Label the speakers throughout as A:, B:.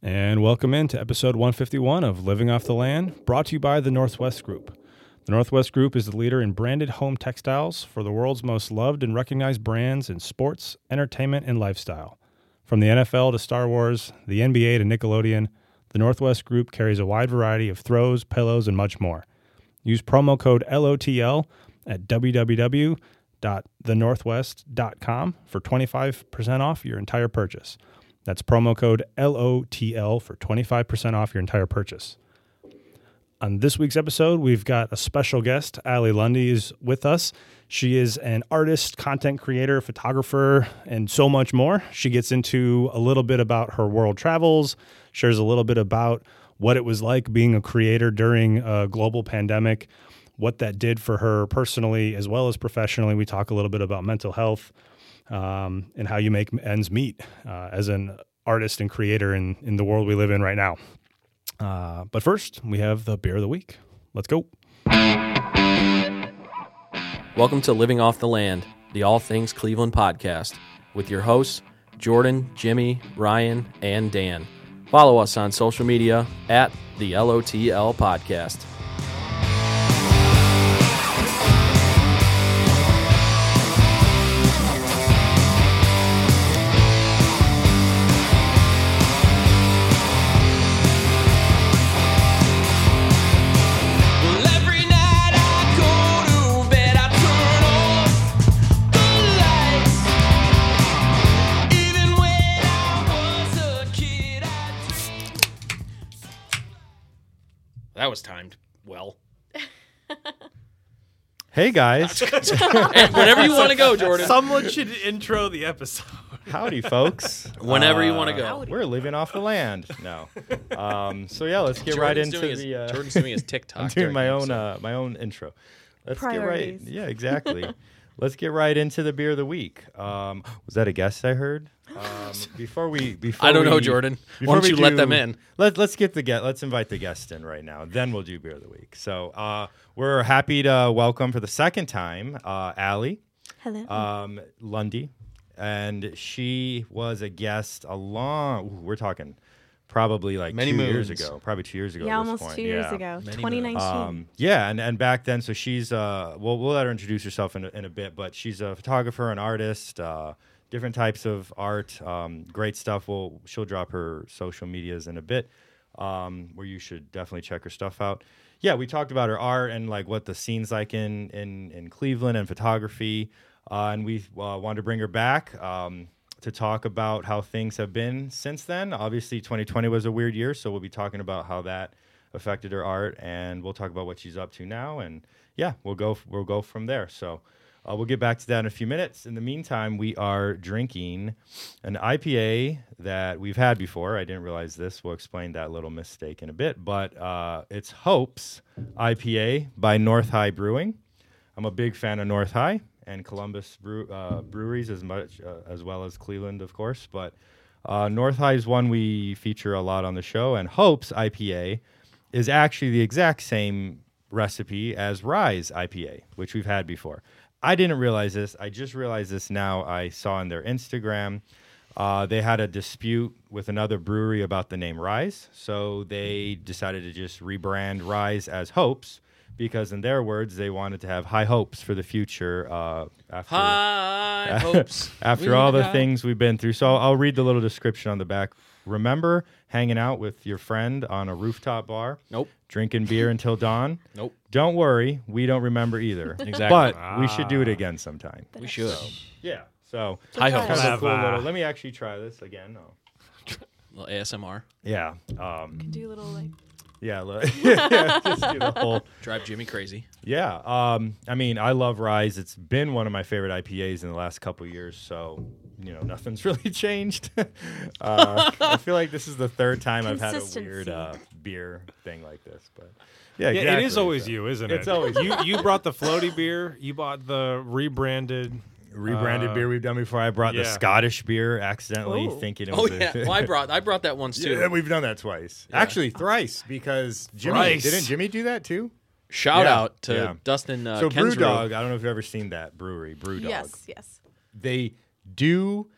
A: And welcome in to episode 151 of Living Off the Land, brought to you by the Northwest Group. The Northwest Group is the leader in branded home textiles for the world's most loved and recognized brands in sports, entertainment, and lifestyle. From the NFL to Star Wars, the NBA to Nickelodeon, the Northwest Group carries a wide variety of throws, pillows, and much more. Use promo code LOTL at www.thenorthwest.com for 25% off your entire purchase. That's promo code LOTL for 25% off your entire purchase. On this week's episode, we've got a special guest. Ali Lundy is with us. She is an artist, content creator, photographer, and so much more. She gets into a little bit about her world travels, shares a little bit about what it was like being a creator during a global pandemic, what that did for her personally as well as professionally. We talk a little bit about mental health um, and how you make ends meet uh, as an artist and creator in, in the world we live in right now. Uh, but first, we have the beer of the week. Let's go.
B: Welcome to Living Off the Land, the All Things Cleveland podcast, with your hosts, Jordan, Jimmy, Ryan, and Dan. Follow us on social media at the LOTL Podcast.
C: Well, every night I go to bed, I turn off the lights. Even when I was a kid, I dreamed.
B: That was timed well.
A: Hey guys,
B: Whenever you want to go, Jordan.
D: Someone should intro the episode.
E: Howdy, folks. Uh,
B: Whenever you want to go.
E: We're living off the land. No. Um, so yeah, let's get right
B: Jordan's
E: into
B: doing his-
E: the. Uh,
B: Jordan's doing his TikTok.
E: I'm doing
B: during
E: my
B: the
E: own
B: episode.
E: uh, my own intro. Let's
F: Priorities.
E: get right. Yeah, exactly. let's get right into the beer of the week. Um, was that a guess I heard? Um, before we before
B: I don't know,
E: we-
B: Jordan. Why
E: before
B: don't
E: we
B: you let them in?
E: Let, let's get the guest. Let's invite the guest in right now. Then we'll do beer of the week. So uh, we're happy to welcome for the second time, uh, Allie.
F: Hello.
B: Mm-hmm.
E: um, Lundy, and she was a guest a long. ooh, we're talking probably like
B: Many
E: two years
B: moons.
E: ago, probably two years ago. at
F: yeah,
E: this
F: almost
E: point.
F: two years
E: Yeah.
F: ago,
B: Many
F: 2019.
E: Um, yeah, and, and back then, so she's uh, well, we'll let her introduce herself in a, in a bit, but she's a photographer, an artist, uh, different types of art, um, great stuff. We'll she'll drop her social medias in a bit, um, where you should definitely check her stuff out. Yeah, we talked about her art and like what the scenes like in in in Cleveland and photography, uh, and we uh, wanted to bring her back. Um, to talk about how things have been since then. Obviously, 2020 was a weird year, so we'll be talking about how that affected her art, and we'll talk about what she's up to now, and yeah, we'll go we'll go from there. So uh, we'll get back to that in a few minutes. In the meantime, we are drinking an IPA that we've had before. I didn't realize this. We'll explain that little mistake in a bit, but uh, it's Hopes IPA by North High Brewing. I'm a big fan of North High and Columbus brew, uh, breweries as much uh, as well as Cleveland, of course. But uh, North High is one we feature a lot on the show, and Hope's IPA is actually the exact same recipe as Rye's IPA, which we've had before. I didn't realize this. I just realized this now. I saw on their Instagram. Uh, they had a dispute with another brewery about the name Rise, so they decided to just rebrand Rise as Hopes because, in their words, they wanted to have high hopes for the future. Uh, after
B: High hopes.
E: after
B: We
E: all the
B: got-
E: things we've been through. So I'll, I'll read the little description on the back. Remember hanging out with your friend on a rooftop bar?
B: Nope.
E: Drinking beer until dawn?
B: Nope.
E: Don't worry, we don't remember either. exactly. But
B: Ah.
E: we should do it again sometime.
B: We should.
E: Yeah. So
B: High
E: kind
B: hopes.
E: of a cool
A: Clever.
E: little- let me actually try this again. Oh.
B: Little ASMR.
E: Yeah. Um,
F: Do a little like
E: yeah. Look, yeah. Just do the whole.
B: Drive Jimmy crazy.
E: Yeah, um, I mean, I love Rise. It's been one of my favorite IPAs in the last couple of years. So, you know, nothing's really changed. uh, I feel like this is the third time I've had a weird
F: Consistency.
E: uh, beer thing like this. But yeah,
D: Yeah,
E: exactly.
D: it is always
E: So,
D: you, isn't it?
E: It's always
D: you. You brought the floaty beer. You bought the rebranded.
E: rebranded
D: Uh,
E: beer we've done before. I brought the
D: yeah.
E: Scottish beer accidentally
F: Ooh.
E: thinking it
B: Oh
E: was.
B: yeah.
E: A,
B: Well, I brought I brought that once too.
E: Yeah, we've done that twice. Actually, thrice because Jimmy
D: Thrice.
E: didn't Jimmy do that too.
B: Shout
E: Yeah,
B: out to
E: yeah.
B: Dustin uh,
E: so
B: Kensrew.
E: Brewdog, I don't know if you've ever seen that brewery, Brewdog.
F: yes, yes.
E: they do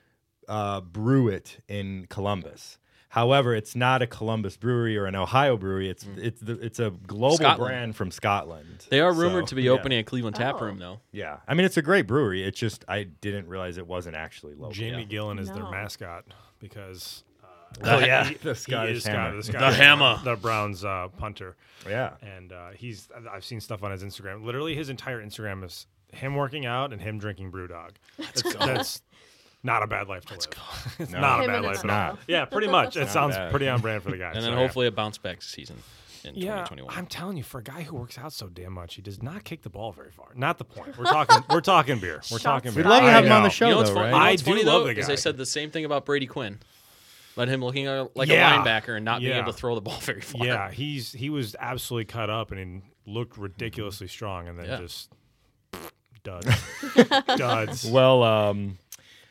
E: uh, brew it in Columbus. However, it's not a Columbus brewery or an Ohio brewery. It's it's the, it's a global
B: Mm. Scotland.
E: brand from Scotland.
B: They are rumored
E: So,
B: to be
E: yeah.
B: opening a Cleveland tap room though.
E: Yeah, I mean it's a great brewery. It's just I didn't realize it wasn't actually local.
D: Jamie Gillen is their
F: No.
D: mascot because uh,
E: Oh yeah, the
D: he
E: Scottish
D: is Scott-
E: hammer.
D: the, Scottish-
B: hammer.
D: the Browns uh, punter,
E: Yeah,
D: and uh, he's I've seen stuff on his Instagram. Literally, his entire Instagram is him working out and him drinking BrewDog. That's, that's not a bad life to live. it's
E: No.
D: not a
F: Him
D: bad
F: and
D: life
F: an
D: at all.
E: apple.
D: Yeah, pretty much. It sounds
E: bad.
D: pretty on brand for the guy.
B: And
D: so,
B: then
D: yeah.
B: hopefully a bounce back season in
D: Yeah,
B: 2021.
D: I'm telling you, for a guy who works out so damn much, he does not kick the ball very far. Not the point. We're talking. we're talking beer. We're talking
E: we'd
D: beer.
E: love to
D: I
E: have him on
D: know.
E: the show
B: you know what's
E: though,
B: funny, you
E: right?
B: know
D: I
B: what's
D: do
B: funny,
D: love
B: though,
D: the
B: is they
D: guy.
B: said the same thing about Brady Quinn. Let him looking like
D: Yeah.
B: a linebacker and not being
D: Yeah.
B: able to throw the ball very far.
D: Yeah, he's he was absolutely cut up and he looked ridiculously strong, and then
B: Yeah.
D: just duds, duds.
E: Well, um,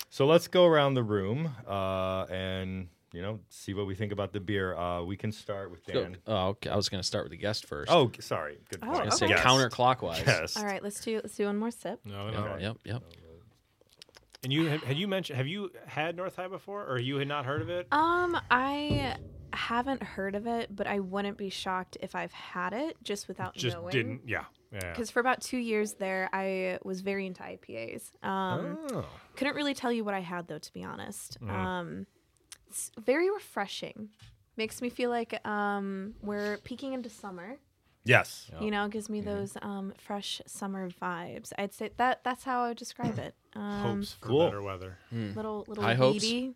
E: so let's go around the room uh, and you know see what we think about the beer. Uh, we can start with
B: Go-
E: Dan.
B: Oh, okay. I was going to start with the guest first.
E: Oh, g- sorry. Good.
F: Oh,
B: I
E: point.
B: was going to
F: okay.
B: say counterclockwise. Oh,
E: Yes.
F: All right, let's do let's do one more sip.
D: No, no.
B: Yep, yep.
D: And you have, had you mentioned have you had North High before, or you had not heard of it?
E: Uh,
F: Um, I haven't heard of it, but I wouldn't be shocked if I've had it just without
D: Just
F: knowing.
D: didn't. Yeah. Yeah.
F: Because for about two years there, I was very into IPAs. Um,
D: Oh. Mm.
F: Couldn't really tell you what I had though, to be honest. Um, it's very refreshing. Makes me feel like um, we're peeking into summer.
E: Yes.
F: You know, gives
B: Mm-hmm.
F: me those um, fresh summer vibes. I'd say that that's how I would describe it. Um,
D: Hopes for
E: cool.
D: better weather.
F: little little
B: High hopes.
F: weedy.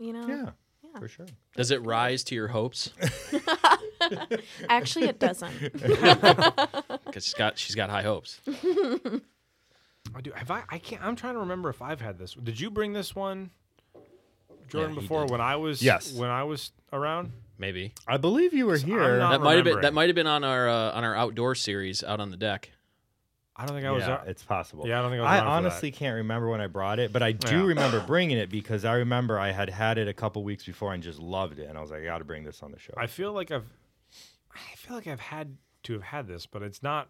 F: You know,
E: Yeah. For sure.
B: Does it rise to your hopes?
F: actually, it doesn't.
B: Because she's got, she's got high hopes.
D: I do. Have I? I can't. I'm trying to remember if I've had this. Did you bring this one, Jordan,
B: Yeah, he
D: before
B: did.
D: when I was?
E: Yes.
D: When I was around.
B: Maybe.
E: I believe you were here.
D: not-
B: That might have been
D: remembering.
B: that might have been on our uh, on our outdoor series out on the deck.
D: I don't think I was.
E: yeah,
D: ar-
E: it's possible.
D: Yeah, I don't think I was
E: I
D: around for that.
E: honestly can't remember when I brought it, but I do
D: Yeah.
E: remember bringing it because I remember I had had it a couple weeks before and just loved it, and I was like, I got to bring this on the show.
D: I feel like I've, I feel like I've had to have had this, but it's not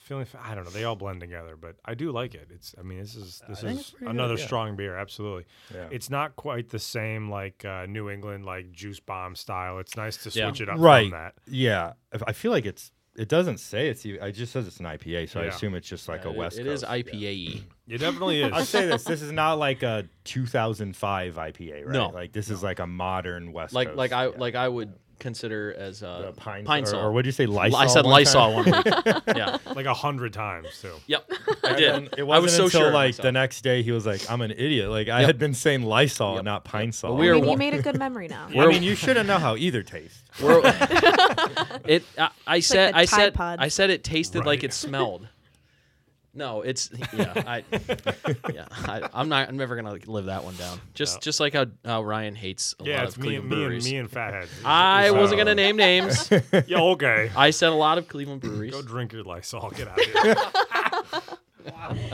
D: feeling. fa- I don't know. They all blend together, but I do like it. It's. I mean, this is this
E: think it's
D: is
E: pretty good,
D: another
E: yeah.
D: strong beer. Absolutely.
E: Yeah.
D: It's not quite the same like uh, New England like juice bomb style. It's nice to
B: Yeah.
D: switch it up
E: right.
D: from that.
E: Yeah. If- I feel like it's. It doesn't say it's. even- It just says it's an IPA, so I
D: Yeah.
E: assume it's just like a
B: It-
E: West
B: it
E: Coast.
B: is IPA. -y.
D: It definitely
E: I'll
D: is.
E: say this: this is not like a 2005 IPA, right?
B: No.
E: like this is like a modern West
B: Like
E: Coast.
B: like I
E: yeah.
B: like I would consider as uh,
E: The pine,
B: pine
E: or-
B: sol.
E: or, what did you say? Lysol.
B: I said
E: one time?
B: Lysol one week. yeah.
D: like a hundred times too.
B: Yep. I
E: And
B: did.
E: then It
B: I
E: wasn't
B: was so
E: until
B: sure. of
E: like
B: myself.
E: the next day he was like, "I'm an idiot." Like I
B: Yep.
E: had been saying Lysol,
B: Yep.
E: not pine sol.
B: we are
F: Maybe you
B: one-
F: made a good memory now.
E: I
B: We're-
E: mean, you shouldn't know how either tastes.
B: We're, it. I, I said.
F: a
B: I
F: Tide
B: said.
F: Pod.
B: I said it tasted like
D: Right.
B: it smelled. No, it's yeah. I, yeah, I, I'm not. I'm never gonna live that one down. Just just like how, how Ryan hates a
D: Yeah,
B: lot
D: it's
B: of
D: me,
B: Cleveland
D: and me and
B: breweries.
D: me and fathead.
B: I wasn't
E: So-
B: gonna name names.
D: yeah, okay.
B: I said a lot of Cleveland breweries.
D: Go drink your Lysol. Get out of here.
E: Funny.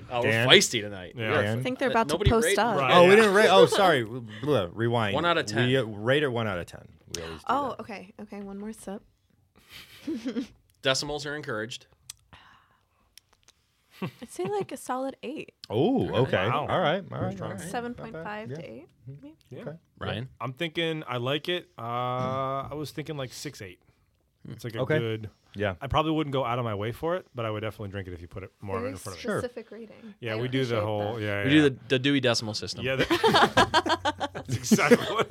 B: Oh, we're
E: Dan?
B: feisty tonight.
D: Yeah.
B: We are
E: Dan?
F: I
B: fe-
F: think they're about
B: Uh,
F: to
B: Nobody
F: post
B: rate-
F: up.
D: Right.
E: Oh, we
D: Yeah.
E: didn't rate. Oh, sorry. Blah, Rewind.
B: One out of ten.
E: We uh, rate it one out of ten. We always do
F: Oh,
E: that.
F: okay, okay. One more sip.
B: Decimals are encouraged.
F: I'd say like a solid eight,
E: Oh, okay.
D: Wow.
E: All right. All right. All right.
F: seven point five
E: bad,
F: to
E: yeah.
F: eight. maybe.
D: Yeah.
B: Ryan.
D: I'm thinking I like it. Uh, I was thinking like six eight. It's like a
E: Hmm. Okay.
D: good.
E: Yeah.
D: I probably wouldn't go out of my way for it, but I would definitely drink it if you put it more of it
F: Very
D: in front of me.
E: Sure.
F: specific rating.
D: Yeah,
F: I
D: we do the
F: appreciate
D: whole.
F: that.
D: Yeah, yeah.
B: We do the, the Dewey Decimal System.
D: Yeah, that, that's exactly what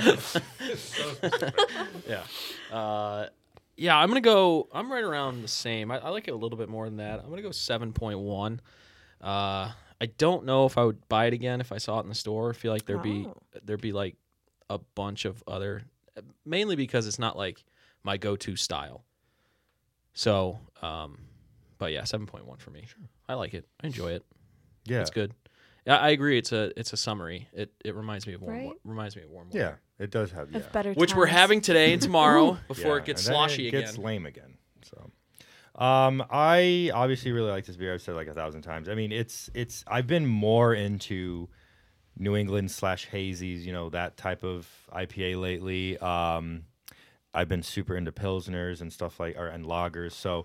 D: it is.
B: Yeah. Uh, yeah, I'm gonna go. I'm right around the same. I, I like it a little bit more than that. I'm gonna go seven point one. Uh, I don't know if I would buy it again if I saw it in the store. I feel like there'd be
F: Oh.
B: there'd be like a bunch of other, mainly because it's not like my go-to style. So, um, but yeah, seven point one for me. I like it. I enjoy it.
E: Yeah.
B: It's good. Yeah, I agree. It's a it's a summary. It it reminds me of warm.
F: Right?
B: Reminds me of warm.
E: Yeah. It does have. Yeah.
F: Of better
B: Which we're
F: times.
B: having today and tomorrow
E: Yeah,
B: before it gets
E: and then
B: sloshy
E: it gets
B: again.
E: lame again. So, um, I obviously really like this beer. I've said it like a thousand times. I mean, it's it's. I've been more into New England slash hazies, you know, that type of IPA lately. Um, I've been super into pilsners and stuff like, or and lagers. So,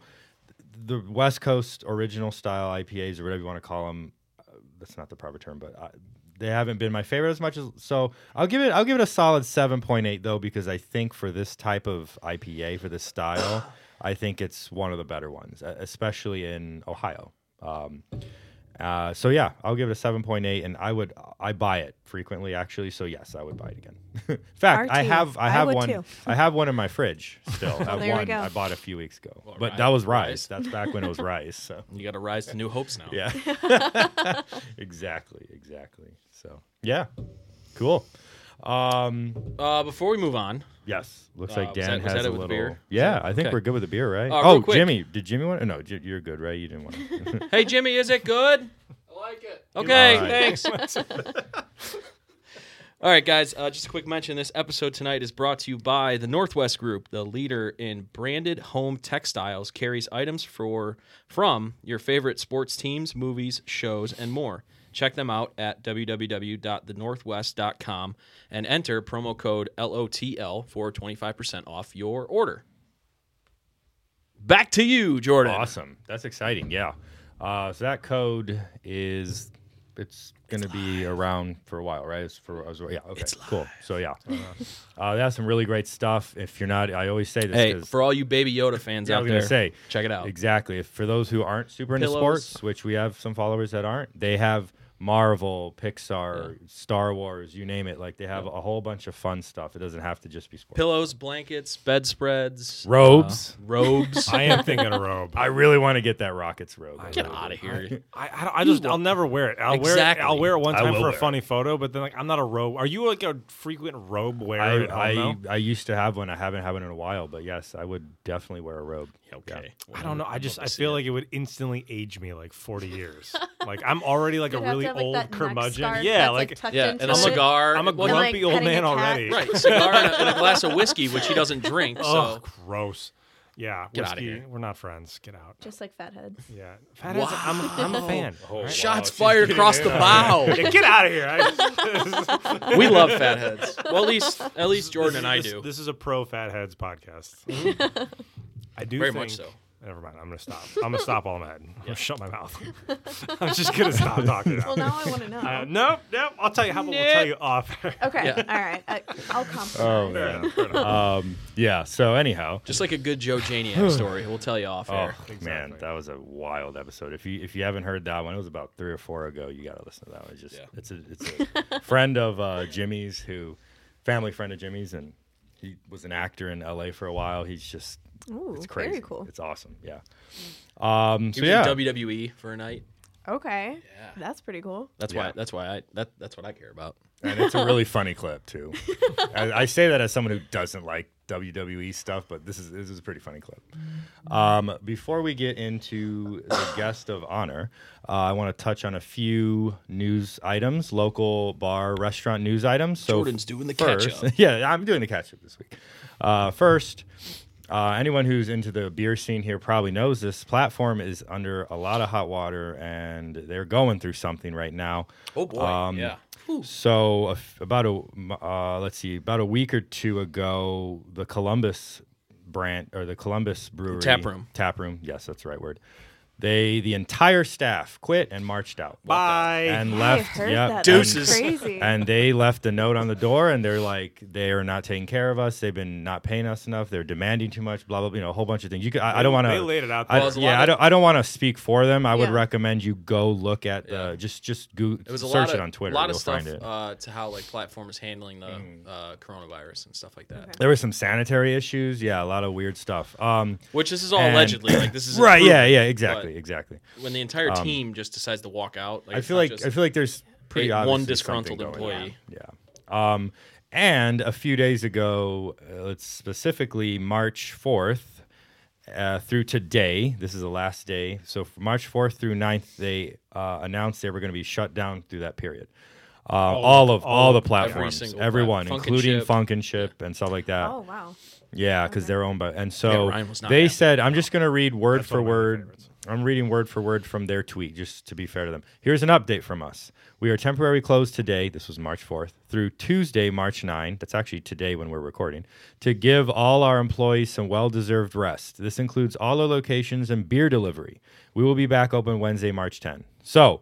E: the uh, West Coast original style IPAs or whatever you want to call them. That's not the proper term, but I, They haven't been my favorite as much as so. I'll give it. I'll give it a solid seven point eight though, because I think for this type of IPA for this style, I think it's one of the better ones, e- especially in Ohio. Um, uh, so yeah, I'll give it a seven point eight, and I would I buy it frequently actually. So yes, I would buy it again. in fact, I
F: RT.
E: have I
F: I
E: have
F: would
E: one
F: too.
E: I have one in my fridge still. I have
F: there we
E: one
F: go.
E: I bought a few weeks ago,
B: Well,
E: but
B: ri-
E: that was
B: rice.
E: rice. That's back when it was rice. So
B: You got to rise to new hopes now.
E: yeah, exactly, exactly. So yeah, cool. Um,
B: Uh, before we move on,
E: yes, looks
B: Uh,
E: like
B: was
E: Dan
B: that- was
E: has
B: that
E: a
B: it with the
E: little.
B: beer?
E: Yeah, I think
B: okay.
E: we're good with the beer, right?
B: Uh, real
E: oh,
B: quick.
E: Jimmy, did Jimmy want? No, J- you're good, right? You didn't want. to.
B: hey Jimmy, is it good?
G: I like it.
B: Okay,
E: All right.
B: thanks. All right, guys, uh, just a quick mention this episode tonight is brought to you by the Northwest Group, the leader in branded home textiles, carries items for from your favorite sports teams, movies, shows, and more. Check them out at www.thenorthwest.com and enter promo code LOTL for 25% off your order. Back to you, Jordan.
E: Awesome. That's exciting. Yeah. Uh, so that code is it's going to be around for a while, right? It's for I was, yeah. Okay. Cool. So yeah,
B: Uh-huh.
E: uh, they have some really great stuff. If you're not, I always say this.
B: Hey,
E: 'cause-
B: for all you Baby Yoda fans
E: yeah, I
B: out
E: was
B: there,
E: gonna say
B: check it out.
E: Exactly. If, for those who aren't super into
B: Pillows.
E: sports, which we have some followers that aren't, they have Marvel, Pixar, Star Wars, you name it. Like they have a whole bunch of fun stuff. It doesn't have to just be sports.
B: pillows, blankets, bedspreads,
E: Robes.
B: uh, robes.
D: I am thinking a robe.
E: I really want to get that Rockets robe. I
B: Get
E: really
B: out of here.
D: I, I, don't- I just I'll never wear it. I'll wear it.
B: Exactly.
D: I'll wear it one
E: I
D: time
E: will
D: for a
E: wear
D: funny photo, but then like I'm not a robe. Are you like a frequent robe wearer?
E: I,
D: at home, though?
E: I, I used to have one. I haven't had one in a while, but yes, I would definitely wear a robe.
B: Okay.
D: I don't know. I just I feel like it would instantly age me like 40 years. like I'm already like a
F: You'd have
D: really
F: to have, like,
D: old
F: that neck
D: curmudgeon.
F: scarf
D: Yeah,
F: that's,
D: like,
F: tucked
B: Yeah,
F: into
B: and a
F: it.
B: cigar.
D: I'm a
B: Well,
F: like,
D: grumpy old
F: petting
D: man
F: a cat.
D: already.
B: right, cigar and a, and a glass of whiskey, which he doesn't drink.
D: Oh,
B: So
D: gross. Yeah,
B: Get outta
D: whiskey.
B: here.
D: We're not friends. Get out.
F: Just like fatheads.
D: Yeah, Fat ass, I'm, I'm a fan.
B: shots fired across the bow.
D: Yeah, get out of here. I,
B: we love fatheads. Well, at least at least Jordan and I
D: This-
B: do.
D: This is a pro fatheads podcast. I do
B: Very
D: think-
B: much so.
D: Never mind. I'm gonna stop. I'm gonna stop all I'm at. I'm gonna shut my mouth. I'm just gonna stop talking. now.
F: Well, now I want to know.
D: Uh, nope, nope. I'll tell you. How about we'll tell you off.
F: okay,
B: Yeah.
F: all right. I, I'll compromise.
E: Oh man. um, yeah. So anyhow,
B: Just like a good Joe Janiak story, we'll tell you off
E: oh
B: air.
E: man,
D: Exactly.
E: that was a wild episode. If you if you haven't heard that one, it was about three or four ago. You got to listen to that one. It's just
B: Yeah.
E: it's a it's a friend of uh, Jimmy's who, family friend of Jimmy's, and he was an actor in L.A. for a while. He's just
F: Ooh,
E: it's crazy.
F: very cool. Mm.
E: It's awesome. Yeah. Um.
B: He
E: So
B: was
E: yeah.
B: in WWE for a night.
F: Okay, that's pretty cool.
B: That's why.
E: Yeah.
B: That's why I. That, that's what I care about.
E: and it's a really funny clip too. I, I say that as someone who doesn't like WWE stuff, but this is this is a pretty funny clip. Um, before we get into the guest of honor, uh, I want to touch on a few news items, local bar restaurant news items. So
B: Jordan's doing the catch-up.
E: yeah, I'm doing the catch up this week. Uh, first, uh, anyone who's into the beer scene here probably knows this platform is under a lot of hot water and they're going through something right now.
B: Oh boy.
D: Um,
B: yeah.
E: So a f- about a m- uh, let's see, about a week or two ago, the Columbus brand or the Columbus brewery
B: Tap room.
E: tap room. Yes, that's the right word. They the entire staff quit and marched out.
D: Bye.
E: And
F: I
E: left.
F: heard
E: yep,
F: that.
B: Deuces.
F: That's crazy.
E: and they left a note on the door and they're like they are not taking care of us they've been not paying us enough they're demanding too much blah blah blah you know a whole bunch of things you could, I, I don't want to
D: They laid it out
E: I,
D: there.
B: was a lot
E: yeah
B: of-
E: I don't I don't want to speak for them I would
F: Yeah.
E: recommend you go look at the just just go
B: It was a
E: search
B: lot of,
E: it on Twitter
B: A lot of
E: you'll
B: stuff
E: find it Mm.
B: Uh, to how like platform is handling the uh, coronavirus and stuff like that.
E: there was some sanitary issues yeah a lot of weird stuff um
B: Which this is all
E: And-
B: allegedly. Like this is
E: right yeah
B: proven,
E: yeah
B: but
E: exactly exactly
B: When the entire team just decides to walk out, like
E: I
B: it's
E: feel
B: not
E: like
B: just-
E: I feel like there's pretty
B: one
E: obviously
B: disgruntled
E: something going on.
B: employee.
E: Yeah. Um, and a few days ago, uh, it's specifically March fourth uh, through today. This is the last day. So from March fourth through 9th, they uh, announced they were going to be shut down through that period. Um, all, of all, the platforms,
B: Oh, single
E: everyone,
B: platform. Funk and
E: including
B: Ship.
E: Funk and Ship and stuff like that.
F: oh wow.
E: Yeah, because they're owned by. And so
B: Ryan was not
E: they
B: happy.
E: said, I'm just going to read word for
D: one of my
E: word.
D: favorites.
E: I'm reading word for word from their tweet, just to be fair to them. Here's an update from us. We are temporarily closed today. This was March 4th through Tuesday, March 9. That's actually today when we're recording to give all our employees some well-deserved rest. This includes all our locations and beer delivery. We will be back open Wednesday, March 10. So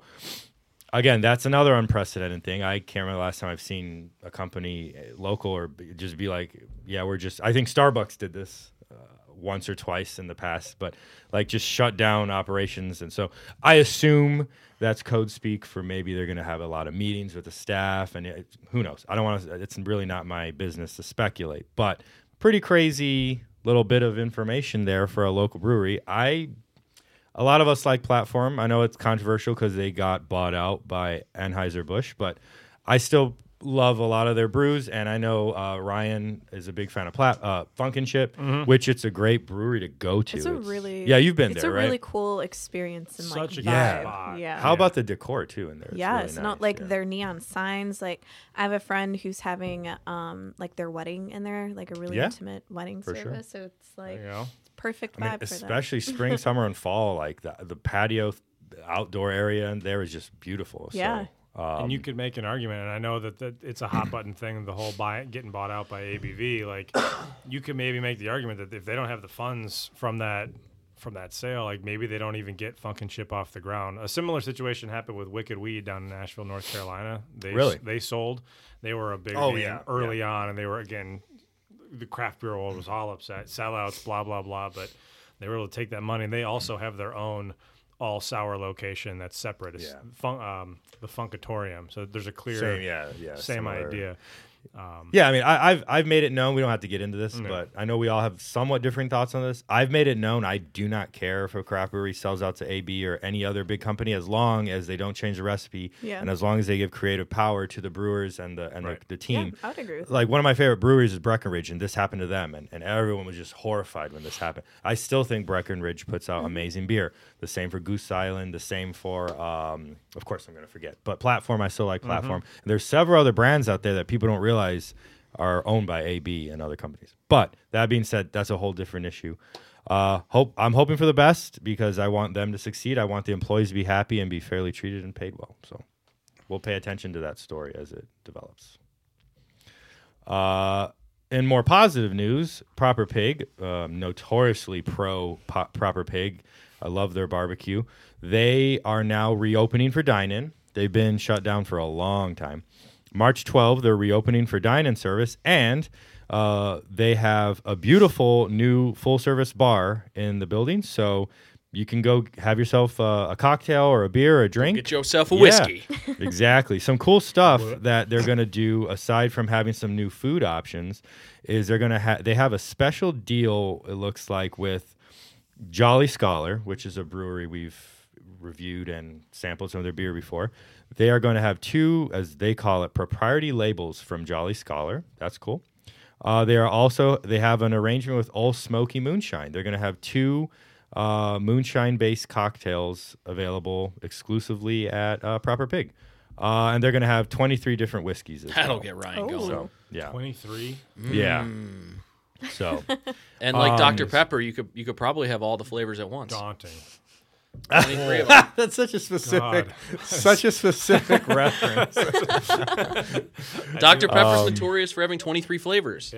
E: again, that's another unprecedented thing. I can't remember the last time I've seen a company eh, local or b- just be like, yeah, we're just. I think Starbucks did this uh, once or twice in the past, but like just shut down operations. And so I assume that's code speak for maybe they're going to have a lot of meetings with the staff, and it, who knows? I don't want to. It's really not my business to speculate, but pretty crazy little bit of information there for a local brewery. I a lot of us like platform. I know it's controversial because they got bought out by Anheuser Busch, but I still love a lot of their brews. And I know uh, Ryan is a big fan of Plat uh, Funkin' Chip,
D: Mm-hmm.
E: which it's a great brewery to go to.
F: It's a really
E: yeah, you've been
F: it's
E: there,
F: a
E: right?
F: really cool experience and like
D: Such a good
F: vibe.
D: spot.
F: yeah.
E: How about the decor too in there? It's
F: Yes,
E: really
F: not
E: nice,
F: like
E: yeah.
F: their neon signs. Like I have a friend who's having um like their wedding in there, like a really
E: Yeah,
F: intimate wedding
E: for sure.
F: service. So it's like
D: you know?
F: it's perfect vibe
E: I mean,
F: for them.
E: especially spring, summer, and fall. Like the, the patio, outdoor area, and there is just beautiful.
F: Yeah.
E: So, um,
D: and you could make an argument, and I know that, that it's a hot button thing, the whole buy, getting bought out by ABV. Like, you could maybe make the argument that if they don't have the funds from that from that sale, like maybe they don't even get Funkin' Chip off the ground. A similar situation happened with Wicked Weed down in Nashville, North Carolina. They
E: Really?
D: they sold. They were a big
E: Oh,
D: name
E: yeah,
D: early on, and they were again the craft beer world was all upset, sellouts, blah blah blah. But they were able to take that money, and they also have their own all sour location that's separate. It's
E: Yeah.
D: fun, um, the Funkatorium. So there's a clear
E: same, yeah, yeah,
D: same
E: similar.
D: idea.
E: Yeah, I mean, I, I've I've made it known. We don't have to get into this, but I know we all have somewhat different thoughts on this. I've made it known I do not care if a craft brewery sells out to AB or any other big company, as long as they don't change the recipe,
F: Yeah.
E: and as long as they give creative power to the brewers and the and the, the
F: Yeah,
E: team.
F: I would agree with
E: Like one of my favorite breweries is Breckenridge, and this happened to them, and, and everyone was just horrified when this happened. I still think Breckenridge puts out amazing beer. The same for Goose Island. The same for, um, of course, I'm going to forget, but Platform. I still like Platform. And There's several other brands out there that people don't realize are owned by AB and other companies. But that being said, that's a whole different issue. Uh, hope I'm hoping for the best because I want them to succeed. I want the employees to be happy and be fairly treated and paid well. So we'll pay attention to that story as it develops. Uh, in more positive news, Proper Pig, um, notoriously pro po- Proper Pig, I love their barbecue. They are now reopening for dine in. They've been shut down for a long time. March 12, they're reopening for dine in service, and uh, they have a beautiful new full service bar in the building. So you can go have yourself uh, a cocktail or a beer or a drink.
B: Get yourself a
E: Yeah,
B: whiskey.
E: exactly. Some cool stuff that they're going to do aside from having some new food options is they're going to have they have a special deal it looks like with Jolly Scholar, which is a brewery we've reviewed and sampled some of their beer before. They are going to have two as they call it proprietary labels from Jolly Scholar. That's cool. Uh, they are also they have an arrangement with All Smoky Moonshine. They're going to have two uh, moonshine-based cocktails available exclusively at uh, Proper Pig, uh, and they're going to have 23 different whiskeys. As
B: That'll
E: well.
B: get
F: Oh.
B: Ryan going.
E: so yeah,
D: Twenty three.
E: yeah. So
B: And
E: um,
B: like Dr. Pepper, you could you could probably have all the flavors at once.
D: Daunting.
B: 23 of them.
E: that's such a specific,
D: God.
E: such a specific reference.
B: Dr. Pepper's
E: um,
B: notorious for having 23 flavors.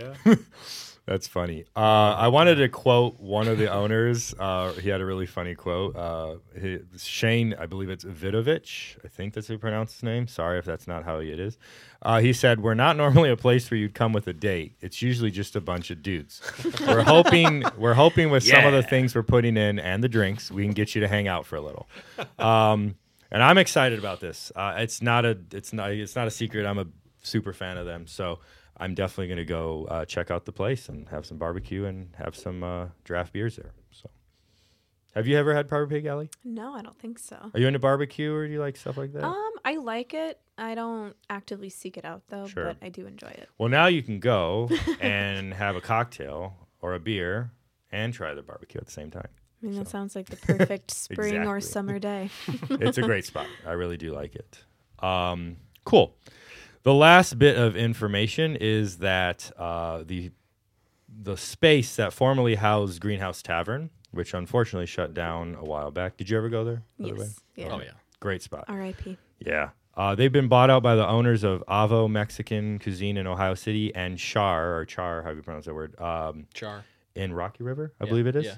E: That's funny. Uh, I wanted to quote one of the owners. Uh, he had a really funny quote. Uh, he- Shane, I believe it's Vidovich. I think that's how you pronounce his name. Sorry if that's not how it is. Uh, he said, "We're not normally a place where you'd come with a date. It's usually just a bunch of dudes. we're hoping, we're hoping with some of the
B: Yeah.
E: things we're putting in and the drinks, we can get you to hang out for a little." Um, and I'm excited about this. Uh, it's not a it's not it's not a secret. I'm a super fan of them, so I'm definitely gonna go uh, check out the place and have some barbecue and have some uh, draft beers there. So, have you ever had Proper Pig Alley?
F: No, I don't think so.
E: Are you into barbecue or do you like stuff like that?
F: Um, I like it. I don't actively seek it out though,
E: Sure.
F: but I do enjoy it.
E: well, now you can go and have a cocktail or a beer and try the barbecue at the same time.
F: I mean, that sounds like the perfect spring or
E: Exactly.
F: summer day.
E: it's a great spot. I really do like it. Um, cool. The last bit of information is that uh, the the space that formerly housed Greenhouse Tavern, which unfortunately shut down a while back. Did you ever go there? by the way?
F: yes. Yeah.
B: Oh, yeah.
E: Great spot.
F: R.I.P.
E: Yeah. Uh, they've been bought out by the owners of Avo Mexican Cuisine in Ohio City and Char, or Char, how do you pronounce that word, um,
B: Char.
E: in Rocky River, I believe it is.
B: yeah.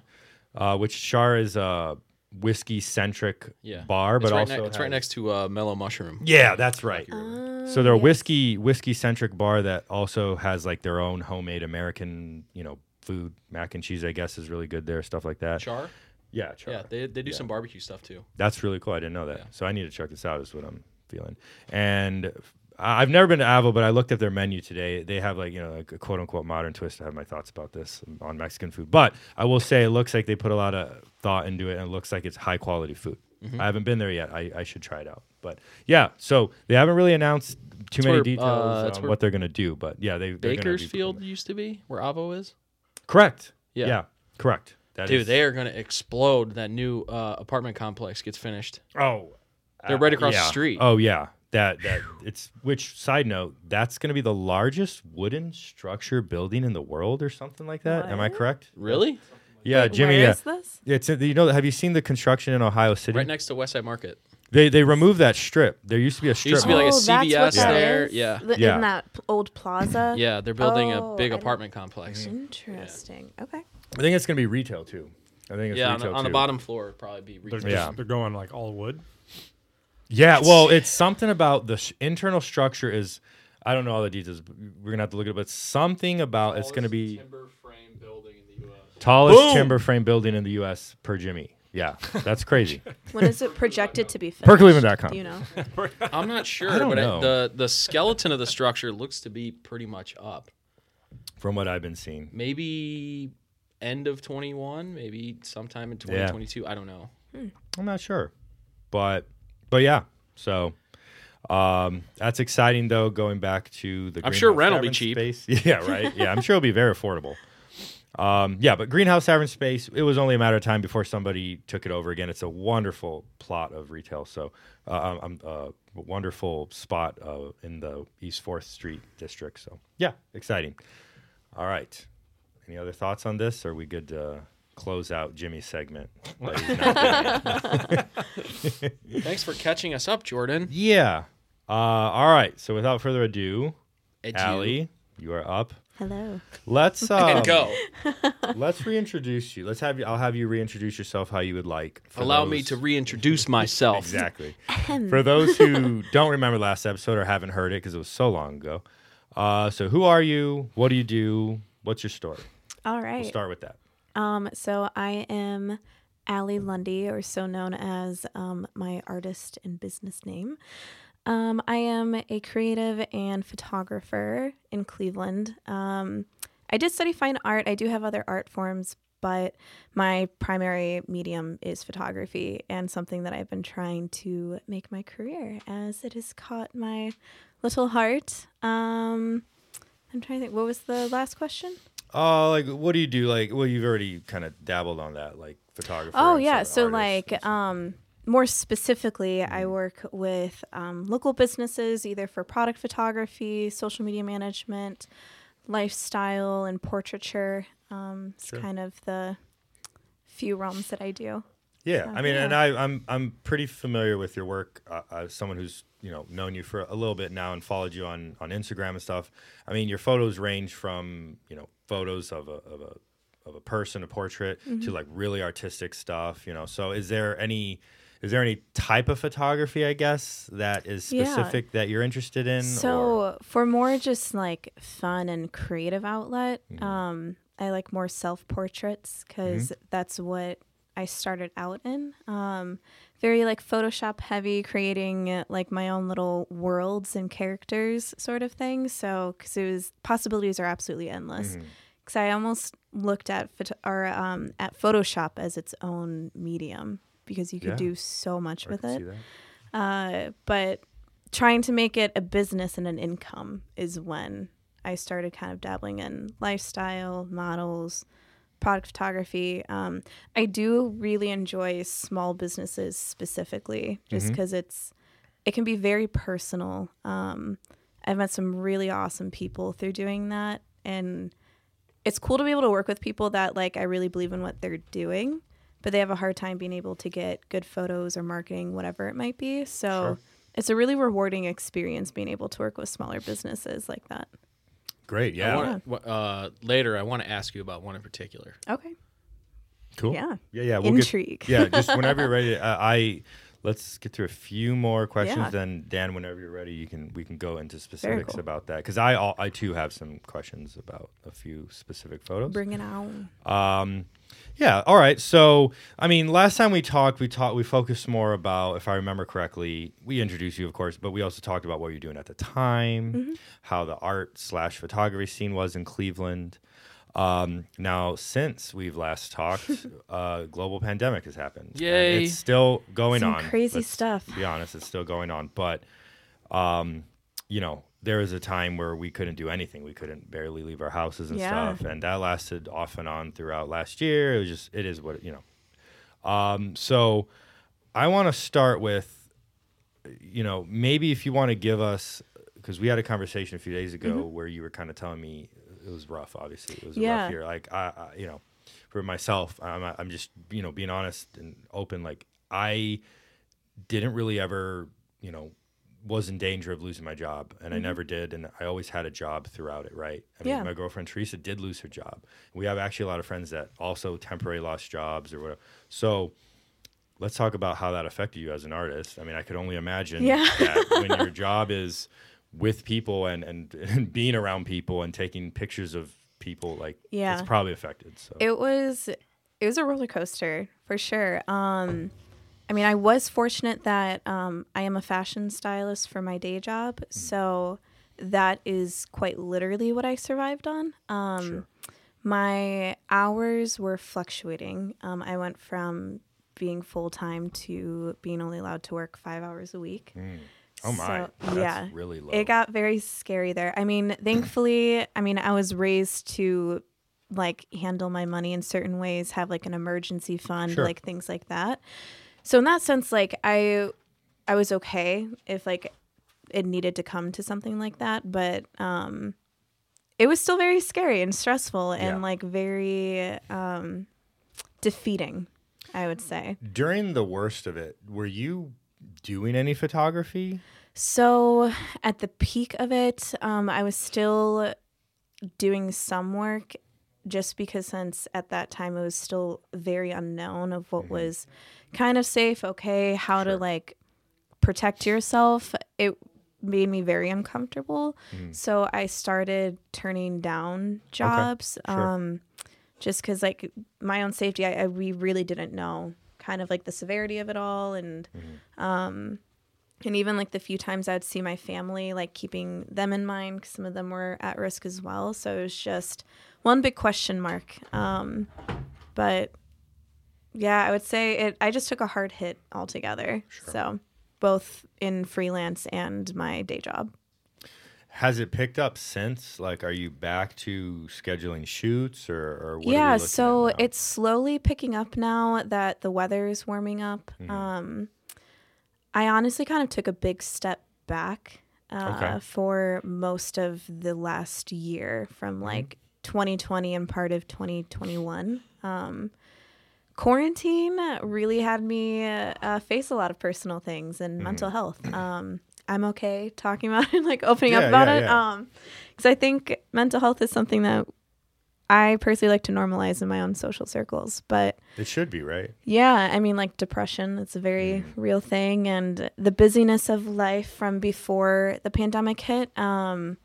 E: Uh, which Char is uh, whiskey centric
B: Yeah.
E: bar, but
B: it's right
E: also
B: ne- it's right
E: has-
B: next to uh, Mellow Mushroom.
E: Yeah, that's right. so
F: Oh,
E: they're a
F: yes.
E: whiskey whiskey centric bar that also has like their own homemade American, you know, food. Mac and cheese, I guess, is really good there. Stuff like that.
B: Char.
E: Yeah, char.
B: Yeah, they they do
E: Yeah.
B: some barbecue stuff too.
E: That's really cool. I didn't know that. So I need to check this out. Is what I'm feeling. And I- I've never been to Avo, but I looked at their menu today. They have like you know like a quote unquote modern twist. I have my thoughts about this on Mexican food, but I will say it looks like they put a lot of thought into it, and it looks like it's high quality food.
B: Mm-hmm.
E: I haven't been there yet. I, I should try it out. But yeah, so they haven't really announced
B: It's
E: too many
B: where, uh,
E: details
B: it's
E: on
B: where-
E: what they're gonna do. But yeah, they they're gonna be
B: Bakersfield
E: performing.
B: used to be where Avo is.
E: Correct.
B: Yeah.
E: Yeah. correct. That
B: Dude,
E: is-
B: they are gonna explode. That new uh, apartment complex gets finished.
E: Oh,
B: They're right across
E: yeah.
B: the street.
E: Oh yeah, that that it's. Which side note, that's going to be the largest wooden structure building in the world, or something like that. Am I
F: What?
E: correct?
B: really?
E: Yeah, Jimmy.
F: Where
E: Yeah,
F: is this?
E: it's uh, you know. Have you seen the construction in Ohio City?
B: Right next to Westside Market.
E: They they removed that strip. There used to be a strip.
B: used to be like a
F: oh, that's
B: CVS
F: what that
B: there.
F: is?
B: Yeah.
F: The-
E: Yeah.
F: In that p- old plaza.
B: Yeah, they're building
F: Oh,
B: a big
F: I don't-
B: apartment complex.
E: Mm-hmm.
F: Interesting. Okay.
E: I think it's going to be retail too. I think it's
B: Yeah, on,
E: retail
B: the- on the
E: too.
B: bottom floor it'd probably be retail.
D: They're,
E: Yeah.
D: just, they're going like all wood.
E: Yeah, well, it's something about the sh- internal structure is. I don't know all the details. but We're gonna have to look it up, but something about it's gonna be
B: timber frame building in the US.
E: tallest
D: Boom!
E: timber frame building in the U.S. per Jimmy. Yeah, that's crazy.
F: When is it projected to be finished?
E: Perkleveland.com.
F: You know.
B: I'm not sure,
E: don't
B: but I,
E: know.
B: the the skeleton of the structure looks to be pretty much up.
E: From what I've been seeing,
B: Maybe end of 21, maybe sometime in 2022.
E: 2022,
B: I don't know.
E: I'm not sure, but but yeah. So um, that's exciting though. Going back to the
B: I'm sure rent
E: Greenhouse
B: will be
E: Tavern
B: cheap.
E: Space. Yeah, right. Yeah, I'm sure it'll be very affordable. Um, yeah, but Greenhouse Tavern Space. It was only a matter of time before somebody took it over again. It's a wonderful plot of retail. So uh, um, uh, a wonderful spot uh, in the East Fourth Street district. So yeah, exciting. All right. Any other thoughts on this? Are we good to close out Jimmy's segment? that he's not doing yet?
B: Thanks for catching us up, Jordan.
E: Yeah. Uh, all right. So without further ado,
B: Adieu.
E: Allie, you are up.
F: Hello.
E: Let's um,
B: And go.
E: Let's reintroduce you. Let's have you. I'll have you reintroduce yourself how you would like. for
B: Allow
E: Um, those-
B: me to reintroduce myself.
E: exactly. for those who don't remember last episode or haven't heard it because it was so long ago. Uh, so who are you? What do you do? What's your story?
F: All right.
E: We'll start with that.
F: Um, so I am Allie Lundy, or so known as um, my artist and business name. Um, I am a creative and photographer in Cleveland. Um, I did study fine art. I do have other art forms, but my primary medium is photography and something that I've been trying to make my career as it has caught my little heart. Um, I'm trying to think, what was the last question?
E: Uh, like what do you do? Like well, you've already kind of dabbled on that, like photographer.
F: Oh
E: and
F: yeah,
E: sort of Mm-hmm.
F: so
E: artist and
F: like
E: stuff.
F: um more specifically, I work with um, local businesses either for product photography, social media management, lifestyle, and portraiture. Um, it's kind of the few realms that I do.
E: Yeah, I mean,
F: yeah.
E: and I, I'm I'm pretty familiar with your work. Uh, as someone who's you know known you for a little bit now and followed you on on Instagram and stuff. I mean, your photos range from you know photos of a of a of a person, a portrait, to
F: Mm-hmm.
E: like really artistic stuff. You know, so is there any is there any type of photography, I guess, that is
F: Yeah.
E: specific that you're interested in?
F: So
E: or-
F: for more just like fun and creative outlet,
E: Mm.
F: um, I like more self portraits because
E: Mm-hmm.
F: that's what I started out in. Um, very like Photoshop heavy, creating uh, like my own little worlds and characters sort of thing. So because it was possibilities are absolutely endless.
E: Mm-hmm.
F: Because I almost looked at photo- or um, at Photoshop as its own medium because you could
E: Yeah.
F: do so much with
E: I
F: it
E: can see that.
F: uh, but trying to make it a business and an income is when I started kind of dabbling in lifestyle models, product photography. Um, I do really enjoy small businesses specifically, just because it's it can be very personal. Um, I've met some really awesome people through doing that, and it's cool to be able to work with people that like I really believe in what they're doing, but they have a hard time being able to get good photos or marketing, whatever it might be. So it's a really rewarding experience being able to work with smaller businesses like that.
E: Great,
B: I
E: yeah.
B: wanna, uh, later, I want to ask you about one in particular.
F: Okay.
E: Cool.
F: Yeah.
E: Yeah, yeah. We'll get-
F: Intrigue.
E: yeah, just whenever you're ready. Uh, I let's get through a few more questions.
F: Yeah.
E: Then Dan, whenever you're ready, you can we can go into specifics
F: cool.
E: about that because I al- I too have some questions about a few specific photos.
F: Bring it on.
E: Um, yeah. All right. So, I mean, last time we talked, we talked, we focused more about, if I remember correctly, we introduced you, of course, but we also talked about what you're doing at the time,
F: Mm-hmm.
E: how the art slash photography scene was in Cleveland. Um, now, since we've last talked, uh, global pandemic has happened. and
B: Yay.
E: It's still going
F: Some
E: on.
F: crazy
E: Let's
F: stuff.
E: Be honest, it's still going on, but you know, there was a time where we couldn't do anything. We couldn't barely leave our houses and
F: Yeah.
E: stuff. And that lasted off and on throughout last year. It was just, it is what, you know. Um, so I want to start with, you know, maybe if you want to give us, because we had a conversation a few days ago where you were kind of telling me it was rough, obviously. It was a
F: Mm-hmm. Yeah.
E: rough year. Like, I, I you know, for myself, I'm, I'm just, you know, being honest and open. Like, I, didn't really ever, you know, was in danger of losing my job, and I never did, and I always had a job throughout it. Right? I mean,
F: Mm-hmm. Yeah.
E: my girlfriend Teresa did lose her job. We have actually a lot of friends that also temporarily lost jobs or whatever. So. Let's talk about how that affected you as an artist. I mean, I could only imagine
F: Yeah.
E: that when your job is with people and, and, and being around people and taking pictures of people, like
F: Yeah.
E: it's probably affected. So
F: It was it was a roller coaster for sure. Um I mean, I was fortunate that um, I am a fashion stylist for my day job, so that is quite literally what I survived on. Um, My hours were fluctuating. Um, I went from being full time to being only allowed to work five hours a week.
E: oh my,
F: So,
E: that's
F: yeah.
E: really low.
F: It got very scary there. I mean, thankfully, I mean, I was raised to like handle my money in certain ways, have like an emergency fund,
E: Sure.
F: like things like that. So in that sense, like I I was okay if like it needed to come to something like that, but um it was still very scary and stressful and
E: Yeah.
F: like very um defeating, I would say.
E: during the worst of it, were you doing any photography?
F: So at the peak of it, um, I was still doing some work just because since at that time it was still very unknown of what was kind of safe, okay, how to like protect yourself. It made me very uncomfortable. So I started turning down jobs.
E: sure.
F: Um just because like my own safety I, I we really didn't know kind of like the severity of it all and and even like the few times I'd see my family, like keeping them in mind, 'cause some of them were at risk as well. So it was just one big question mark. Um, but yeah, I would say it. I just took a hard hit altogether. So both in freelance and my day job.
E: Has it picked up since? Like, are you back to scheduling shoots or, or what are we
F: yeah,
E: looking at
F: so
E: now?
F: it's slowly picking up now that the weather is warming up.
E: Hmm.
F: Um, I honestly kind of took a big step back uh,
E: Okay.
F: for most of the last year
E: Hmm.
F: from like 2020 and part of 2021. Um, quarantine really had me uh, face a lot of personal things and
E: Mm.
F: mental health. Um, I'm okay talking about it, like opening up
E: Yeah,
F: about
E: yeah,
F: it.
E: yeah.
F: Um, because I think mental health is something that I personally like to normalize in my own social circles. But
E: it should be, right?
F: yeah, I mean, like depression, it's a very
E: Mm.
F: real thing. And the busyness of life from before the pandemic hit, um,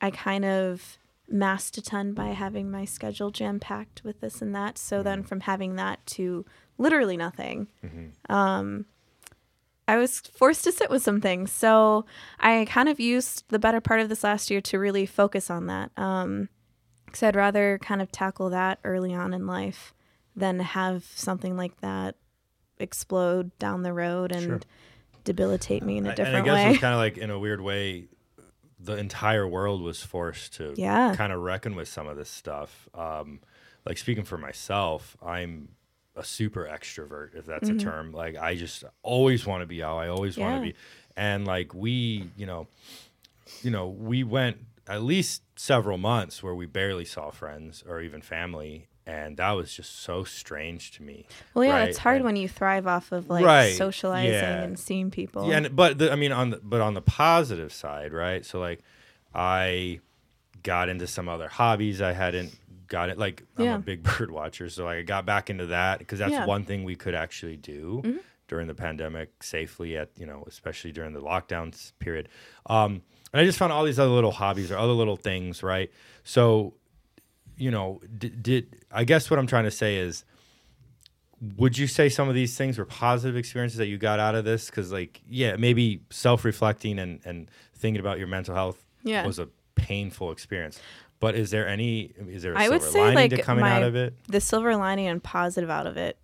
F: I kind of masked a ton by having my schedule jam packed with this and that. So
E: Mm.
F: then from having that to literally nothing, um,
E: Mm-hmm.
F: I was forced to sit with some things. So I kind of used the better part of this last year to really focus on that. Um, because I'd rather kind of tackle that early on in life than have something like that explode down the road and debilitate me in a
E: A- and I
F: different
E: guess
F: way.
E: it's kind of like, in a weird way, the entire world was forced to
F: Yeah.
E: kind of reckon with some of this stuff. Um, like, speaking for myself, I'm a super extrovert, if that's a term. Like, I just always want to be out. I always want
F: Mm-hmm. Yeah.
E: to be. And, like, we, you know, you know, we went at least several months where we barely saw friends or even family. And that was just so strange to me.
F: well, yeah,
E: right?
F: it's hard
E: And-
F: when you thrive off of like
E: Right,
F: socializing
E: yeah.
F: and seeing people.
E: yeah, and, but the, I mean, on the, but on the positive side, right? So like, I got into some other hobbies I hadn't got it. Like I'm
F: Yeah.
E: a big bird watcher, so I got back into that because that's
F: Yeah. Mm-hmm.
E: one thing we could actually do during the pandemic safely. At you know, especially during the lockdowns period. Um, and I just found all these other little hobbies or other little things, right? So, you know, d- did I guess what I'm trying to say is would you say some of these things were positive experiences that you got out of this? Because like, yeah, maybe self-reflecting and and thinking about your mental health
F: Yeah.
E: was a painful experience. But is there any is there a
F: I
E: silver
F: would say
E: lining
F: like
E: to coming
F: my,
E: out of it?
F: the silver lining and positive out of it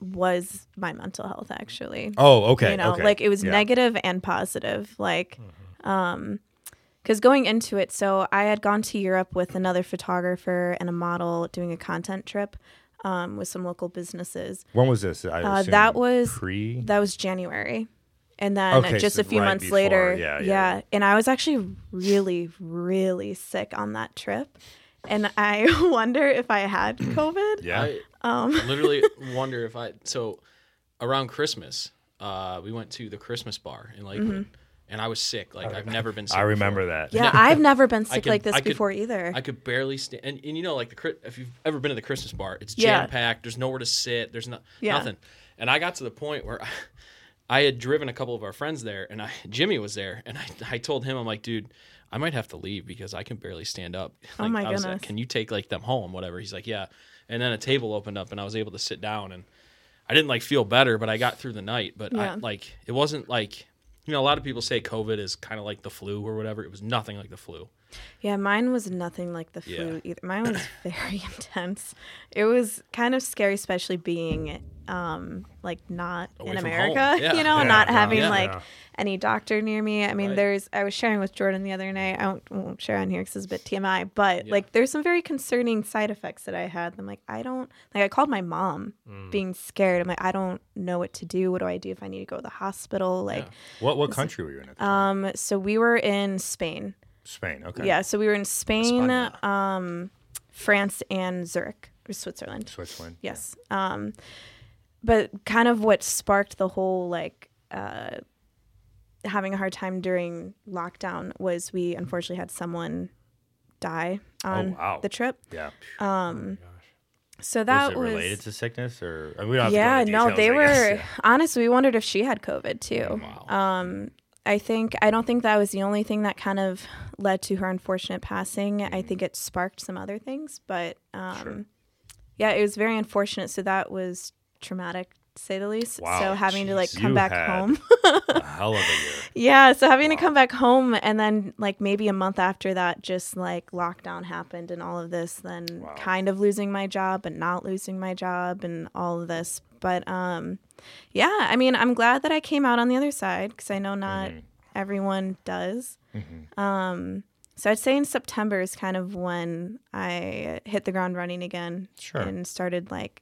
F: was my mental health actually.
E: Oh, okay.
F: you know,
E: okay.
F: like it was
E: Yeah. Mm-hmm.
F: negative and positive. Like, um 'cause because going into it, so I had gone to Europe with another photographer and a model doing a content trip um, with some local businesses.
E: When was this? I
F: Uh,
E: assume
F: that was
E: pre.
F: That was January. And then
E: Okay,
F: just
E: so
F: a few
E: right
F: months
E: before,
F: later,
E: yeah, yeah, yeah.
F: And I was actually really, really sick on that trip. And I wonder if I had COVID.
E: yeah. Um.
B: I literally wonder if I so around Christmas, uh, we went to the Christmas bar in Lakewood,
E: Mm-hmm.
B: and I was sick. Like I've never been sick.
E: I remember
B: before.
E: that.
F: Yeah, I've never been
B: I
F: sick
B: could-
F: like this
B: I could-
F: before either.
B: I could barely stand, and, and you know, like the Chri- if you've ever been to the Christmas bar, it's
F: Yeah.
B: jam packed. There's nowhere to sit. There's no,
F: Yeah.
B: nothing. And I got to the point where I, had driven a couple of our friends there, and I Jimmy was there, and I, I told him, I'm like, dude, I might have to leave because I can barely stand up.
F: Oh
B: Like,
F: my
B: I was like,
F: goodness.
B: Can you take like them home, whatever? He's like, yeah. And then a table opened up, and I was able to sit down, and I didn't like feel better, but I got through the night. But I,
F: Yeah.
B: like, it wasn't like. You know, a lot of people say COVID is kind of like the flu or whatever. It was nothing like the flu.
F: Yeah, mine was nothing like the
B: Yeah.
F: flu either. Mine was very intense. It was kind of scary, especially being um like not
B: Away
F: in
B: from
F: America,
B: home. Yeah.
F: you know,
D: Yeah,
F: not
D: no,
F: having
B: yeah.
F: like
D: Yeah.
F: any doctor near me. I mean,
B: Right.
F: there's I was sharing with Jordan the other night. I won't, won't share on here because it's a bit TMI, but
B: Yeah.
F: like there's some very concerning side effects that I had. I'm like, I don't like. I called my mom,
B: Mm.
F: being scared. I'm like, I don't know what to do. What do I do if I need to go to the hospital? Like,
E: What what country were you in? At the time?
F: um, so we were in Spain.
E: Spain. Okay.
F: Yeah, so we were in Spain,
B: España.
F: um, France, and Zurich, or Switzerland.
E: Switzerland.
F: Yes. Um, but kind of what sparked the whole like uh, having a hard time during lockdown was we unfortunately had someone die on
E: Oh, wow.
F: the trip.
E: Yeah.
F: So that
E: was it
F: was.
E: related to sickness or I mean, we don't have to go
F: yeah,
E: into
F: no,
E: details,
F: they
E: I guess.
F: were honestly. We wondered if she had COVID too. Um, I think I don't think that was the only thing that kind of led to her unfortunate passing. I
E: Mm-hmm.
F: think it sparked some other things, but um, yeah, it was very unfortunate. So that was traumatic, to say the least.
E: Wow,
F: so having to like
E: jeez.
F: come
E: You
F: back
E: had-
F: home,
E: A hell of a year.
F: yeah. So having to come back home, and then like maybe a month after that, just like lockdown happened and all of this, then kind of losing my job, but not losing my job, and all of this. But um, yeah, I mean, I'm glad that I came out on the other side because I know not everyone does. Um, so I'd say in September is kind of when I hit the ground running again
E: Sure.
F: and started like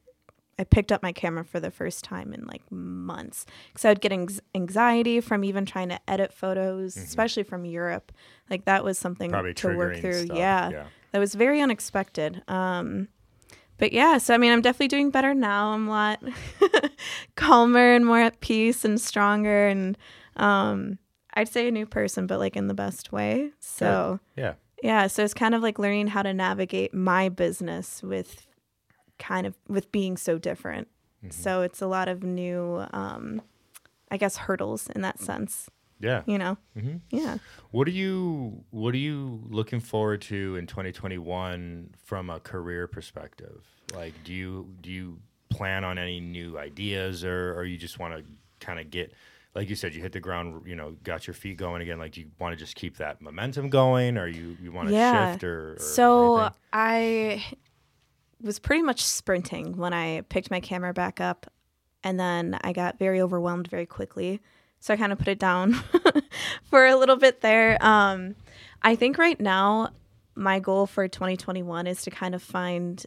F: I picked up my camera for the first time in like months because I would get anx- anxiety from even trying to edit photos, especially from Europe. Like that was something
E: Mm-hmm. Probably
F: to work
E: triggering
F: through.
E: stuff,
F: Yeah.
E: yeah.
F: that was very unexpected. Um, but yeah, so I mean, I'm definitely doing better now. I'm a lot calmer and more at peace and stronger and um, I'd say a new person, but like in the best way. So
E: Yeah.
F: yeah, so it's kind of like learning how to navigate my business with kind of with being so different. So it's a lot of new, um, I guess, hurdles in that sense.
E: Yeah.
F: You know, yeah.
E: What are you What are you looking forward to in 2021 from a career perspective? Like, do you do you plan on any new ideas, or or you just want to kind of get, like you said, you hit the ground, you know, got your feet going again. Like, do you want to just keep that momentum going, or you you want to shift, or, or
F: so
E: anything?
F: I was pretty much sprinting when I picked my camera back up, and then I got very overwhelmed very quickly. So I kind of put it down for a little bit there. Um, I think right now my goal for 2021 is to kind of find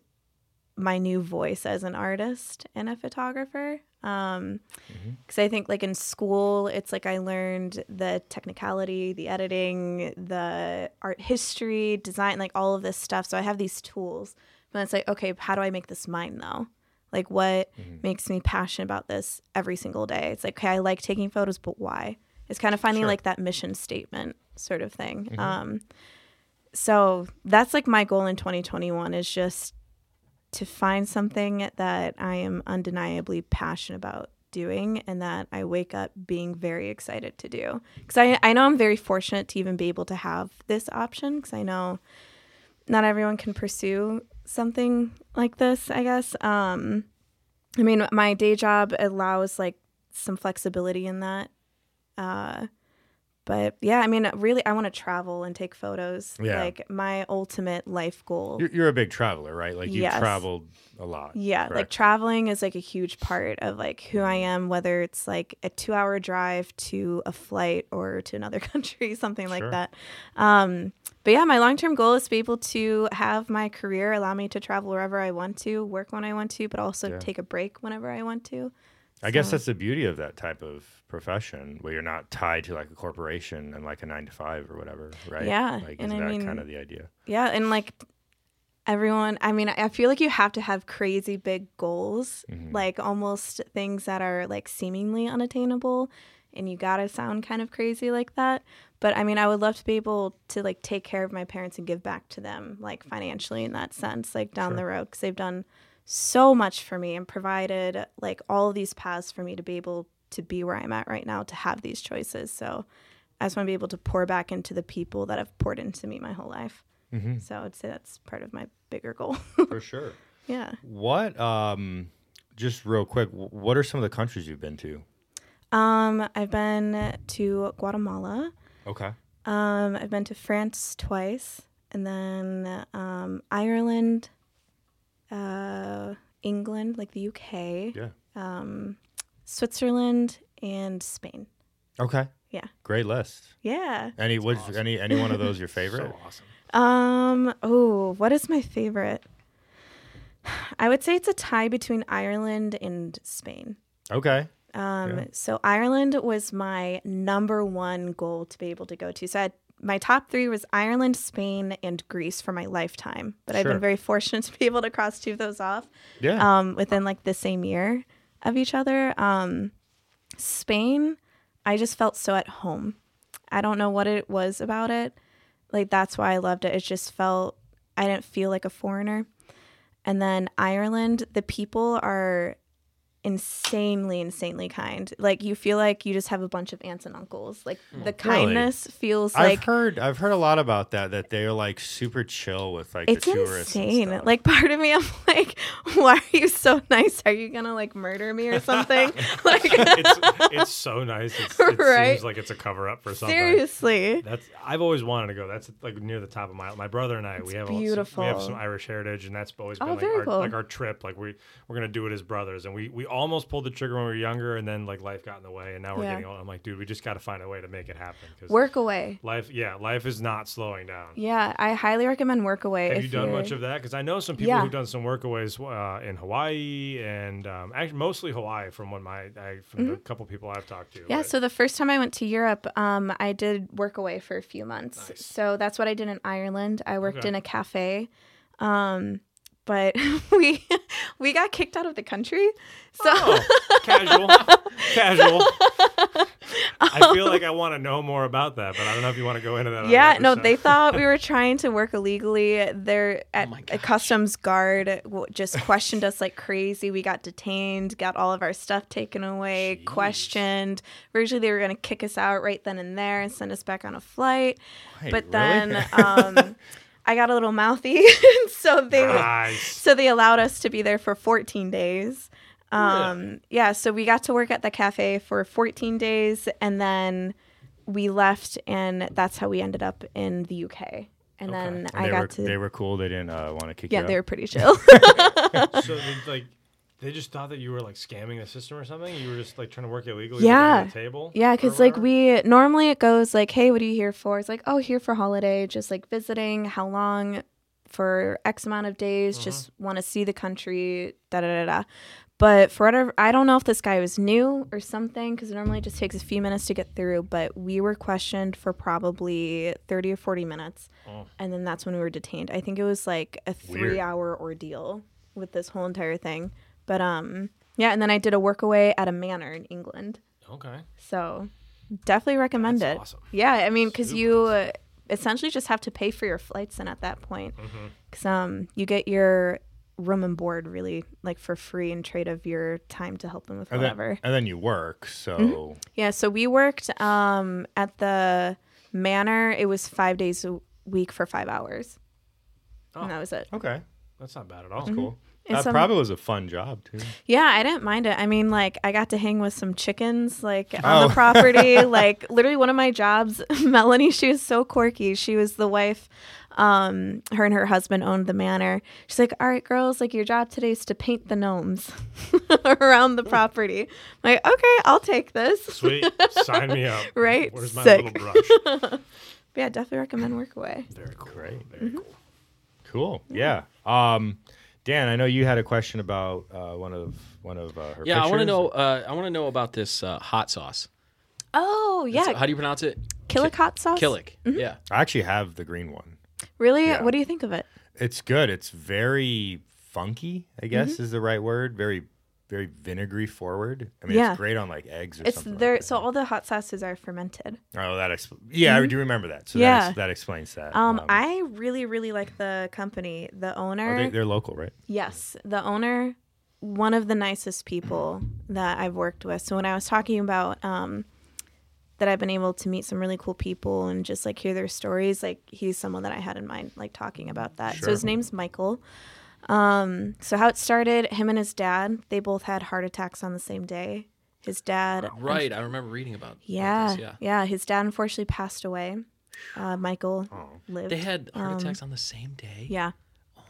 F: my new voice as an artist and a photographer. Um, because I think like in school, it's like I learned the technicality, the editing, the art history, design, like all of this stuff. So I have these tools, but it's like, okay, how do I make this mine though? Like what makes me passionate about this every single day? It's like, okay, I like taking photos, but why? It's kind of finding like that mission statement sort of thing. Um, so that's like my goal in 2021 is just to find something that I am undeniably passionate about doing and that I wake up being very excited to do. Because I, I know I'm very fortunate to even be able to have this option because I know not everyone can pursue something like this, I guess. Um, I mean, my day job allows like some flexibility in that. Uh, but yeah, I mean, really, I want to travel and take photos.
E: Yeah.
F: Like my ultimate life goal.
E: You're, you're a big traveler, right? Like you've
F: Yes.
E: traveled a lot.
F: Yeah, like
E: correct?
F: traveling is like a huge part of like who I am, whether it's like a two hour drive to a flight or to another country, something like
E: Sure.
F: that. Um, but yeah, my long term goal is to be able to have my career allow me to travel wherever I want to, work when I want to, but also take a break whenever I want to.
E: I guess
F: So-
E: that's the beauty of that type of profession where you're not tied to like a corporation and like a nine to five or whatever, right?
F: Yeah,
E: Like,
F: and
E: isn't
F: I
E: that
F: mean-
E: kind of the idea?
F: Yeah, and like everyone, I mean, I feel like you have to have crazy big goals, like almost things that are like seemingly unattainable, and you gotta sound kind of crazy like that. But I mean, I would love to be able to like take care of my parents and give back to them, like financially in that sense, like down the road, because they've done so much for me and provided like all of these paths for me to be able to be where I'm at right now to have these choices. So I just want to be able to pour back into the people that have poured into me my whole life. So I would say that's part of my bigger goal.
E: For sure.
F: yeah.
E: What, um, just real quick, wh- what are some of the countries you've been to?
F: Um, I've been to Guatemala.
E: Okay.
F: Um, I've been to France twice, and then um, Ireland, uh, England, like the UK,
E: Yeah.
F: Switzerland, and Spain.
E: Okay.
F: Yeah.
E: Great list.
F: Yeah.
E: Any, what's any, any one of those your favorite?
D: awesome.
F: Um. Oh, what is my favorite? I would say it's a tie between Ireland and Spain.
E: Okay.
F: Um, So Ireland was my number one goal to be able to go to. So I had, my top three was Ireland, Spain, and Greece for my lifetime. But I've
E: Sure.
F: been very fortunate to be able to cross two of those off
E: Yeah.
F: um, within like the same year of each other. Um, Spain, I just felt so at home. I don't know what it was about it. Like that's why I loved it. It just felt I didn't feel like a foreigner. And then Ireland, the people are insanely insanely kind. Like you feel like you just have a bunch of aunts and uncles. Like the kindness feels
E: I've
F: like
E: heard, I've heard a lot about that, that they're like super chill with like
F: it's
E: the tourists. and
F: insane.
E: stuff.
F: Like part of me, I'm like, why are you so nice? Are you gonna like murder me or something? like
D: it's it's so nice. It's, it
F: Right?
D: seems like it's a cover up for something.
F: seriously,
D: That's I've always wanted to go. That's like near the top of my my brother and I. we have all-
F: beautiful.
D: we have some Irish heritage, and that's always been
F: Oh,
D: like,
F: very
D: our,
F: cool.
D: like our trip. Like we we're gonna do it as brothers, and we we almost pulled the trigger when we were younger, and then like life got in the way, and now we're
F: Yeah.
D: getting old. I'm like, dude, we just got to find a way to make it happen. 'cause
F: work away.
D: life, yeah, life is not slowing down.
F: Yeah, I highly recommend work away.
D: Have
F: if
D: you done
F: you're-
D: much of that? Because I know some people
F: Yeah.
D: who've done some workaways uh, in Hawaii and um, actually mostly Hawaii, from what my I, from the couple people I've talked to.
F: Mm-hmm. Yeah,
D: but-
F: so the first time I went to Europe, um, I did work away for a few months.
D: Nice.
F: So that's what I did in Ireland. I worked
D: Okay.
F: in a cafe, um, but we we got kicked out of the country. So
D: Oh, casual, casual. I feel like I want to know more about that, but I don't know if you want to go into that. on
F: Yeah,
D: the
F: no,
D: episode.
F: they thought we were trying to work illegally. There, at a customs guard w- just questioned us like crazy. We got detained, got all of our stuff taken away, questioned. Originally, they were going to kick us out right then and there and send us back on a flight.
E: Wait,
F: but
E: really?
F: then um, I got a little mouthy, and so they
D: Nice.
F: so they allowed us to be there for 14 days.
E: Oh,
F: Um, yeah, so we got to work at the cafe for 14 days and then we left, and that's how we ended up in the UK. And then
E: And
F: I
E: they
F: got
E: were,
F: to.
E: They were cool. They didn't uh, want to kick
F: yeah,
E: you out.
F: they were pretty chill.
D: So they, like, they just thought that you were like scamming the system or something. You were just like trying to work illegally.
F: Yeah.
D: behind The table.
F: yeah,
D: or
F: because like
D: whatever?
F: we normally it goes like, hey, what are you here for? It's like, oh, here for holiday, just like visiting. How long? For X amount of
E: Uh-huh.
F: days, just want to see the country. Da da da da. But for whatever, I don't know if this guy was new or something, because it normally just takes a few minutes to get through. But we were questioned for probably 30 or 40 minutes. And then that's when we were detained. I think it was like a three hour ordeal with this whole entire thing. But um, yeah. And then I did a workaway at a manor in England.
D: Okay.
F: So definitely recommend
D: That's
F: it.
D: awesome.
F: Yeah, I mean, because you uh,
D: Mm-hmm.
F: essentially just have to pay for your flights, and at that point, because um, you get your room and board really like for free and trade of your time to help them with
E: And then,
F: whatever. Mm-hmm.
E: and then you work. So
F: Yeah, so we worked um, at the manor. It was five days a week for five hours.
D: Oh.
F: And that was it.
E: okay,
D: That's not bad at all.
E: that's cool.
F: Mm-hmm. And
E: That
F: some-
E: probably was a fun job too.
F: Yeah, I didn't mind it. I mean, like, I got to hang with some chickens, like, on
E: Oh.
F: the property. like, literally, one of my jobs, Melanie, she was so quirky. She was the wife, um, her and her husband owned the manor. She's like, All right, girls, like, your job today is to paint the gnomes around the property. I'm like, okay, I'll take this.
D: Sweet. Sign me up.
F: Right?
D: Where's my
F: Sick.
D: little brush?
F: Yeah, definitely recommend work away.
D: Very cool.
E: Great.
D: Very cool.
E: Cool. Yeah. Um, Dan, I know you had a question about uh, one of one of uh, her.
B: Yeah, I want to
E: pictures.
B: know. Uh, I want to know about this uh, hot sauce.
F: Oh,
B: It's-
F: yeah.
B: How do you pronounce it?
F: Killick hot sauce? Mm-hmm.
B: Killick. Yeah.
E: I actually have the green one.
F: Really?
E: Yeah.
F: What do you think of it?
E: It's good. It's very funky. I guess
F: Mm-hmm.
E: is the right word. Very, very vinegary forward. I mean,
F: Yeah.
E: it's great on like eggs or
F: It's
E: something.
F: there.
E: Like that.
F: so all the hot sauces are fermented.
E: Oh, that expl- yeah, I do remember that. So that,
F: Mm-hmm. Yeah.
E: ex- that explains that.
F: Um, I really, really like the company. The owner,
E: are they, are local, right?
F: yes, the owner, one of the nicest people that I've worked with. So when I was talking about um, that, I've been able to meet some really cool people and just like hear their stories. Like he's someone that I had in mind, like talking about that. So his
E: Sure.
F: name's Michael. Um, so how it started, him and his dad, they both had heart attacks on the same day. His dad,
B: Right. I remember reading about.
F: Yeah,
B: This, yeah.
F: yeah, His dad unfortunately passed away. Uh, Michael lived.
B: Oh. They had Oh heart
F: Um,
B: attacks on the same day.
F: Yeah,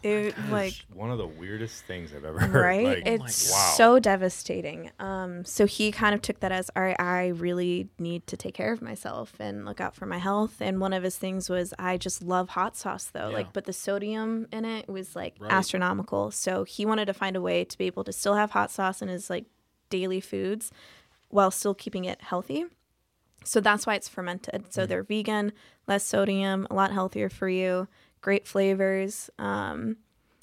F: it like
E: It's one of the weirdest things I've ever heard.
F: right.
E: Like,
F: it's
E: wow.
F: so devastating. Um, so he kind of took that as, all right, I really need to take care of myself and look out for my health. And one of his things was, I just love hot sauce though.
B: Yeah.
F: Like, but the sodium in it was like
B: Right.
F: astronomical. So he wanted to find a way to be able to still have hot sauce in his like daily foods while still keeping it healthy. So that's why it's fermented.
E: Mm.
F: So they're vegan, less sodium, a lot healthier for you, great flavors. Um,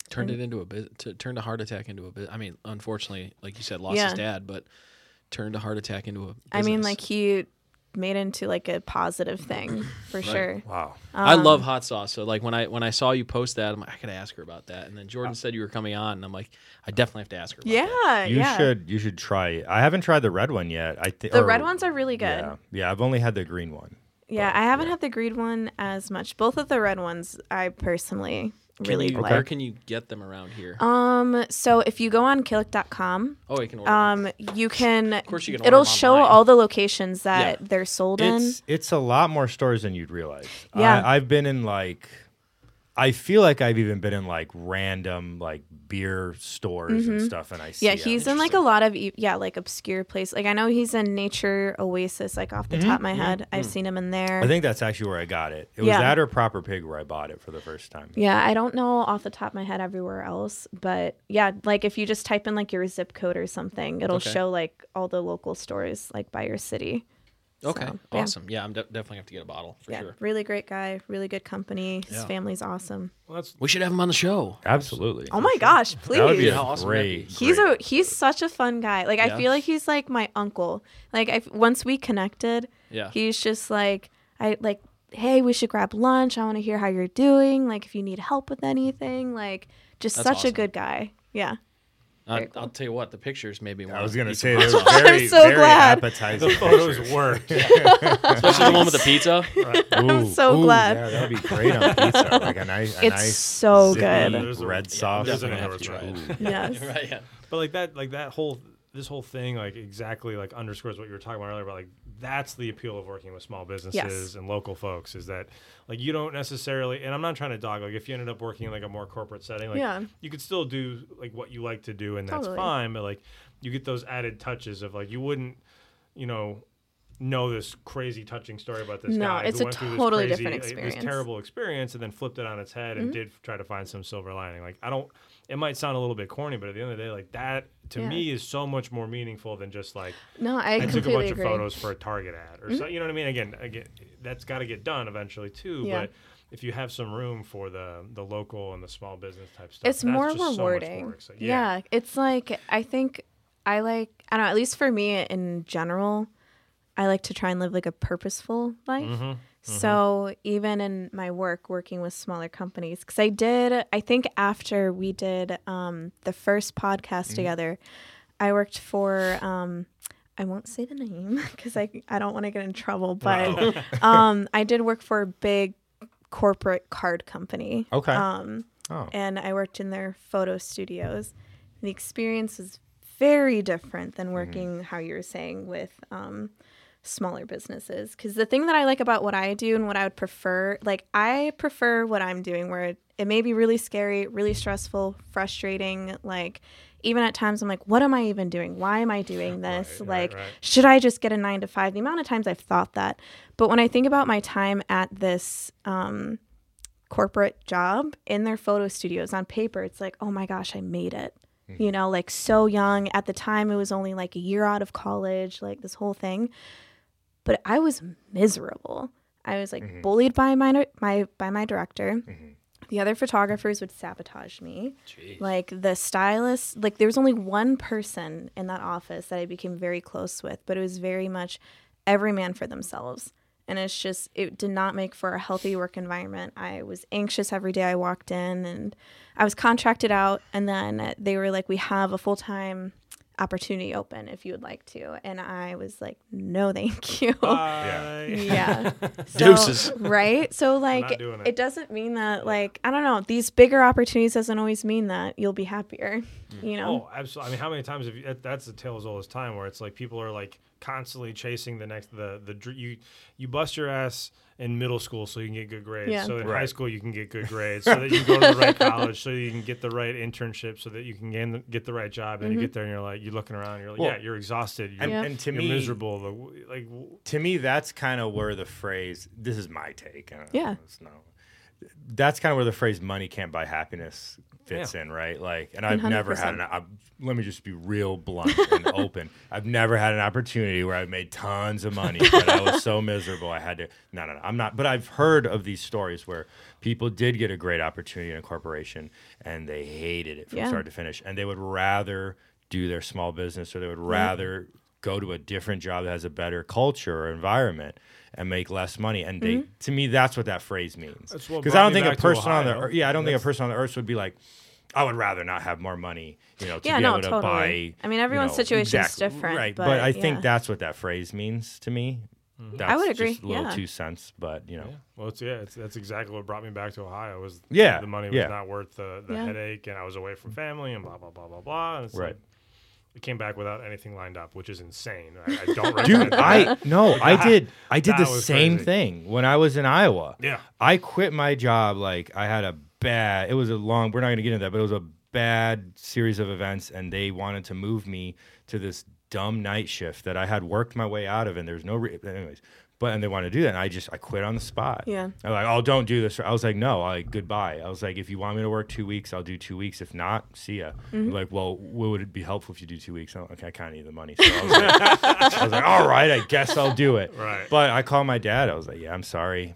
B: Turned it into a bit. T- turned a heart attack into a bit. I mean, unfortunately, like you said, lost his
F: Yeah.
B: dad, but turned a heart attack into a.
F: I mean,
B: business.
F: like he made into like a positive thing for sure.
E: wow.
B: I
F: um,
B: love hot sauce. So like when I when I saw you post that, I'm like, I could ask her about that. And then Jordan said you were coming on, and I'm like, I definitely have to ask her. About
F: Oh. Yeah,
B: that.
E: You
F: yeah.
E: should you should try. it. I haven't tried the red one yet. I think
F: The red ones are really good.
E: Yeah,
F: Yeah,
E: yeah. I've only had the green one.
F: I haven't had the green one as much. Both of the red ones, I personally
B: Can
F: really
B: you-
F: like.
B: Where can you get them around here?
F: Um, so if you go on killick.com,
B: oh, you can order. them.
F: um, you can. Of
B: course you can order
F: It'll
B: them
F: show
B: online.
F: all the locations that
B: Yeah.
F: they're sold in.
E: It's it's a lot more stores than you'd realize.
F: Yeah.
E: I, I've been in like. I feel like I've even been in like random like beer stores and stuff, and I see
F: Mm-hmm. Yeah,
E: it.
F: he's in like a lot of e- yeah, like obscure place. Like I know he's in Nature Oasis, like off the top of my head. I've seen him in there.
E: I think that's actually where I got it. It was
F: Yeah.
E: that or Proper Pig where I bought it for the first time.
F: yeah, I don't know off the top of my head everywhere else, but yeah, like if you just type in like your zip code or something, it'll
B: Okay.
F: show like all the local stores like by your city.
B: okay,
F: so, yeah.
B: awesome. Yeah, I'm de- definitely have to get a bottle for
F: yeah,
B: sure.
F: really great guy, really good company. His
B: Yeah.
F: family's awesome.
D: Well, that's
B: We should have him on the show.
E: Absolutely.
F: Oh my gosh, please.
E: That would be
B: Dude, how awesome would that
E: great.
B: be?
F: He's
E: great-
F: a he's such a fun guy. Like
B: Yeah.
F: I feel like he's like my uncle. Like I once we connected,
B: Yeah.
F: he's just like I like. Hey, we should grab lunch. I want to hear how you're doing. Like if you need help with anything, like just
B: That's
F: such
B: awesome.
F: a good guy. Yeah.
B: I,
F: Very cool.
B: I'll tell you what, the pictures maybe.
E: I was gonna say
B: the
E: they were very,
F: so
E: very
F: glad.
E: appetizing.
D: the photos work.
B: especially the one with the pizza.
E: I'm
F: so glad.
E: Yeah, that'd be great on pizza. Like a nice, a
F: It's
E: nice
F: so
E: zippy
F: good.
D: There's a-
E: red
D: yeah,
E: sauce.
D: there's
B: Definitely
D: an
B: have to
D: try
B: try
D: it.
F: Yes.
B: right. Yeah.
D: But like that, like that whole this whole thing, like exactly like underscores what you were talking about earlier. But like that's the appeal of working with small businesses and local folks is that like you don't necessarily. And I'm not trying to dog. Like if you ended up working in like a more corporate setting, like
F: Yeah.
D: you could still do like what you like to do, and that's
F: Totally.
D: fine. But like you get those added touches of like you wouldn't, you know. Know this crazy touching story about this
F: No,
D: guy
F: it's
D: who
F: a
D: went through this
F: totally
D: crazy,
F: different
D: uh, This
F: experience.
D: terrible experience, and then flipped it on its head
F: Mm-hmm.
D: and did try to find some silver lining. Like I don't, it might sound a little bit corny, but at the end of the day, like that to
F: Yeah.
D: me is so much more meaningful than just like
F: No, I,
D: I, took a
F: completely
D: bunch
F: agree.
D: of photos for a Target ad or so. You know what I mean? Again, again, that's got to get done eventually too.
F: Mm-hmm. Yeah.
D: But if you have some room for the the local and the small business type stuff,
F: It's
D: that's
F: more
D: just so much more
F: rewarding.
D: exci-
F: yeah. it's like I think I like I
D: Mm-hmm,
F: don't know. At least for me in general, I like to try and live like a purposeful life. So even in my work, working with smaller companies, because I did, I think after we did um, the first podcast
D: Mm-hmm.
F: together, I worked for. Um, I won't say the name because I, I don't want to get in trouble, but um, I did work for a big corporate card company.
E: Okay.
F: Um,
E: Oh.
F: And I worked in their photo studios. The experience was very different than working, how you were saying, with um, smaller businesses. Because the thing that I like about what I do and what I would prefer, like, I prefer what I'm doing where it, it may be really scary, really stressful, frustrating. Like, even at times, I'm like, what am I even doing? Why am I doing this? like, should I just get a nine to five? The amount of times I've thought that. But when I think about my time at this, um, corporate job in their photo studios on paper it's like oh my gosh i made it you know like so young at the time it was only like a year out of college like this whole thing but i was miserable i was like bullied by my, my by my director the other photographers would sabotage me like the stylist like there was only one person in that office that i became very close with but it was very much every man for themselves and it's just it did not make for a healthy work environment i was anxious every day i walked in and i was contracted out and then they were like we have a full-time opportunity open if you would like to and i was like no thank you Uh, yeah. So,
B: Deuces.
F: Right? So like
D: not
F: it.
D: doing it.
F: doesn't mean that like I don't know, these bigger opportunities doesn't always mean that you'll be happier. You know?
D: Oh, absolutely. I mean, how many times have you, that, that's the tale as old as time where it's like people are like constantly chasing the next, the, the, dr- you, you bust your ass in middle school so you can get good grades.
F: Yeah.
D: So in high school, you can get good grades so that you can go to the right college, so you can get the right internship, so that you can gain the, get the right job. And you
F: Mm-hmm.
D: get there and you're like, you're looking around, you're like,
E: Well,
D: yeah, you're exhausted. You're,
E: and- and to
D: you're
E: me-
D: miserable. The w- Like, w-
E: to me, that's kind of where the phrase "this is my take." I don't know,
F: Yeah.
E: it's no- that's kind of where the phrase "money can't buy happiness" fits
D: Yeah.
E: in, right? Like, and I've never had an.
F: 100%.
E: I, let me just be real blunt and open. I've never had an opportunity where I've made tons of money, but I was so miserable. I had to. No, no, no. I'm not. But I've heard of these stories where people did get a great opportunity in a corporation and they hated it from
F: Yeah.
E: start to finish, and they would rather do their small business or they would rather go to a different job that has a better culture or environment and make less money. And they, to me, that's what that phrase means.
D: That's what
E: Because
D: brought
E: I don't
D: me
E: think a
D: back to
E: person on the
D: Ohio.
E: ear- yeah, I don't think a person on the earth would be like, I would rather not have more money, you know, to
F: Yeah,
E: be
F: no,
E: able to
F: totally.
E: buy.
F: I mean,
E: you
F: everyone's
E: know,
F: situation's different,
E: right?
F: but
E: I
F: yeah.
E: think that's what that phrase means to me. That's
F: would agree,
E: Just little
F: yeah.
E: two cents, but you know,
D: well, it's, Mm-hmm. yeah, it's, that's exactly what brought me back to Ohio was
E: Yeah,
D: the money was
E: yeah.
D: not worth the, the
F: Yeah.
D: headache and I was away from family and blah, blah, blah, blah, blah. And it's
E: right.
D: like, it came back without anything lined up, which is insane. I, I don't recommend
E: Dude,
D: that.
E: I no, I did. I did the
D: That was
E: same
D: crazy.
E: thing when I was in Iowa.
D: Yeah.
E: I quit my job. Like I had a bad. It was a long. We're not going to get into that, but it was a bad series of events, and they wanted to move me to this dumb night shift that I had worked my way out of, and there's no. Re- anyways, but and they wanted to do that, and I just I quit on the spot.
F: Yeah.
E: I'm like, oh, don't do this. I was like, no, I goodbye. I was like, if you want me to work two weeks, I'll do two weeks. If not, see ya. They're Like, well, what would it be helpful if you do two weeks? I'm like, okay, I kind of need the money. So I was like, I was like, all right, I guess I'll do it.
D: Right.
E: But I called my dad. I was like, yeah, I'm sorry.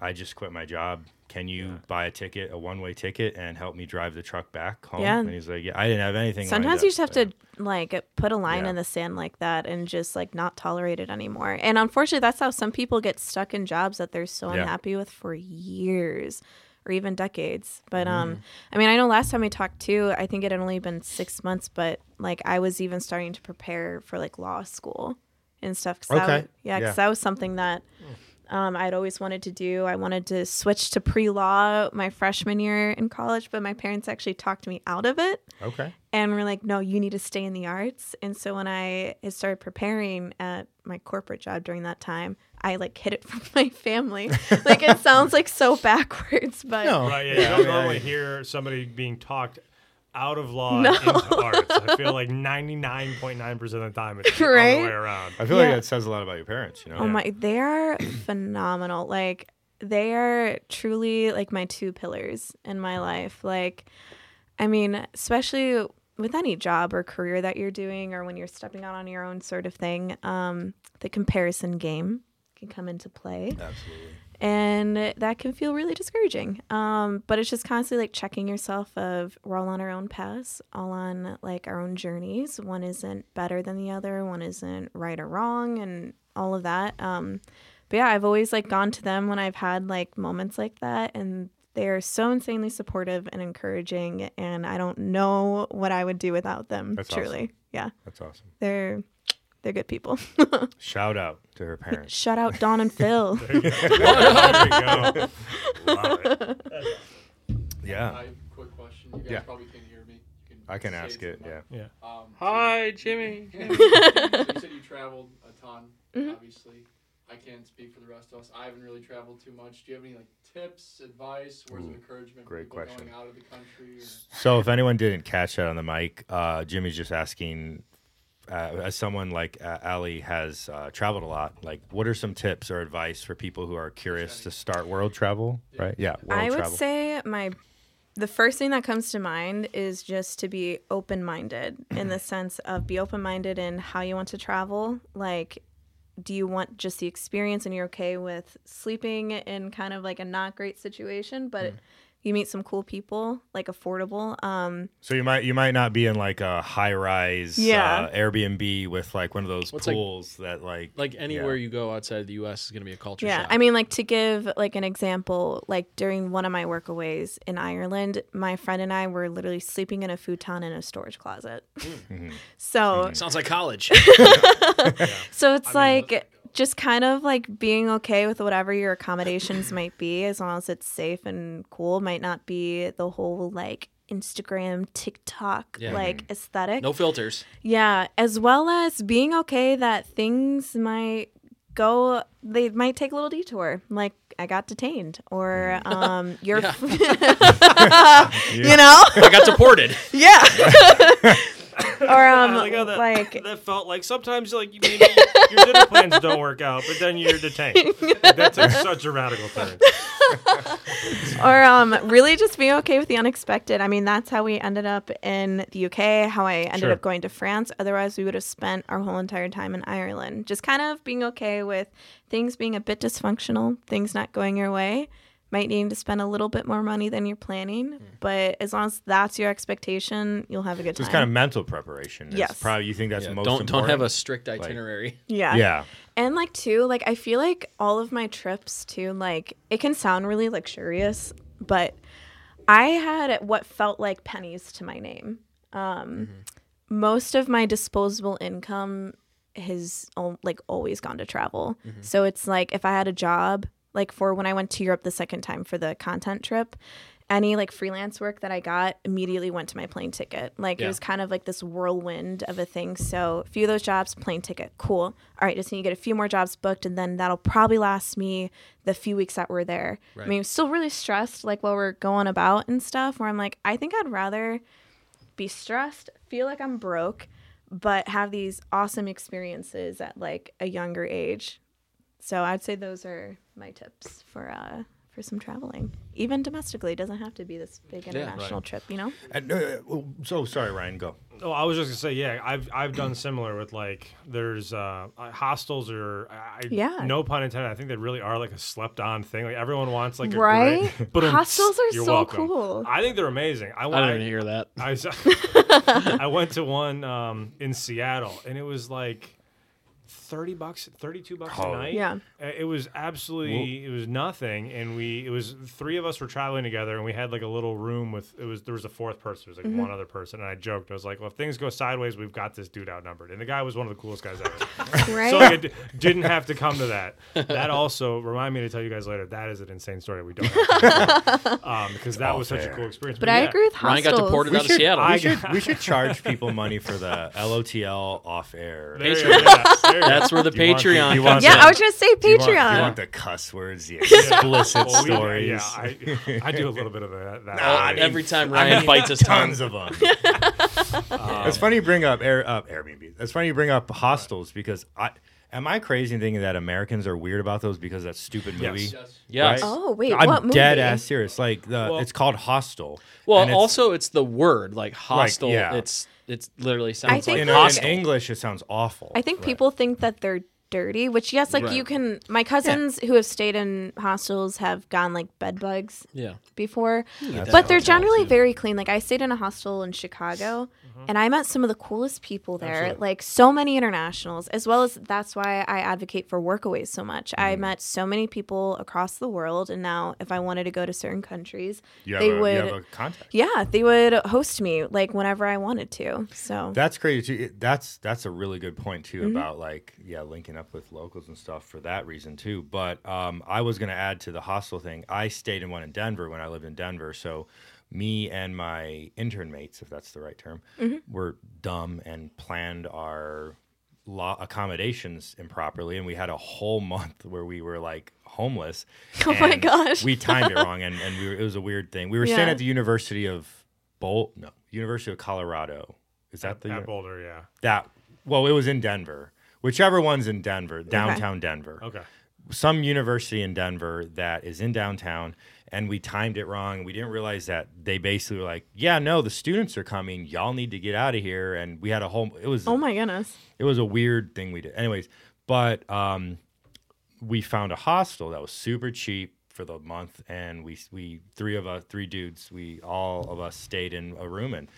E: I just quit my job. Can you buy a ticket, a one way ticket, and help me drive the truck back home?
F: Yeah.
E: And he's like, yeah, I didn't have anything. lined
F: Sometimes
E: up.
F: you just have to like put a line
E: Yeah.
F: in the sand like that and just like not tolerate it anymore. And unfortunately, that's how some people get stuck in jobs that they're so
E: Yeah.
F: unhappy with for years or even decades. But
E: Mm-hmm.
F: um I mean, I know last time we talked too, I think it had only been 6 months, but like I was even starting to prepare for like law school and stuff 'cause that
E: Okay.
F: was- yeah, 'cause
E: Yeah.
F: that was something that um, I'd always wanted to do. I wanted to switch to pre law my freshman year in college, but my parents actually talked me out of it
E: Okay.
F: and we're like, no, you need to stay in the arts. And so when I had started preparing at my corporate job during that time, I like hid it from my family. like it sounds like so backwards, but
D: Right, yeah, you don't normally hear somebody being talked out of law and into arts. I feel like 99.9% of the time it's the other
F: Right?
D: way around.
E: I feel
F: Yeah.
E: like that says a lot about your parents, you know?
F: oh my, they are phenomenal. Like they are truly like my two pillars in my life. Like, I mean, especially with any job or career that you're doing or when you're stepping out on your own sort of thing, um, the comparison game can come into play.
E: Absolutely.
F: and that can feel really discouraging um, but it's just constantly like checking yourself of we're all on our own paths all on like our own journeys one isn't better than the other one isn't right or wrong and all of that um, but yeah, I've always like gone to them when I've had like moments like that and they are so insanely supportive and encouraging and I don't know what I would do without them
E: That's awesome.
F: truly. Yeah.
E: That's awesome.
F: They're they're good people.
E: Shout out to her parents.
F: Shout out Don and Phil.
D: There you go. Love it.
E: Yeah,
G: I have a quick question. You
E: Oh.
G: guys
E: Yeah.
G: probably can't hear me. You
E: I can
G: say
E: ask
G: to
E: it.
G: the
E: Yeah.
G: mic.
D: Yeah.
G: Um,
B: Hi, Jimmy.
G: so you said you traveled a ton, obviously. I can't speak for the rest of us. I haven't really traveled too much. Do you have any like tips, advice, words of encouragement for
E: great
G: people
E: question.
G: going out of the country? Or...
E: So if anyone didn't catch that on the mic, uh, Jimmy's just asking, uh, as someone like uh, Ali has uh, traveled a lot, like what are some tips or advice for people who are curious to start world travel? Right? Yeah, world
F: I would
E: travel.
F: say my the first thing that comes to mind is just to be open minded in the sense of be open minded in how you want to travel. Like, do you want just the experience and you're okay with sleeping in kind of like a not great situation, but you meet some cool people, like affordable. Um,
E: so you might you might not be in like a high rise
F: Yeah.
E: uh, Airbnb with like one of those
G: What's, like-
E: pools that like
G: Like
E: anywhere
G: you go outside of the U.S. is going to be a culture
F: yeah, I mean, like to give like an example, like during one of my workaways in Ireland, my friend and I were literally sleeping in a futon in a storage closet. so
B: Mm-hmm.
G: sounds like college.
F: So it's like just kind of like being okay with whatever your accommodations might be as long as it's safe and cool. Might not be the whole like Instagram, TikTok
G: Yeah.
F: like aesthetic.
G: no filters.
F: Yeah, as well as being okay that things might go they might take a little detour like i got detained or
D: Mm.
F: um you're you know
G: I got deported.
F: yeah or um
D: I like how that,
F: like
D: that felt like sometimes like you- maybe your dinner plans don't work out, but then you're detained. Like, that took such a radical turn.
F: or um, really just being okay with the unexpected. I mean, that's how we ended up in the UK, how I ended
E: Sure.
F: up going to France. Otherwise, we would have spent our whole entire time in Ireland. Just kind of being okay with things being a bit dysfunctional, things not going your way, might need to spend a little bit more money than you're planning. But as long as that's your expectation, you'll have a good
E: Hmm. so
F: time.
E: it's kind of mental preparation. It's
F: Yes.
E: probably you think that's
B: Yeah,
E: most
B: don't don't have a
E: important?
B: strict itinerary.
F: yeah.
E: yeah.
F: And like too, like I feel like all of my trips too, like it can sound really luxurious, but I had what felt like pennies to my name. Um, Most of my disposable income has al- like always gone to travel. So it's like if I had a job, like for when I went to Europe the second time for the content trip, any like freelance work that I got immediately went to my plane ticket. Like
B: Yeah.
F: it was kind of like this whirlwind of a thing. So a few of those jobs, plane ticket, cool. All right, just need to get a few more jobs booked, and then that'll probably last me the few weeks that we're there. I mean, still really stressed, like while we're going about and stuff. Where I'm like, I think I'd rather be stressed, feel like I'm broke, but have these awesome experiences at like a younger age. So I'd say those are my tips for uh for some traveling, even domestically. It doesn't have to be this big international trip, you know.
E: And, uh, well, so sorry, Ryan. Go.
D: Oh, I was just gonna say, yeah, I've I've done similar with like there's uh uh, hostels or I, I-
F: Yeah.
D: no pun intended. I think they really are like a slept on thing. Like everyone wants like a
F: Right?
D: great, but
F: Hostels are
D: you're
F: so
D: welcome.
F: cool.
D: I think they're amazing. I
G: I
D: want.
G: don't even hear that.
D: I, was- I went to one um, in Seattle, and it was like thirty bucks, thirty-two bucks
E: Oh.
D: a night.
F: Yeah.
D: Uh, it was absolutely, it was nothing, and we, it was three of us were traveling together, and we had like a little room with it was there was a fourth person, there was like
F: Mm-hmm.
D: one other person, and I joked, I was like, well, if things go sideways, we've got this dude outnumbered, and the guy was one of the coolest guys ever.
F: Right?
D: So like, it d- didn't have to come to that. That also remind me to tell you guys later. That is an insane story. We don't have to tell. um, because that
E: All
D: was such a
E: fair.
D: cool experience.
F: but I
D: yeah.
F: agree with
B: Ryan
F: hostels.
B: got deported out of Seattle.
D: I-
E: We should, we should charge people money for the LOTL off air.
D: There you go. Yeah, there you go.
B: That's where the
E: You want the-
B: Patreon
E: you
B: comes
E: want
B: in.
F: yeah, I was gonna say
E: Do you want- do You want,
F: Patreon.
E: the cuss words, the explicit
D: Well, we-
E: stories.
D: Yeah, I, I do a little bit of that. that already.
B: Every time Ryan bites his tongue.
E: uh, Tons of them. it's funny you bring up Air, uh, Airbnb. It's funny you bring up hostels because I am I crazy in thinking that Americans are weird about those because of that stupid movie.
B: Yes.
F: Oh wait,
E: I'm
F: what movie?
E: dead ass serious. Like the it's called Hostel.
B: Well,
E: and it's-
B: also it's the word like hostile.
E: yeah.
B: It's it's literally
F: I
B: sounds
F: think
B: like
E: in,
F: Hostel.
E: in English it sounds awful.
F: I think people think that they're dirty. Which yes, like you
E: Right.
F: can. My cousins who have stayed in hostels have gone like bed bugs
B: Yeah.
F: before,
B: that's
F: but they're
B: hotel,
F: generally
B: too.
F: very clean. Like I stayed in a hostel in Chicago,
E: Mm-hmm.
F: and I met some of the coolest people there. Like so many internationals, as well as that's why I advocate for workaways so much.
E: Mm.
F: I met so many people across the world, and now if I wanted to go to certain countries,
E: You have,
F: they
E: a,
F: would.
E: you have a contact.
F: yeah, they would host me like whenever I wanted to. So
E: That's crazy too. It- That's that's a really good point too about like yeah, linking up with locals and stuff for that reason too. But um, I was gonna add to the hostel thing. I stayed in one in Denver when I lived in Denver, so me and my intern mates, if that's the right term, were dumb and planned our law accommodations improperly, and we had a whole month where we were like homeless.
F: Oh my
E: and
F: gosh.
E: we timed it wrong, and and we were, it was a weird thing. We were staying
F: Yeah.
E: at the University of Bolt, no, University of Colorado. Is that the
D: At
E: uni-
D: Boulder, yeah.
E: that well it was in denver whichever one's in denver downtown denver
D: Okay.
E: some university in denver that is in downtown and we timed it wrong we didn't realize that they basically were like yeah no the students are coming y'all need to get out of here and we had a whole it was
F: oh my goodness.
E: it was a weird thing we did anyways but um we found a hostel that was super cheap for the month and we we three of us three dudes we all of us stayed in a room and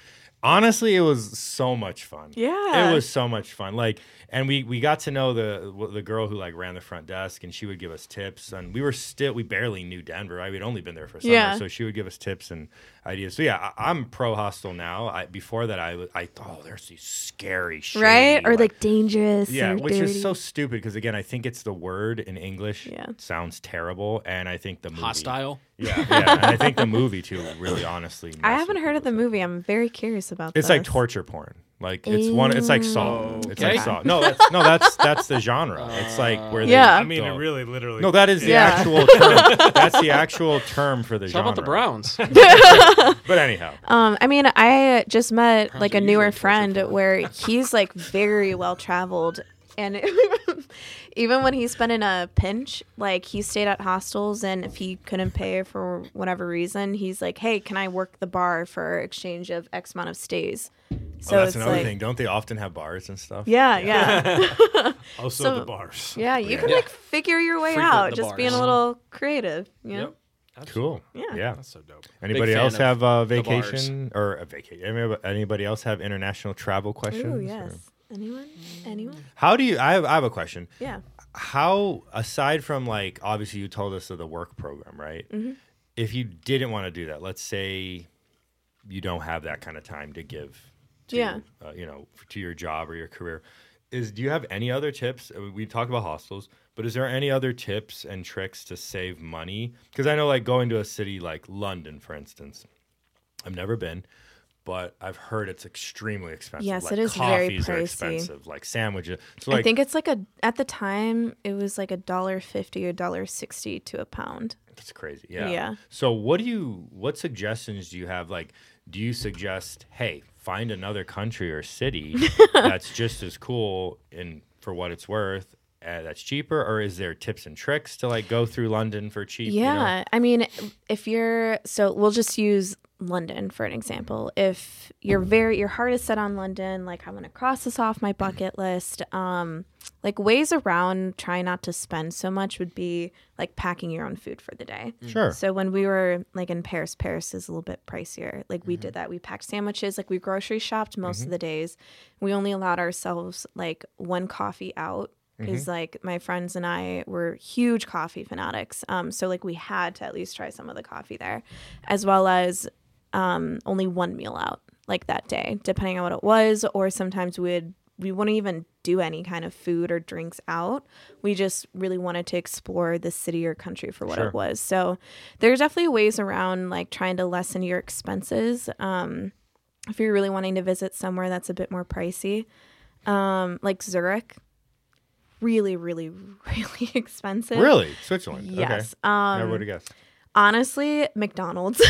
E: honestly it was so much fun
F: Yeah.
E: it was so much fun like and we we got to know the the girl who like ran the front desk and she would give us tips and we were still we barely knew denver right we'd only been there for summer
F: Yeah.
E: so she would give us tips and ideas so yeah I, i'm pro hostel now i before that i was- i thought oh there's these scary shady,
F: right or like dangerous
E: yeah,
F: or
E: which
F: dirty.
E: is so stupid because again, I think it's the word in English
F: Yeah.
E: sounds terrible, and I think the movie
B: Hostile.
E: Yeah, yeah, and I think the movie too. Really, honestly,
F: i
E: messed
F: haven't
E: with
F: heard of the
E: people's-
F: movie i'm very curious about
E: It's like
F: this.
E: torture porn. Like
F: Eh,
E: it's one. It's like Saw. It's like
B: Okay.
E: Saw. No, that's no, that's that's the genre. It's like where they.
F: Yeah.
D: I mean, it
E: don't-
D: really literally.
E: No, that is the
F: Yeah.
E: actual. term. That's the actual term for the
B: How
E: genre.
B: about the Browns?
E: But anyhow,
F: um i mean i just met like
B: are
F: a
B: usually
F: newer
B: torture
F: friend
B: porn.
F: where he's like very well traveled and even when he's been in a pinch like he stayed at hostels and if he couldn't pay for whatever reason he's like hey can i work the bar for exchange of x amount of stays so
E: oh, that's
F: it's
E: another
F: like
E: thing. Don't they often have bars and stuff?
F: yeah yeah
D: also
F: so-
D: the bars.
F: yeah you can
B: Yeah.
F: like figure your way
B: Frequent
F: out
B: the
F: just being
B: bars.
F: a little creative you know
E: Cool.
F: Yeah.
E: Yeah.
D: That's so dope.
E: Anybody
B: fan
E: else
B: of
E: have a
B: the bars.
E: vacation or a vacation? Anybody- Anybody else have international travel questions?
F: Ooh,
E: or-
F: yes. Anyone? Anyone?
E: How do you? I have, I have a question.
F: Yeah.
E: How, aside from like, obviously you told us of the work program, right?
F: Mm-hmm.
E: If you didn't want to do that, let's say you don't have that kind of time to give to,
F: Yeah.
E: uh, you know, to your job or your career, is do you have any other tips? Uh, We talked about hostels, but is there any other tips and tricks to save money? Because I know, like, going to a city like London, for instance, I've never been, but I've heard it's extremely expensive.
F: Yes,
E: like,
F: it is very
E: coffees are
F: pricey.
E: expensive, like sandwiches. So, like,
F: I think it's like a at the time it was like a dollar fifty or dollar sixty to a pound.
E: That's crazy. Yeah.
F: Yeah.
E: So what do you what suggestions do you have? Like, do you suggest, hey, find another country or city that's just as cool and for what it's worth? Uh, that's cheaper, or is there tips and tricks to like go through London for cheap? you know?
F: Yeah. I mean, if you're so we'll just use London for an example. If you're very your heart is set on London, like I'm gonna cross this off my bucket list. Um like ways around trying not to spend so much would be like packing your own food for the day.
E: sure.
F: So when we were like in Paris, Paris is a little bit pricier. Like we did that. We packed sandwiches. Like we grocery shopped most of the days. We only allowed ourselves like one coffee out. Is like my friends and I were huge coffee fanatics. Um, so like we had to at least try some of the coffee there, as well as um, only one meal out like that day, depending on what it was. Or sometimes we'd we wouldn't even do any kind of food or drinks out. We just really wanted to explore the city or country for what
E: Sure.
F: it was. So there's definitely ways around like trying to lessen your expenses. Um, if you're really wanting to visit somewhere that's a bit more pricey, um, like Zurich, really, really, really expensive.
E: Really, Switzerland.
F: Yes.
E: Okay.
F: Um,
E: Never would have guessed.
F: honestly, McDonald's.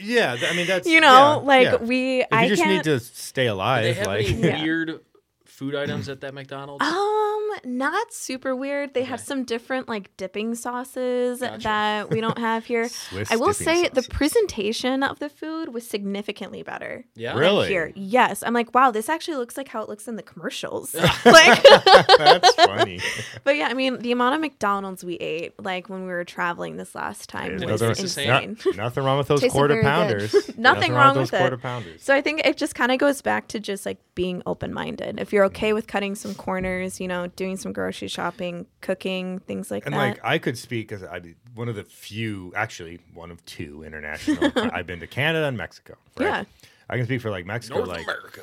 E: yeah, th- I mean that's
F: you know,
E: yeah,
F: like
E: yeah.
F: we.
E: If
F: I
E: you just
F: can't,
E: need to stay
B: Do they
E: alive,
B: have
E: like
B: any
F: Yeah.
B: weird food items at that McDonald's?
F: Um, not super weird. They have some different like dipping sauces
E: Gotcha.
F: that we don't have here.
E: Swiss
F: I will
E: dipping
F: say
E: sauces.
F: the presentation of the food was significantly better.
B: Yeah.
F: than
E: Really?
F: Here, yes. I'm like, wow, this actually looks like how it looks in the commercials. like,
E: That's funny.
F: but yeah, I mean, the amount of McDonald's we ate, like when we were traveling this last time,
E: Yeah,
F: was
E: those are-
F: insane.
E: Not- nothing wrong with those
F: Tasted
E: quarter
F: very good.
E: pounders.
F: Nothing wrong
E: with
F: with
E: those
F: it.
E: quarter pounders.
F: So I think it just kind of goes back to just like being open minded. If you're
E: Mm.
F: okay with cutting some corners, you know, doing some grocery shopping, cooking, things like
E: And
F: that.
E: like I could speak as I one of the few, actually one of two international. I've been to Canada and Mexico. right?
F: Yeah.
E: I can speak for like Mexico.
B: North
E: like
B: America.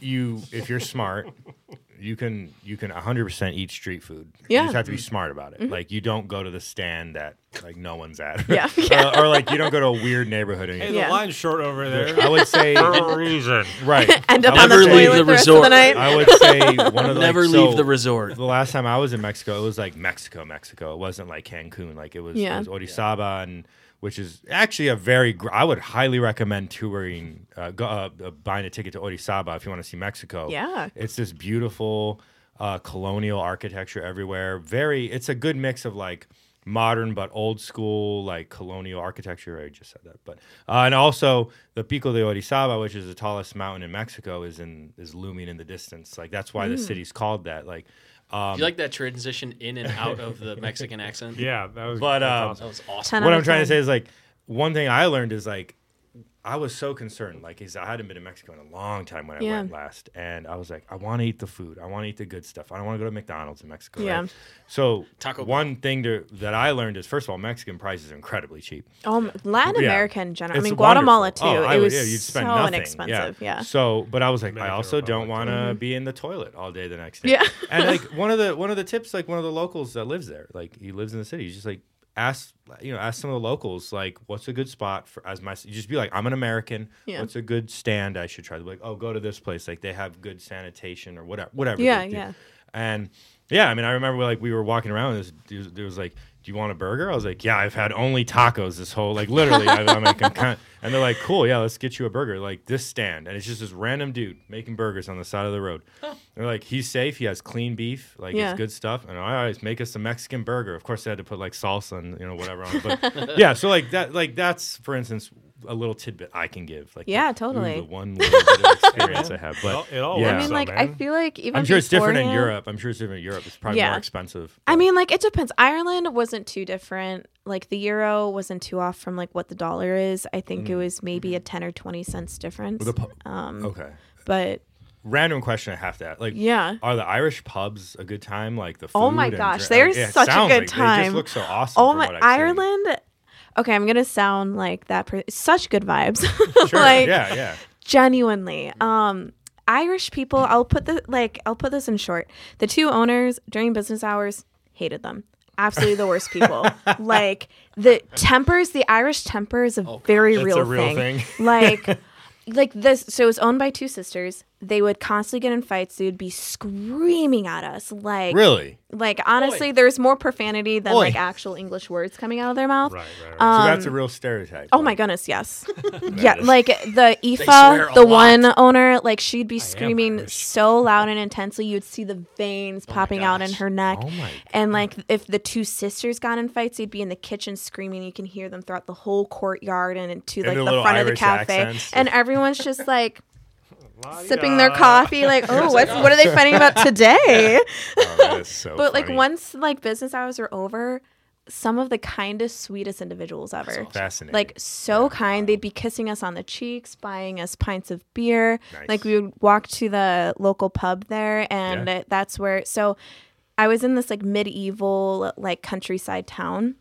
E: you, if you're smart, you can you can 100 percent eat street food.
F: Yeah. Mm-hmm.
E: you just have to be smart about it. Like you don't go to the stand that like no one's at. Uh,
F: Yeah.
E: or, or like you don't go to a weird neighborhood. And
D: Hey,
E: you,
D: the
F: Yeah.
D: line's short over there.
E: I would say
D: For a reason.
E: right.
F: End up
E: I
F: on the
E: would
B: Never leave
E: say-
F: toilet
B: the
F: the, rest of
B: resort.
F: the night.
E: I would say one of the
B: Never
E: like,
B: leave
E: so-
B: the resort.
E: The last time I was in Mexico, it was like Mexico, Mexico. It wasn't like Cancun. Like it was,
F: Yeah.
E: it was Orizaba, and which is actually a very. Gr- I would highly recommend touring, uh, go, uh, uh, buying a ticket to Orizaba if you want to see Mexico.
F: Yeah.
E: it's this beautiful uh, colonial architecture everywhere. Very, it's a good mix of like modern but old school like colonial architecture. I just said that, but uh, and also the Pico de Orizaba, which is the tallest mountain in Mexico, is in is looming in the distance. Like that's why
F: Mm.
E: the city's called that. Like. Um,
B: Do you like that transition in and out of the Mexican accent?
D: Yeah, that was.
E: But,
D: that's
E: um,
D: awesome.
B: That was awesome.
F: 10
E: what
F: out
E: I'm
F: of
E: trying to
F: 10.
E: say is like one thing I learned is like I was so concerned. Like is I hadn't been to Mexico in a long time when I
F: Yeah.
E: went last, and I was like, I want to eat the food. I want to eat the good stuff. I don't want to go to McDonald's in Mexico.
F: Yeah.
E: right? So
B: Taco Bell.
E: one thing to, that I learned is first of all, Mexican prices are incredibly cheap.
F: Um, Latin
E: Yeah.
F: America in general.
E: It's
F: I mean,
E: wonderful.
F: Guatemala too.
E: Oh, I
F: it
E: would-
F: was
E: yeah, you'd spend
F: so
E: nothing.
F: inexpensive. Yeah. Mm-hmm.
E: So, but I was like, I
D: Dominican
E: also don't
D: Republic,
E: want to be in the toilet all day the next day.
F: Yeah.
E: and like one of the one of the tips, like one of the locals that lives there, like he lives in the city, he's just like ask you know ask some of the locals like what's a good spot for as my you just be like I'm an American,
F: Yeah.
E: what's a good stand I should try? They're like oh go to this place, like they have good sanitation or whatever whatever.
F: Yeah,
E: they do.
F: yeah.
E: And yeah, I mean, I remember like we were walking around. And this dude was- dude was like, "Do you want a burger?" I was like, "Yeah, I've had only tacos this whole like literally." I, I'm like, I'm kind and they're like, "Cool, yeah, let's get you a burger." Like this stand, and it's just this random dude making burgers on the side of the road. They're like, "He's safe. He has clean beef. Like
F: Yeah.
E: it's good stuff." And I always make us a Mexican burger. Of course, they had to put like salsa and you know whatever on it. But yeah, so like that, like that's for instance. A little tidbit I can give, like
F: Yeah,
E: the- ooh,
F: totally.
E: the one little bit of experience I have, but
D: It all
E: yeah.
F: I
D: works
F: mean,
D: out,
F: like I
D: man.
F: feel like even
E: I'm sure it's different in
F: beforehand-
E: Europe. I'm sure it's different in Europe. It's probably
F: Yeah.
E: more expensive.
F: I mean, like it depends. Ireland wasn't too different. Like the euro wasn't too off from like what the dollar is. I think it was maybe a ten or twenty cents difference.
E: Mm-hmm. the pu-
F: um,
E: okay.
F: but
E: Random question I have to ask. Like,
F: Yeah.
E: are the Irish pubs a good time? Like the food
F: Oh my
E: and
F: gosh,
E: drink-
F: they're
E: like, it
F: such a
E: sounds
F: good
E: like They
F: time.
E: just look so awesome.
F: oh
E: from
F: my
E: what I've seen.
F: Ireland. Okay, I'm gonna sound like that. Per- such good vibes.
E: Sure.
F: like
E: yeah, yeah.
F: genuinely
E: Mm-hmm.
F: um irish people i'll put the like i'll put this in short the two owners during business hours hated them absolutely the worst people like the tempers the irish temper is a very
E: Oh, It's
F: real,
E: a real thing.
F: like like this so it was owned by two sisters they would constantly get in fights they would be screaming at us like
E: Really?
F: like honestly there's more profanity than
E: Oi.
F: like actual english words coming out of their mouth Um,
D: right, right, right.
E: so that's a real stereotype.
F: Oh my
E: Like,
F: goodness, yes. yeah, like the
B: swear a
F: Aoife, the
B: lot.
F: one owner, like she'd be screaming so loud and intensely, you'd see the veins popping out in
B: gosh.
F: her neck.
E: Oh my.
F: And like if the two sisters got in fights, they'd be in the kitchen screaming. You can hear them throughout the whole courtyard and into like
E: their
F: the
E: little
F: front of the
E: Irish
F: cafe.
E: accents.
F: And everyone's just like
D: La-di-da.
F: sipping their coffee, like, oh, what's, what are they fighting about today?
E: Oh, that is so
F: But like
E: funny.
F: once like business hours are over, some of the kindest, sweetest individuals ever.
E: Oh, Fascinating.
F: Like so kind, they'd be kissing us on the cheeks, buying us pints of beer.
E: Nice.
F: Like we would walk to the local pub there, and
E: Yeah.
F: that's where. So I was in this like medieval like countryside town.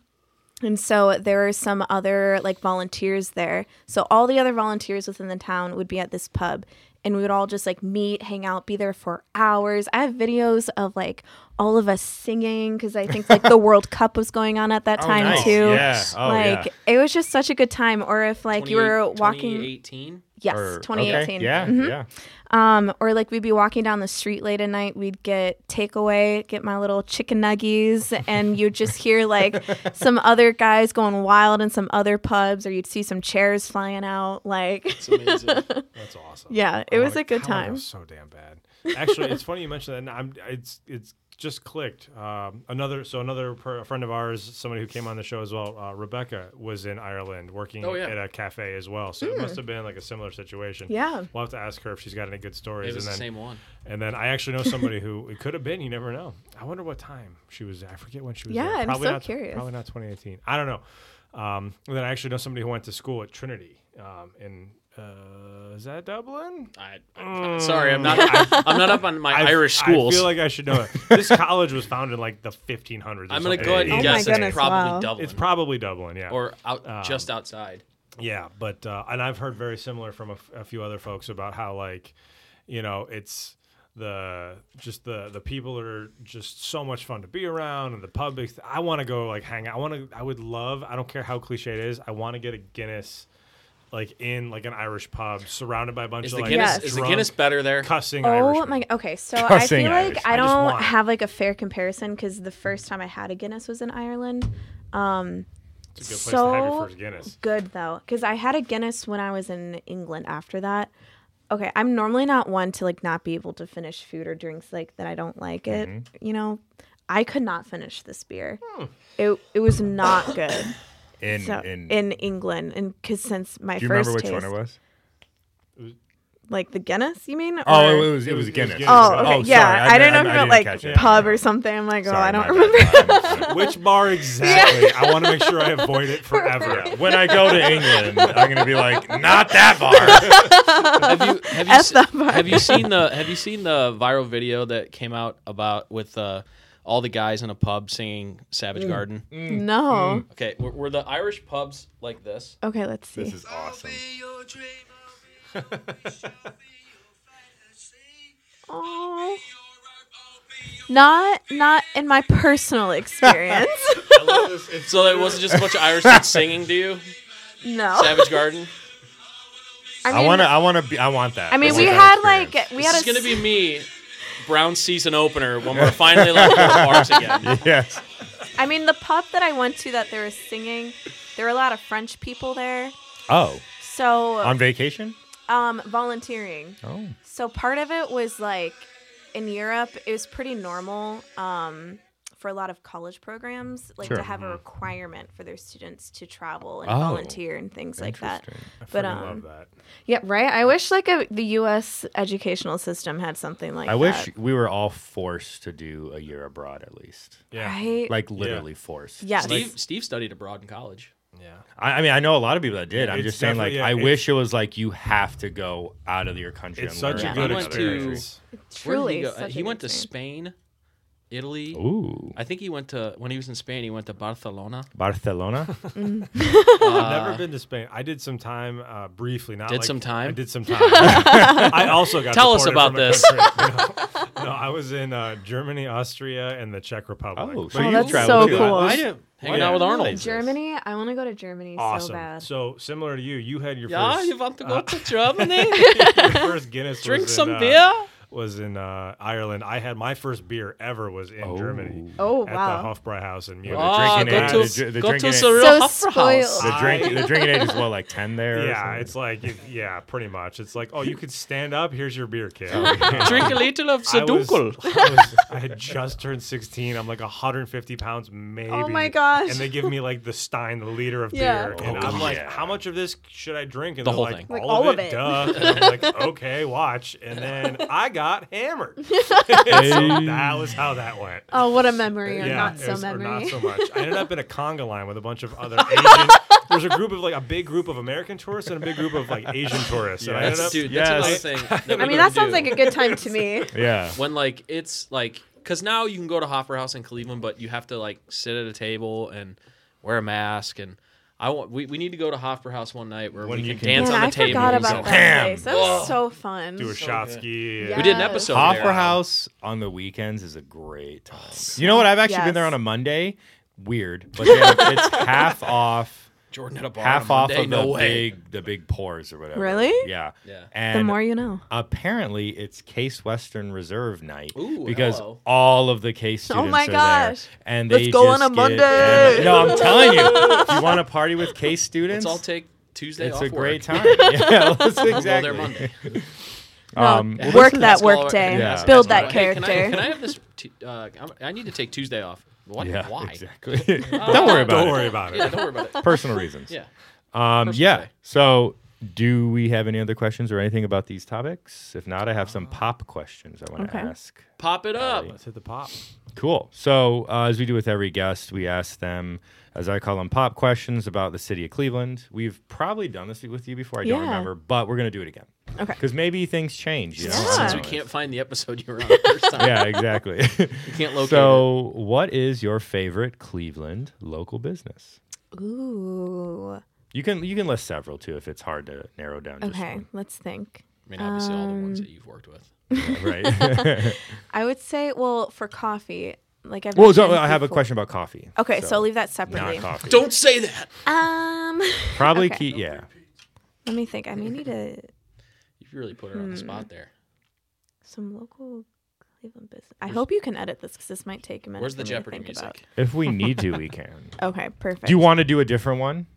F: And so there were some other like volunteers there. So all the other volunteers within the town would be at this pub and we would all just like meet, hang out, be there for hours. I have videos of like all of us singing cuz I think like the World Cup was going on at that
E: Oh,
F: time
E: nice.
F: too.
E: Yeah. Oh,
F: like
E: yeah.
F: it was just such a good time or if like you were
B: 28
F: walking
B: 2018?
F: yes,
E: Or- okay,
F: 2018.
E: Yeah,
F: Mm-hmm.
E: yeah.
F: Um, or like we'd be walking down the street late at night, we'd get takeaway, get my little chicken nuggies, and you'd just hear like some other guys going wild in some other pubs, or you'd see some chairs flying out. Like,
B: It's amazing.
D: That's awesome.
F: yeah, it
D: I
F: was
D: wanna-
F: a good
D: I wanna go
F: time.
D: So damn bad. Actually, it's funny you mentioned that. and I'm it's it's
A: just clicked. Um, another so another per, a friend of ours, somebody who came on the show as well, uh, Rebecca was in Ireland working
B: Oh, yeah.
A: at a cafe as well. So it must have been like a similar situation.
F: Hmm. Yeah.
A: we'll have to ask her if she's got any good stories.
B: It was
A: and
B: the
A: then
B: same one.
A: and then I actually know somebody who it could have been. You never know. I wonder what time she was. I forget when she was.
F: Yeah,
A: there.
F: I'm
A: probably
F: so
A: not,
F: curious.
A: Probably not 2018. I don't know. Um, and then I actually know somebody who went to school at Trinity um, in uh, is that Dublin?
B: I, I,
E: Mm.
B: sorry, I'm not. I'm not up on my
A: I-
B: Irish schools.
A: I feel like I should know it. This college was founded in like the 1500s. or
B: I'm gonna
A: something.
B: go ahead and
F: Oh my
B: guess it's
F: goodness,
B: probably
F: wow.
B: Dublin
A: It's probably Dublin, yeah.
B: or out,
E: Um,
B: just outside.
A: Yeah, but uh, and I've heard very similar from a, f- a few other folks about how like, you know, it's the just the the people are just so much fun to be around and the public. I want to go like hang out. I want to. I would love. I don't care how cliche it is. I want to get a Guinness, like in like an Irish pub, surrounded by a bunch
B: Is
A: of
B: the
A: like
B: Guinness
F: Yes.
B: is the
A: drunk,
B: Guinness better there?
A: cussing.
F: Oh
A: Irishmen.
F: my. Okay, so I
E: Cussing
F: feel like
E: Irish.
F: I
A: I just
F: don't
A: want-
F: have like a fair comparison because the first time I had a Guinness was in Ireland. Um,
A: It's a good place to have
F: so
A: your first Guinness.
F: good though, because I had a Guinness when I was in England. After that, okay, I'm normally not one to like not be able to finish food or drinks like that. I don't like it.
E: Mm-hmm.
F: You know, I could not finish this beer.
E: Hmm.
F: It it was not good.
E: In,
F: So,
E: in,
F: in, England, and because since my
E: do you
F: first
E: remember which
F: taste,
E: one it was?
F: like the Guinness, you mean?
E: Oh,
F: Or-
E: it was it
A: was
E: was Guinness.
A: Guinness.
F: Oh, okay. yeah.
E: sorry,
F: I, don't know
E: didn't-
F: if you
E: I
F: meant
E: didn't catch
F: like
E: it.
F: pub or something. I'm like, oh,
E: Sorry, my
F: I don't
E: bad.
F: remember.
A: Which bar exactly? I want to make sure I avoid it forever.
E: when I go to England, I'm gonna be like, not that bar.
B: have you have you,
F: F
B: se-
F: that bar.
B: have you seen the have you seen the viral video that came out about with uh, all the guys in a pub singing Savage Garden?
F: Mm. no.
B: Okay, were, were the Irish pubs like this?
F: Okay, let's see.
E: Mm. this is awesome.
F: Oh. Not not in my personal experience.
B: So it wasn't just a bunch of Irishmen singing to you,
F: no.
B: Savage Garden.
F: I,
E: I
F: mean,
E: wanna, I wanna be, I want that.
F: I mean,
E: want
F: we
E: that
F: had
E: experience.
F: like we
B: This
F: had
B: is
F: a
B: gonna
F: s-
B: be me, Brown season opener when we're finally allowed to go to bars again.
E: yes.
F: I mean, the pub that I went to that they were singing, there were a lot of French people there.
E: Oh,
F: So,
E: on vacation?
F: um volunteering.
E: Oh,
F: So part of it was like in Europe, it was pretty normal um, for a lot of college programs, like
E: Sure.
F: to
A: Mm-hmm.
F: have a requirement for their students to travel and
E: Oh.
F: volunteer and things like that. But
A: I love
F: um,
A: that.
F: yeah, right. I wish like a, the U.S. educational system had something like
E: I
F: that.
E: wish we were all forced to do a year abroad at least,
A: Yeah.
F: Right?
E: like literally forced.
F: yes.
B: Steve Steve studied abroad in college.
A: Yeah.
E: I, I mean, I know a lot of people that did. I'm
A: It's
E: just saying, like,
A: definitely- yeah,
E: I
A: it's-
E: wish it was like you have to go out of your country.
A: It's
E: and
A: such
E: learn
A: a good
B: I went to-
A: experience.
B: Where did
F: truly.
B: he go? Uh,
F: such a
B: he
F: good
B: went to
F: experience.
B: Spain, Italy.
E: Ooh,
B: I think he went to when he was in Spain. He went to Barcelona. Uh,
E: Barcelona.
A: I've never been to Spain. I did some time uh, briefly. Not
B: Did
A: like-
B: some time?
A: I did some time. I also got
B: Tell us
A: deported
B: about
A: from the
B: this.
A: country. No, no, I was in uh, Germany, Austria, and the Czech Republic.
E: Oh,
A: But
E: so
F: Oh,
E: you
F: that's
E: traveled
F: so
E: too.
F: cool.
E: I, I didn't
B: Hanging
E: I
B: out with Arnold.
E: didn't realize this.
F: Germany. I want to go to Germany so
A: awesome.
F: bad.
A: So, similar to you, you had your
B: Yeah,
A: first
B: you want to
E: Ah.
B: go to Germany?
A: your first Guinness.
B: Drink
A: was in,
B: some
A: uh,
B: beer?
A: Was in uh, Ireland. I had my first beer ever was in Germany
F: oh
A: at
F: wow.
A: the Hofbräuhaus in Munich.
B: Ah,
E: drinking
B: go
E: age-
B: to,
E: the
B: go to
E: drinking age-
B: Surreal
F: So
B: House.
F: spoiled.
E: The drink, the drinking age is well like ten there. or
A: Yeah,
E: something.
A: it's like yeah, pretty much. It's like oh, you could stand up. Here's your beer, kid.
B: Drink a little of
A: I was-
B: Sedunkel.
A: I, was- I had just turned 16. I'm like 150 pounds, maybe.
F: Oh my gosh.
A: And they give me like the Stein, the liter of
F: Yeah.
A: beer. And
E: Oh,
A: I'm like,
E: yeah.
A: how much of this should I drink? And
B: The
A: they're
B: whole
A: like,
B: thing.
F: Like,
A: all,
F: all
A: of
F: of
A: it,
F: it.
A: duh. And I'm like, okay, watch. And then I got hammered. so that was how that went.
F: Oh, what a memory or
A: Yeah,
F: not
A: it
F: so
A: was- or
F: memory.
A: not so much. I ended up in a conga line with a bunch of other Asian. There's a group of like a big group of American tourists and a big group of like Asian tourists. And I ended up,
B: Dude,
E: Yes.
B: that's another thing. That
F: I mean, that sounds like a good time to me.
E: yeah.
B: when like it's like because now you can go to Hoffer House in Cleveland, but you have to like sit at a table and wear a mask. And I want we, we need to go to Hoffer House one night where
E: When
B: we
E: you
B: can
E: can-
B: dance
F: Man,
B: on the
F: I
B: table.
F: forgot
B: and
F: about
B: go.
F: that
E: Damn.
F: place. That was so fun.
A: do a Shotsky. and-
B: We did an
F: Yes.
B: episode. there.
E: Hoffer House on the weekends is a great time.
F: Oh,
E: You know what? I've actually been there on a Monday. Weird, but they have- it's half off,
B: Jordan at a bar.
E: half
B: on
E: off
B: Monday,
E: of
B: no
E: the
B: way.
E: big, the big pours or whatever.
F: Really?
E: Yeah.
B: Yeah.
E: And
F: The more you know.
E: apparently it's Case Western Reserve night
B: Ooh,
E: because
B: hello.
E: all of the Case students
F: Oh my
E: are
F: gosh.
E: there, and
F: Let's
E: they
F: go on
E: just
F: a
E: get-
F: Monday.
E: and- no, I'm telling you, if you want to party with Case students,
B: Let's all take Tuesday
E: it's
B: off
E: a
B: work.
E: great time. yeah, that's
B: We'll go
E: exactly.
B: there Monday.
F: No,
E: Um, well,
F: work
E: this is-
F: that
B: That's all
F: work
B: I-
F: day.
E: Yeah.
F: Build
B: that's all
F: that
B: I- Hey,
F: character.
B: Can I, can I have this? T- uh, I'm- I need to take Tuesday off. What?
E: Yeah,
B: Why?
E: exactly. don't worry about
D: Don't
E: it.
D: worry about it.
B: Yeah, don't worry about it.
E: Personal reasons.
B: Yeah.
E: Um,
B: Personal
E: yeah.
B: day.
E: So, do we have any other questions or anything about these topics? If not, I have
B: Uh,
E: some pop questions I want to
F: Okay.
E: ask.
B: Pop it up.
D: Let's hit the pop.
E: Cool. So, uh, as we do with every guest, we ask them, as I call them, pop questions about the city of Cleveland. We've probably done this with you before. I don't
F: Yeah.
E: remember, but we're going to do it again.
F: Okay.
E: Because maybe things change. You know? I
B: Since
E: don't
B: we
E: know.
B: can't find the episode you were on the first time,
E: yeah, exactly.
B: we can't locate it.
E: so, what is your favorite Cleveland local business?
F: Ooh.
E: You can you can list several too if it's hard to narrow down. Just
F: Okay,
E: one.
F: let's think.
B: I mean, obviously, all the ones that you've worked with.
E: right.
F: I would say, well, for coffee, like I've.
E: well, so uh,
F: mentioned
E: I have a
F: before-
E: question about coffee.
F: Okay, so, leave that
E: not
F: separately.
E: coffee.
B: Don't say that.
F: Um,
E: probably
F: Okay.
E: keep yeah.
F: let me think. I may need a
B: You've really put her on
F: Hmm.
B: the spot there.
F: some local Cleveland business. I hope you can edit this because this might take a minute.
B: Where's the
F: for me to
B: Jeopardy
F: think
B: music?
F: about.
E: If we need to, we can.
F: Okay, perfect.
E: Do you want to do a different one?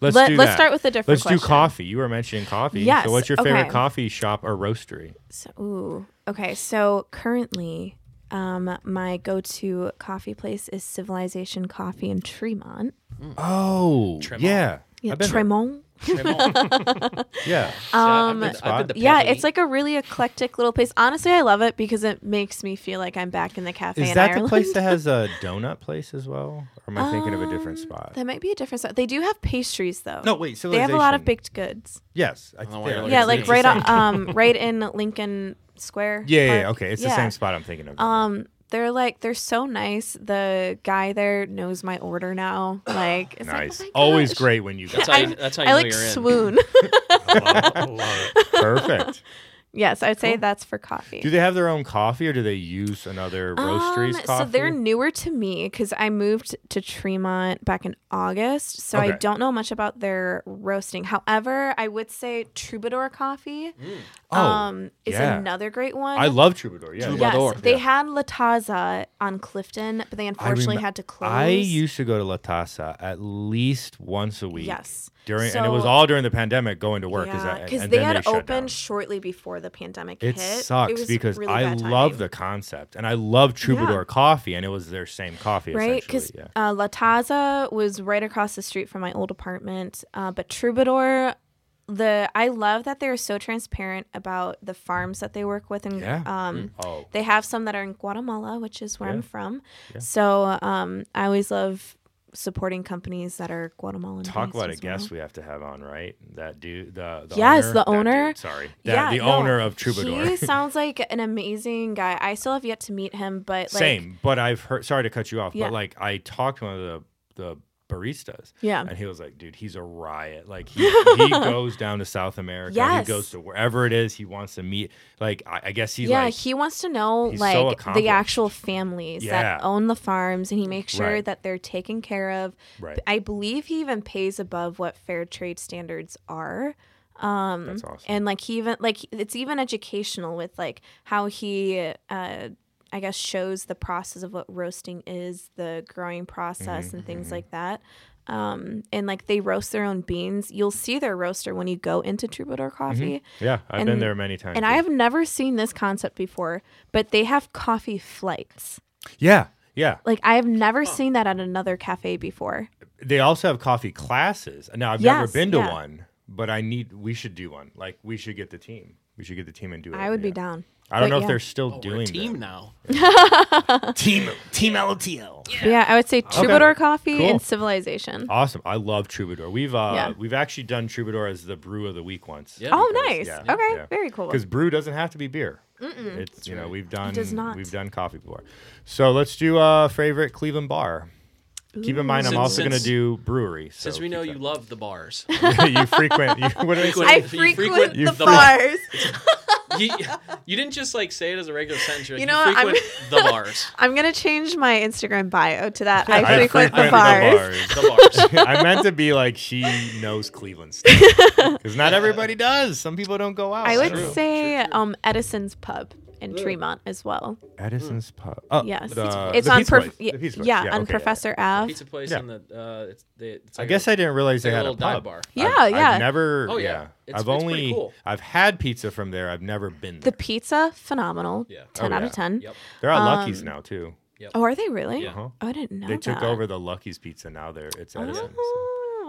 E: Let's
F: Let-
E: do
F: let's
E: that.
F: start with a different
E: Let's do
F: question.
E: coffee. You were mentioning coffee.
F: Yes,
E: So what's your favorite
F: okay.
E: coffee shop or roastery?
F: So, ooh, okay. So currently, um, my go-to coffee place is Civilization Coffee in Tremont.
E: Oh,
B: Tremont.
E: yeah.
F: Yeah,
E: I've been there.
F: Tremont.
B: Tremont.
E: Yeah.
F: Um,
B: I've been- I've been to
F: yeah,
B: Peppermint.
F: it's like a really eclectic little place. Honestly, I love it because it makes me feel like I'm back in the cafe
E: Is
F: in
E: that
F: Ireland.
E: the place that has a donut place as well? Or am I thinking of a different spot?
F: Um, That might be a different spot. They do have pastries though.
E: No, wait,
F: They have a lot of
E: Civilization.
F: baked goods.
E: yes. I,
B: don't know why you're
E: yeah,
B: looking
F: yeah,
B: it's
F: like
B: the
F: right
B: same.
F: on, um right in Lincoln Square.
E: Yeah, yeah,
F: Park.
E: okay. It's the
F: Yeah.
E: same spot I'm thinking of.
F: Um they're like they're so nice. The guy there knows my order now. Like it's like,
E: nice.
F: oh my
E: Always
F: gosh.
E: great when you
B: That's
E: got
B: how you,
F: I-
B: that's how you
F: I
B: know
F: like
B: you're in.
F: swoon.
D: Love, love it.
E: perfect.
F: yes, I'd say that's for coffee.
E: Do they have their own coffee or do they use another roastery's
F: Um,
E: coffee?
F: So they're newer to me because I moved to Tremont back in August. So I
E: Okay.
F: don't know much about their roasting. However, I would say Troubadour Coffee
E: Oh,
F: um, is
E: yeah.
F: another great one.
E: I love Troubadour. Yeah.
B: Troubadour.
F: Yes, they
E: Yeah.
F: had La Taza on Clifton, but they unfortunately
E: remem-
F: had to close.
E: I used to go to La Tassa at least once a week.
F: Yes.
E: During and it was
F: So-
E: all during the pandemic going to work. 'cause I-
F: yeah,
E: and-
F: because
E: and
F: they
E: then
F: had
E: shut
F: opened
E: down.
F: shortly before the pandemic
E: It
F: hit.
E: sucks
F: was
E: because
F: really
E: I
F: bad
E: love
F: timing.
E: the concept and I love Troubadour coffee and it was their same coffee
F: right because
E: essentially. Yeah.
F: uh, La Taza was right across the street from my old apartment, uh, but Troubadour. The I love that they're so transparent about the farms that they work with, and
E: Yeah.
F: um,
E: Oh.
F: they have some that are in Guatemala, which is where
E: Yeah.
F: I'm from. So um, I always love supporting companies that are Guatemalan.
E: Talk about a guest we have to have on, right? That dude, the, the
F: Yes,
E: owner,
F: the
E: that
F: owner.
E: dude, sorry, That- the
F: no,
E: owner of Troubadour.
F: He sounds like an amazing guy. I still have yet to meet him, but like,
E: Same, but I've heard. Sorry to cut you off,
F: Yeah.
E: but like I talked to one of the the baristas.
F: Yeah.
E: and he was like, "Dude, he's a riot. Like he, he goes down to South America.
F: Yes.
E: He goes to wherever it is he wants to meet. Like I, I guess he
F: yeah,
E: like
F: he wants to know
E: he's so
F: like
E: accomplished.
F: the actual families
E: Yeah.
F: that own the farms, and he makes sure
E: Right.
F: that they're taken care of.
E: Right.
F: I believe he even pays above what fair trade standards are,
E: that's awesome.
F: um, and like he even like it's even educational with like how he. Uh, I guess shows the process of what roasting is, the growing process, and things
E: Mm-hmm.
F: like that. Um, and like they roast their own beans. You'll see their roaster when you go into Troubadour
E: Mm-hmm.
F: Coffee.
E: yeah, I've been
F: and-
E: there many times.
F: And I have never seen this concept before, but they have coffee flights.
E: yeah, yeah.
F: Like I have never seen that at another cafe before.
E: They also have coffee classes. Now I've never
F: Yes,
E: been to
F: yeah.
E: one, but I need. We should do one. Like we should get the team. We should get the team and do it.
F: I would be
E: yeah.
F: down.
E: I don't
F: But
E: know
F: yeah.
E: if they're still
B: Oh, we're a
E: doing
B: team
E: that.
B: now.
E: Team Team LOTL.
F: But yeah, I would say Troubadour coffee
E: Cool.
F: and Civilization.
E: Awesome. I love Troubadour. We've uh
F: Yeah.
E: we've actually done Troubadour as the brew of the week once.
B: Yeah.
F: oh,
E: because-
F: nice.
E: yeah,
F: okay,
E: yeah.
F: very cool.
E: Because brew doesn't have to be beer. It's you know, we've done
F: does not.
E: we've done coffee before. So let's do uh favorite Cleveland bar. Keep in mind I'm
B: Since-
E: also gonna
B: since-
E: do brewery. So
B: Since we
E: keep
B: know
E: that-
B: you love the bars,
E: you frequent you, what do I say?
F: I
B: You
F: frequent,
B: frequent
F: the
B: the
F: bars.
B: you, you didn't just like say it as a regular sentence. You're like,
F: You
B: you
F: know, I'm-
B: frequent the bars.
F: I'm gonna change my Instagram bio to that. I,
E: I
F: frequent, the
E: frequent
F: bars.
B: The bars.
E: I meant to be like she knows Cleveland stuff because not everybody does. Some people don't go out.
F: I would
E: so-
F: say um, Edison's Pub in
E: Mm.
F: Tremont as well.
B: Mm.
E: Edison's Pub. Oh,
F: Yes,
E: the-
F: it's
E: the
F: on
E: pizza
F: Perf-
E: place.
F: y-
E: The pizza place.
F: yeah, on
E: okay,
F: Professor Ave.
B: Pizza place
E: Yeah.
B: on the. Uh, it's, they, it's
E: I
B: like a-
E: guess I didn't realize
B: it's
E: they
B: like a
E: had a
B: little dive
E: pub.
B: bar.
E: I-
F: Yeah,
E: I've,
F: yeah.
E: never.
B: Oh, yeah.
E: yeah.
B: It's-
E: I've
B: it's
E: only.
B: pretty cool.
E: I've had pizza from there. I've never been
F: The um,
E: there.
F: pizza phenomenal.
B: Yeah. Oh,
F: Ten out
E: yeah.
F: of ten.
B: Yep.
E: They're at Lucky's now too.
F: Oh, are they really?
B: Yeah.
E: Uh-huh.
F: Oh, I didn't know
E: They took
F: that.
E: over the Lucky's Pizza. Now they're it's Edison's.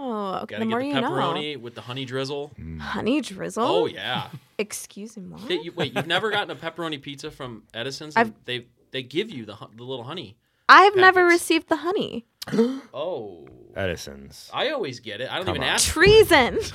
F: Oh,
B: Gotta
F: okay. The
B: get
F: more
B: the
F: you
B: pepperoni with the honey drizzle.
E: Mm.
F: know. Honey drizzle.
B: Oh yeah.
F: Excuse me. What?
B: Hey, you- wait, you've never gotten a pepperoni pizza from Edison's?
F: I've-
B: they they give you the hu- the little honey.
F: I've never
B: packets.
F: received the honey.
B: Oh.
E: Edison's.
B: I always get it. I don't even
E: on.
B: ask.
F: Treason.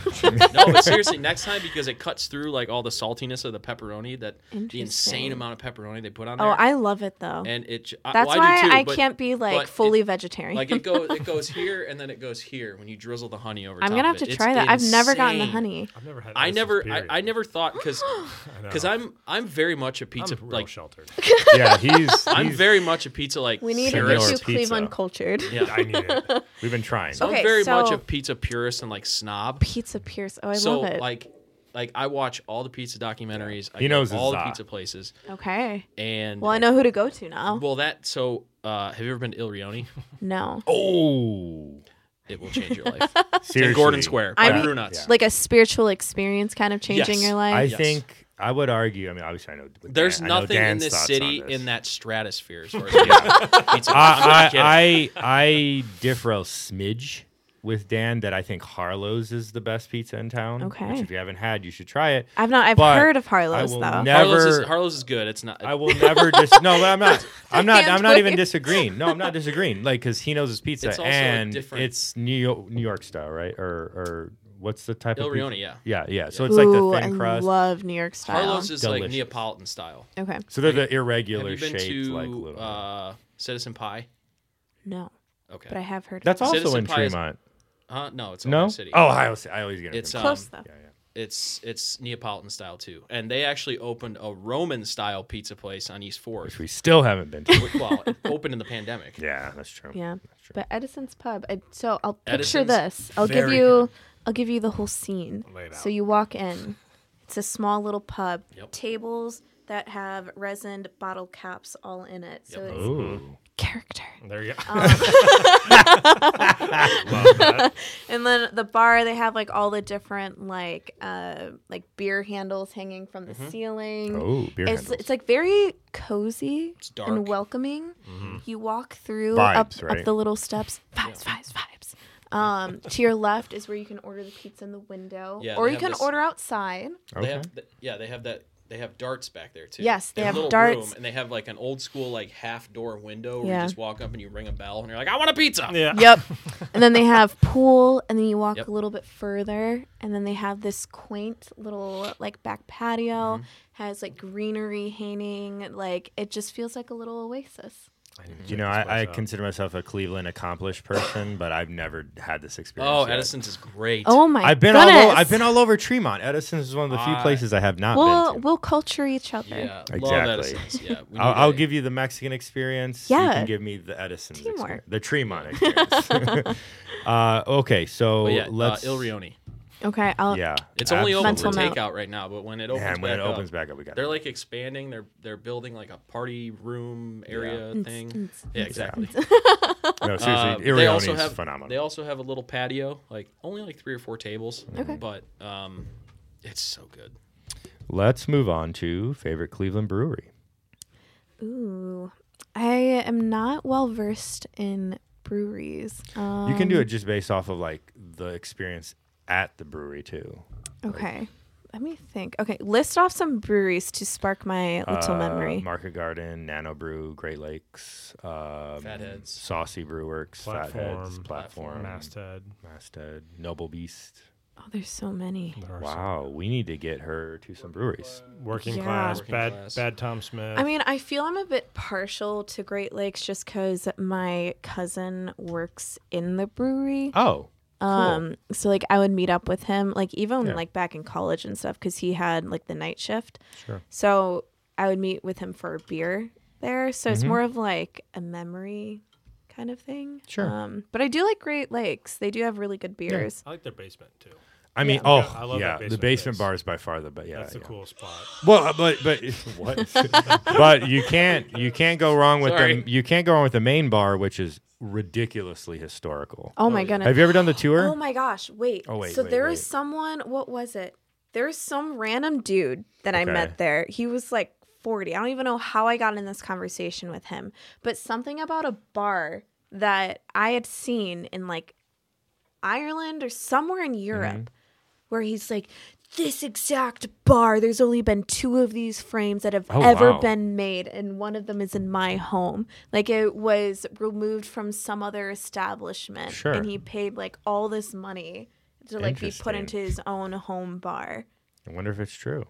B: No, but seriously, next time because it cuts through like all the saltiness of the pepperoni that the insane
F: Interesting.
B: amount of pepperoni they put on there.
F: oh, I love it though.
B: and it. j- I-
F: That's
B: well,
F: why
B: I, do too,
F: I
B: but-
F: can't be
B: but
F: like
B: it-
F: fully vegetarian.
B: Like it goes, it goes here and then it goes here when you drizzle the honey over.
F: I'm
B: top
F: gonna
B: of
F: have
B: it.
F: to
B: It's
F: try that. I've never gotten the
B: insane.
F: honey.
D: I've never had.
B: I
D: Edison's
B: never, I,
D: period.
B: I never thought because,
D: I know.
B: because I'm, I'm very much a
D: I'm
B: pizza
D: real
B: like,
D: sheltered.
E: yeah, he's.
B: I'm
E: he's-
B: very much a pizza like.
F: We need to
E: Senor
F: get you
E: pizza.
F: Cleveland cultured.
B: Yeah.
D: I need it.
E: We've been trying.
B: So
F: Okay,
B: I'm very much
F: so-
B: a pizza purist and like snob.
F: Pizza Pierce. Oh, I
B: so
F: love it.
B: like, like I watch all the pizza documentaries. I
E: He
B: go
E: knows
B: all
E: his
B: the
E: za.
B: pizza places,
F: okay.
B: and
F: Well, I know who to go to now.
B: Mm-hmm. Well, that so. Uh, have you ever been to Il Rione?
F: No.
E: oh,
B: It will change your life.
E: seriously.
B: in Gordon Square, by
F: I
B: I
F: mean-
B: Nuts.
F: Like a spiritual experience kind of changing
B: Yes.
F: your
E: I
F: life.
B: Yes.
E: think I would argue. I mean, obviously, I know. with
B: There's
E: Dan- I know
B: nothing in
E: Dan's
B: this
E: thoughts
B: city
E: on this.
B: in that stratosphere. As far as yeah. pizza. I'm not kidding.
E: I, I I differ a smidge with Dan that I think Harlow's is the best pizza in town. Which
F: Okay.
E: if you haven't had, you should try it.
F: I've not. I've
E: But
F: heard of
E: I
F: Harlow's
E: will
F: though.
B: Harlow's, is,
E: never.
B: Harlow's is good. It's not.
E: I will never just no, but I'm not. I'm not. I'm not
F: Hand
E: even
F: wave.
E: disagreeing. No, I'm not disagreeing. Like, cause he knows his pizza,
B: It's also a
E: and
B: different-
E: it's New York, New York style, right? Or or what's the type
B: Il
E: of pizza?
B: Rione, yeah.
E: yeah, yeah. So
B: Yeah.
E: it's like
F: Ooh,
E: the thin
F: I
E: crust.
F: love New York style.
B: Harlow's is like
E: Delicious.
B: Neapolitan style.
F: okay.
E: so they're the
B: Have
E: irregular
B: you been
E: shaped,
B: to
E: like little.
B: uh, Citizen Pie?
F: No,
B: Okay.
F: but I have heard.
E: That's
F: of
E: also
B: Citizen
E: in
B: Pie is-
E: Tremont.
B: uh, no, it's Ohio
E: No.
B: City.
E: Oh, I always, I always get it.
B: It's
E: confused.
B: um,
F: close though.
E: yeah, yeah.
B: it's it's Neapolitan style too, and they actually opened a Roman style pizza place on East Fourth.
E: which we still haven't been to.
B: well, it opened in the pandemic.
E: yeah, that's true.
F: Yeah,
E: That's true.
F: but Edison's Pub. I, so I'll picture
B: Edison's,
F: this. I'll give
D: very
F: you. I'll give you the whole scene.
D: Lay it
F: So
D: out.
F: you walk in. It's a small little pub.
B: Yep.
F: Tables that have resined bottle caps all in it. So
B: Yep.
F: it's
E: Ooh.
F: character.
D: There you go.
F: Um,
D: Love that.
F: And then the bar, they have like all the different like uh like beer handles hanging from the ceiling.
E: Oh, beer
F: it's,
E: handles.
F: it's like very cozy
B: dark.
F: and welcoming. You walk through
E: Mm-hmm. Vibes,
F: up,
E: right?
F: up the little steps. Vibes, vibes, vibes. Um, to your left is where you can order the pizza in the window,
B: Yeah,
F: or
B: they
F: you
B: have
F: can
B: this-
F: order outside.
B: They
E: Okay.
B: have th- yeah, they have that. They have darts back there too.
F: Yes, they
B: a
F: have
B: little
F: darts.
B: and they have like an old school like half door window where
F: Yeah.
B: you just walk up and you ring a bell and you're like, I want a pizza.
D: Yeah.
F: Yep. and then they have pool, and then you walk
B: Yep.
F: a little bit further, and then they have this quaint little like back patio.
E: Mm-hmm.
F: Has like greenery hanging, like it just feels like a little oasis.
D: I need to
E: You
D: check
E: know,
D: this
E: I, I
D: place out.
B: uh,
E: consider myself a Cleveland accomplished person, but I've never had this experience.
B: Oh,
E: yet.
B: Edison's is great.
F: Oh my!
E: I've been
F: goodness.
E: all over, I've been all over Tremont. Edison's is one of the few
B: I-
E: places I have not
F: We'll
E: been to.
F: we'll culture each other.
B: yeah, love
E: Exactly.
B: Edison's. Yeah, we
E: I'll,
B: need
E: I'll
B: a-
E: give you the Mexican experience. You
F: Yeah.
E: can give me the Edison's
F: Teamwork.
E: experience. The Tremont experience. uh, okay, so
B: But yeah,
E: let's.
B: uh, Il Rione.
F: Okay. I'll,
E: Yeah.
B: It's only
F: Uh, Mental
B: open
E: absolutely.
B: for
F: note.
B: takeout right now, but when it opens,
E: Man, when it
B: back
E: opens
B: up,
E: back up, we got
B: they're like expanding. They're they're building like a party room area thing. Yeah, exactly.
E: No, seriously,
B: Uh,
E: Il
B: they
E: Rione
B: also
E: is
B: have
E: phenomenal.
B: They also have a little patio, like only like three or four tables.
F: Mm-hmm. Okay.
B: but um, it's so good.
E: Let's move on to favorite Cleveland brewery.
F: Ooh, I am not well versed in breweries. Um,
E: You can do it just based off of like the experience at the brewery too.
F: Okay. Let me think. Okay, list off some breweries to spark my little
E: Uh,
F: memory.
E: Market Garden, Nano Brew, Great Lakes, um,
B: Fatheads.
E: Saucy Brewworks, Fatheads,
D: Platform.
E: Platform,
D: masthead.
E: Masthead, Noble Beast.
F: oh, there's so many.
D: There are some
E: Wow, we need to get her to some breweries.
D: Working
F: Yeah.
D: class.
B: Working
D: bad.
B: class.
D: Bad Tom Smith.
F: I mean, I feel I'm a bit partial to Great Lakes just because my cousin works in the brewery.
E: Oh, cool.
F: Um, so like I would meet up with him, like even
E: Yeah.
F: like back in college and stuff, because he had like the night shift.
E: Sure.
F: So I would meet with him for a beer there. So
E: Mm-hmm.
F: it's more of like a memory kind of thing.
E: Sure.
F: Um, but I do like Great Lakes. They do have really good beers.
D: I like their basement too.
E: I mean,
D: Yeah.
E: oh,
D: I love
E: yeah,
D: that
E: the
D: basement
E: basement
D: place.
E: bar is by far the best. Yeah,
D: That's the
E: yeah.
D: coolest spot.
E: Well, uh, but but what? but you can't you can't go wrong with
B: Sorry.
E: the you can't go wrong with the main bar, which is ridiculously historical.
F: Oh my goodness.
E: Have you ever done the tour?
F: Oh my gosh, wait.
E: Oh, wait,
F: So
E: wait,
F: there was
E: wait.
F: someone, what was it? There was some random dude that I
E: Okay.
F: met there. He was like 40. I don't even know how I got in this conversation with him, but something about a bar that I had seen in like Ireland or somewhere
E: Mm-hmm.
F: in Europe where he's like, this exact bar, there's only been two of these frames that have
E: Oh,
F: ever
E: wow.
F: been made, and one of them is in my home. Like it was removed from some other establishment.
E: Sure.
F: And he paid like all this money to like be
E: Interesting.
F: put into his own home bar.
E: I wonder if it's true.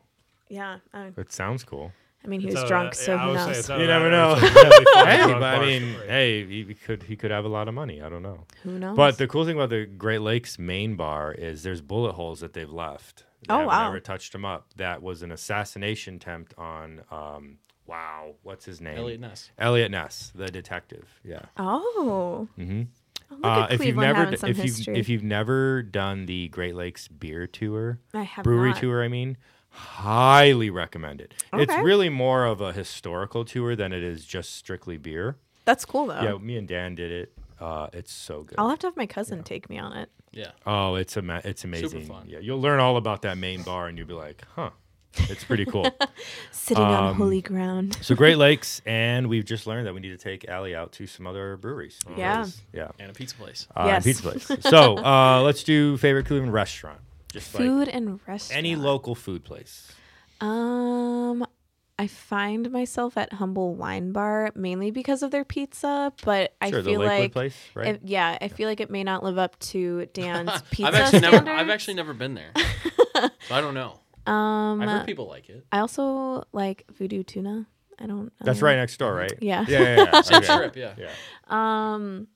F: Yeah. I,
E: It sounds cool.
F: I mean, he
D: It's
F: was
D: out of
F: drunk,
D: that-
F: so
D: yeah, I
F: who
D: would say
F: knows?
D: it's out
E: You
D: of
E: never know.
D: that- it's a really
E: hey,
D: fun
E: but I
D: bar
E: mean,
D: story.
E: hey, he he could he could have a lot of money. I don't know.
F: Who knows?
E: But the cool thing about the Great Lakes main bar is there's bullet holes that they've left. They
F: Oh,
E: haven't
F: wow.
E: Ever touched them up. That was an assassination attempt on. Um, wow, what's his name?
B: Elliot Ness.
E: Elliot Ness, the detective. Yeah.
F: oh.
E: Mm-hmm.
F: Oh, Look at
E: if you've
F: Cleveland
E: never
F: having
E: d-
F: some
E: if you
F: history.
E: if you've never done the Great Lakes beer tour,
F: I have
E: brewery
F: not.
E: tour, I mean, highly recommend it. It's
F: Okay.
E: really more of a historical tour than it is just strictly beer.
F: That's cool though.
E: Yeah, me and Dan did it. Uh, it's so good.
F: I'll have to have my cousin take me on it.
B: Yeah.
E: Oh, it's ama- it's amazing.
B: fun.
E: Yeah, you'll learn all about that main bar, and you'll be like, huh, it's pretty cool.
F: Sitting on
E: Um,
F: holy ground.
E: so Great Lakes, and we've just learned that we need to take Allie out to some other breweries.
F: Yeah.
E: because- yeah.
B: And a pizza place.
E: Uh,
F: Yes.
E: Pizza place. So uh, let's do favorite Cleveland restaurant. Just like
F: Food and restaurant.
E: any local food place.
F: Um, I find myself at Humble Wine Bar mainly because of their pizza, but I
E: Sure, the
F: feel
E: Lakewood
F: like
E: place, right?
F: it- yeah, I feel like it may not live up to Dan's pizza
B: I've actually
F: standards.
B: never I've actually never been there. So I don't know.
F: um,
B: I've heard people like it.
F: I also like Voodoo Tuna. I don't. I
E: That's
F: don't-
E: right next door, right?
F: Yeah.
E: Yeah. yeah, yeah. Okay.
B: Trip, yeah.
E: Yeah.
F: Um,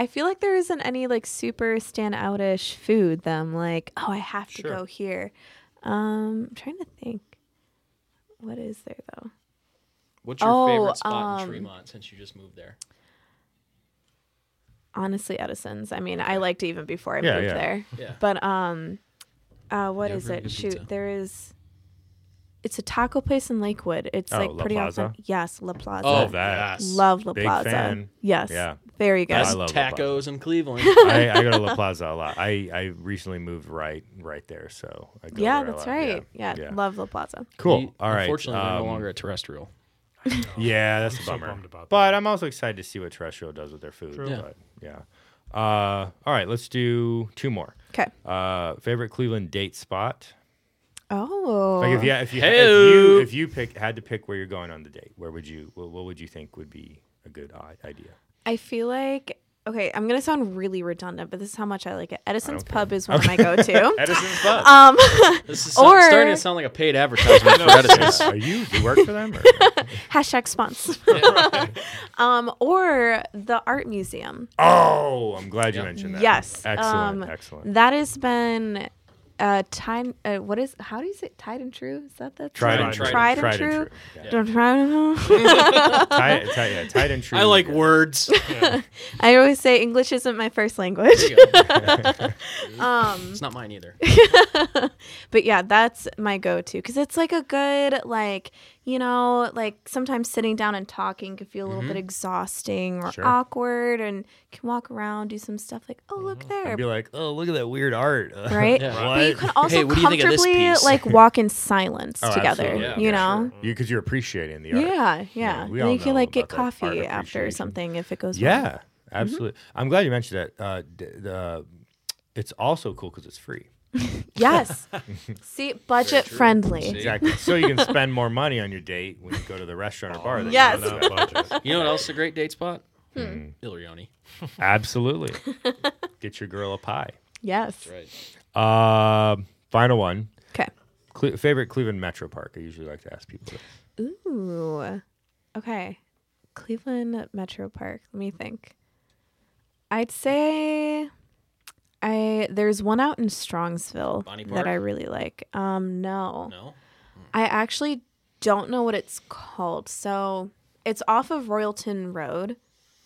F: I feel like there isn't any like super standoutish food that I'm like, oh, I have to
E: Sure.
F: go here. Um, I'm trying to think. What is there though?
B: What's your
F: Oh,
B: favorite spot in
F: um,
B: Tremont since you just moved there?
F: honestly Edison's. I mean, I liked it even before I
E: Yeah,
F: moved
E: yeah.
F: there.
B: Yeah.
F: But um uh what
B: Yeah,
F: is
B: very
F: it?
B: good
F: Shoot,
B: pizza.
F: there is it's a taco place in Lakewood. It's
E: Oh,
F: like
E: La
F: pretty
E: Plaza?
F: often. Yes, La Plaza.
B: Oh,
E: Love that.
F: Love La
E: Big
F: Plaza.
E: fan.
F: Yes.
E: Yeah.
F: Very good.
E: Yes.
B: Best
E: I love La Plaza.
B: tacos in Cleveland.
E: I, I go to La Plaza a lot. I, I recently moved right right there, so I go
F: yeah,
E: there a
F: that's
E: lot.
F: right. Yeah.
E: Yeah.
F: Love La Plaza.
E: Cool.
B: We-
E: All right.
B: Unfortunately, we're no
E: um,
B: longer a terrestrial.
E: Yeah, that's a
D: so
E: bummer.
D: bummed about
E: but
D: that.
E: I'm also excited to see what Terrestrial does with their food.
B: Yeah.
E: But yeah. Uh, all right, let's do two more.
F: Okay.
E: Uh, favorite Cleveland date spot?
F: Oh.
E: Like if you if you, if you
B: Heyo.
E: if you pick had to pick where you're going on the date, where would you what, what would you think would be a good i- idea?
F: I feel like okay, I'm gonna sound really redundant, but this is how much I like it. Edison's
E: care.
F: Pub is one of my go to.
E: Edison's Pub.
F: um
B: This is
F: Or-
B: starting to sound like a paid advertisement for Edison's.
E: Are you do you work for them? Or?
F: hashtag sponsor. um or the art museum.
E: Oh, I'm glad you mentioned that.
F: Yes.
E: Excellent.
F: um,
E: excellent.
F: That has been uh, time. Uh, what is? How do you say? Tried and true? Is that that?
E: Tried and
D: Tried
E: true.
D: and
F: Tried and true.
E: Yeah.
F: Don't try-
E: Tight, tight, yeah, tight and true.
B: I like
E: yeah.
B: words.
F: I always say English isn't my first language.
B: It's not mine either.
F: But yeah, that's my go-to because it's like a good like you know like sometimes sitting down and talking can feel a little bit exhausting or
E: Mm-hmm. Sure.
F: awkward, and you can walk around do some stuff like oh look there,
E: I'd be like, oh, look at that weird art.
F: right?
B: Yeah.
F: But you
E: What?
F: can also
B: Hey, what do you think of this
F: comfortably
B: piece?
F: like walk in silence
E: Oh,
F: together.
E: absolutely.
B: Yeah,
F: you
E: yeah,
F: know.
E: You because you're appreciating the art.
F: Yeah, yeah.
E: we
F: and
E: all
F: you can
E: know
F: like get
E: about that art
F: coffee after or
E: appreciation.
F: something if it goes. well.
E: Yeah, absolutely. I'm glad you mentioned that. Uh, d- the, it's also cool because it's free.
F: Yes. See, budget friendly.
E: Exactly. so you can spend more money on your date when you go to the restaurant or bar. than you
F: Yes.
E: would
D: Not budget.
B: You know what else is a great date spot? Hmm. Ilarioni.
E: Absolutely. Get your girl a pie.
F: Yes.
B: Right.
E: Um, final one.
F: Okay.
E: Cle- favorite Cleveland Metro Park. I usually like to ask people. This.
F: Ooh. Okay. Cleveland Metro Park. Let me think. I'd say I there's one out in Strongsville
B: Bonnie Park?
F: that I really like. Um no.
B: No.
F: I actually don't know what it's called. So it's off of Royalton Road,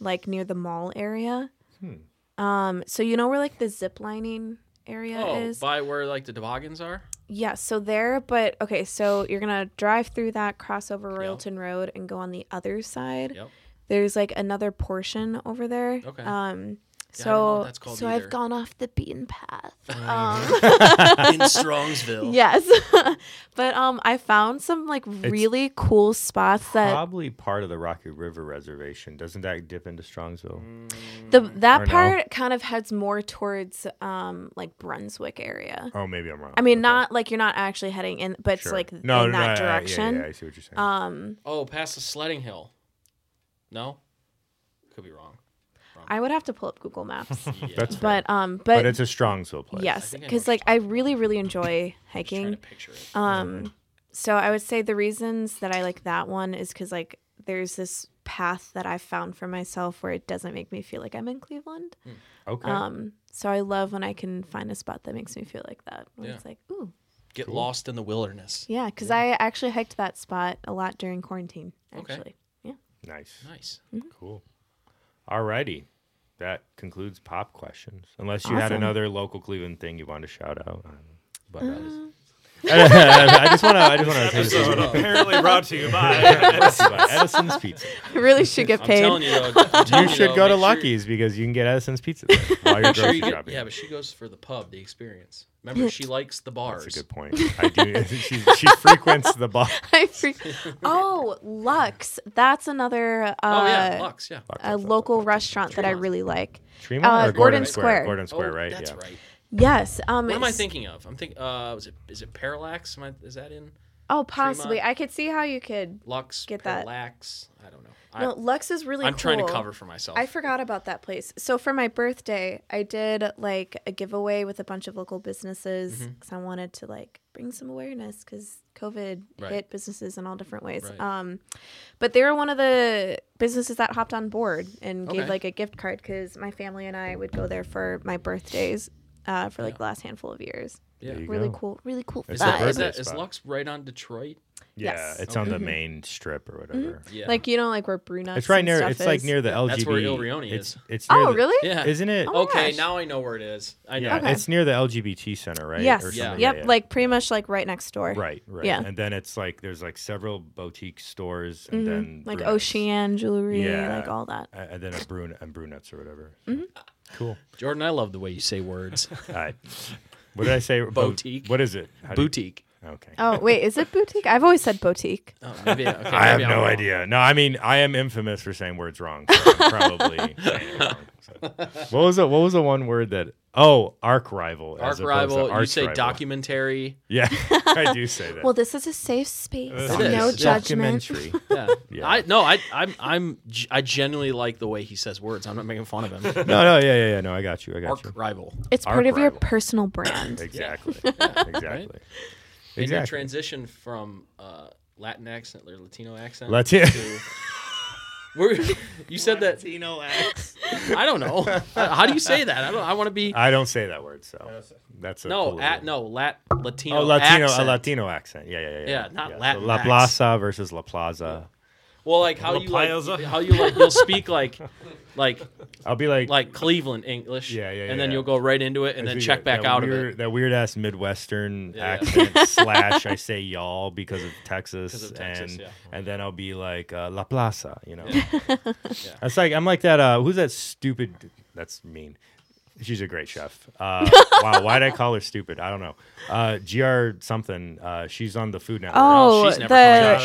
F: like near the mall area. Um, so you know where like the zip lining area
B: Hmm. Oh,
F: is.
B: by where like the toboggans are?
F: yeah, so there, but okay, so you're gonna drive through that crossover
B: Yeah.
F: Royalton Road and go on the other side.
B: Yep.
F: There's like another portion over there.
B: Okay.
F: Um
B: Yeah, I don't know what
F: so
B: that's called
F: so
B: either.
F: I've gone off the beaten path. Um
B: In Strongsville.
F: Yes. but um I found some like really cool spots that
E: Probably part of the Rocky River Reservation. Doesn't that dip into Strongsville?
B: Mm.
F: the
E: or
F: that
E: no?
F: part kind of heads more towards um like Brunswick area.
E: Oh, maybe I'm wrong.
F: I mean
E: Okay.
F: not like you're not actually heading in but it's
E: Sure.
F: like
E: no,
F: in
E: no,
F: that
E: no, yeah,
F: direction.
E: Yeah, yeah, I see what you're saying.
F: Um
B: Oh, past the sledding hill. No? Could be wrong.
F: I would have to pull up Google Maps.
B: Yeah.
E: That's fair.
F: but um but,
E: But, it's a Strongsville place.
F: yes,
B: think I know
F: cuz
B: what
F: like I really really enjoy
B: trying to
F: hiking.
B: picture it.
F: Um, so I would say the reasons that I like that one is because like there's this path that I found for myself where it doesn't make me feel like I'm in Cleveland.
B: Mm.
E: Okay.
F: Um, so I love when I can find a spot that makes me feel like that. When It's like ooh,
B: Get lost in the wilderness.
F: yeah, because I actually hiked that spot a lot during quarantine.
B: Okay.
F: Actually, yeah.
E: nice.
B: Nice.
F: mhm.
E: Cool. Alrighty. That concludes pop questions. Unless you had
F: Awesome.
E: another local Cleveland thing you wanted to shout out. um, But uh, I just want to. I just want to.
D: Episode apparently brought to you by.
E: Edison's Pizza.
F: I really should get
B: I'm
F: paid.
B: telling you though. I'm telling
E: You should
B: though,
E: go to
B: make sure-
E: Lucky's because you can get Edison's Pizza there while you're
B: make sure
E: grocery
B: you get-
E: shopping.
B: yeah, but she goes for the pub, the experience. Remember, she likes the bars.
E: That's a good point. I do. she, she frequents the bar.
F: I freak. Oh, Lux. That's another uh,
B: oh yeah, Lux. Yeah.
F: a local restaurant that I really like.
E: Tremont
F: Uh,
E: or Gordon,
F: Gordon
E: Square?
F: Square.
E: Gordon Square,
B: oh,
E: right?
B: That's
E: yeah.
B: right.
F: Yes. Um,
B: What am I
F: it's-
B: thinking of? I'm thinking. Uh, was it is it Parallax? Am I, is that in
F: Oh, possibly.
B: Tremont.
F: I could see how you could
B: Lux?
F: Get that.
B: Parallax. I don't know. I,
F: No, Lux is really
B: I'm trying to
F: cool.
B: cover for myself.
F: I forgot about that place. So for my birthday, I did like a giveaway with a bunch of local businesses
B: Mm-hmm.
F: because I wanted to like bring some awareness because COVID
B: Right.
F: hit businesses in all different ways.
B: Right.
F: Um, but they were one of the businesses that hopped on board and
B: Okay.
F: gave like a gift card because my family and I would go there for my birthdays uh, for like the last handful of years.
B: yeah.
E: There you
F: Really
E: go.
F: cool, really cool.
B: Is
E: It's a
F: vibe.
B: that, is,
E: birthday
B: that, is
E: spot.
B: Lux right on Detroit?
E: Yeah,
F: Yes.
E: it's on the main strip or whatever.
B: Yeah.
F: Like you know, like Mm-hmm. where Bruno.
E: It's right near. It's like near the LGB.
B: That's where Il Rione
E: it's,
B: is.
E: It's near
F: Oh
E: the-
F: really?
B: yeah.
E: Isn't it?
F: Oh,
B: okay,
F: gosh.
B: now I know where it is. I know.
E: yeah,
F: Okay.
E: it's near the LGBT center, right?
F: Yes.
E: Or
B: Yeah.
E: something,
F: Yep.
E: yeah.
F: Like pretty much like right next door.
E: Right, right.
F: Yeah.
E: And then it's like there's like several boutique stores, and then
F: Mm-hmm. like
E: brunettes.
F: Ocean jewelry,
E: Yeah.
F: like all that.
E: A- and then a brun and brunettes or whatever. Cool.
B: Jordan, I love the way you say words.
E: All right. What did I say? Bo-
B: Boutique.
E: What is it? How do you-
B: Boutique.
E: okay.
F: Oh wait, is it boutique? I've always said boutique.
B: Oh, maybe, okay,
E: I have
B: maybe I'm
E: no
B: wrong.
E: idea. No, I mean I am infamous for saying words wrong. So I'm probably saying it wrong. So. What was it? What was the one word that? Oh, arc rival.
B: Arc
E: as opposed to
B: rival. You
E: arch
B: say
E: rival.
B: documentary.
E: Yeah, I do say that.
F: Well, this is a safe space.
B: It
F: no
B: is.
F: judgment.
E: Documentary.
B: Yeah.
E: Yeah.
B: I no, I I'm I'm g- I genuinely like the way he says words. I'm not making fun of him.
E: no, no, yeah, yeah, yeah. No, I got you. I got
B: Arc
E: you.
B: rival.
F: It's
E: Arc
F: part of your
E: rival.
F: personal brand.
E: Exactly. Exactly.
B: In your
E: Exactly.
B: transition from uh, Latin accent or Latino accent
E: Latin-
B: to where you said that
H: Latino acts.
B: I don't know. How do you say that? I don't I want to be
E: I don't say that word, so that's a
B: No,
E: cool
B: at
E: word.
B: no, lat Latino
E: Oh, Latino,
B: accent.
E: a Latino accent. Yeah, yeah, yeah.
B: Yeah, not
E: So
B: Latin
E: La
B: acts.
E: Plaza versus La Plaza.
B: Well, like how
D: La
B: you like,
D: Plaza.
B: how you like you'll speak like like
E: I'll be like,
B: like Cleveland English.
E: Yeah, yeah,
B: And then
E: yeah.
B: you'll go right into it and then
E: That's
B: check
E: weird.
B: back
E: that
B: out
E: weird,
B: of it.
E: That weird ass Midwestern
B: Yeah.
E: accent slash I say y'all because of Texas,
B: Because of Texas,
E: and
B: yeah.
E: and then I'll be like uh, La Plaza, you know.
B: Yeah.
E: That's like I'm like that. Uh, who's that stupid? That's mean. She's a great chef. Uh, wow, why did I call her stupid? I don't know. Uh, Gr something. Uh, she's on the Food Network.
F: Oh,
B: she's never coming on
F: the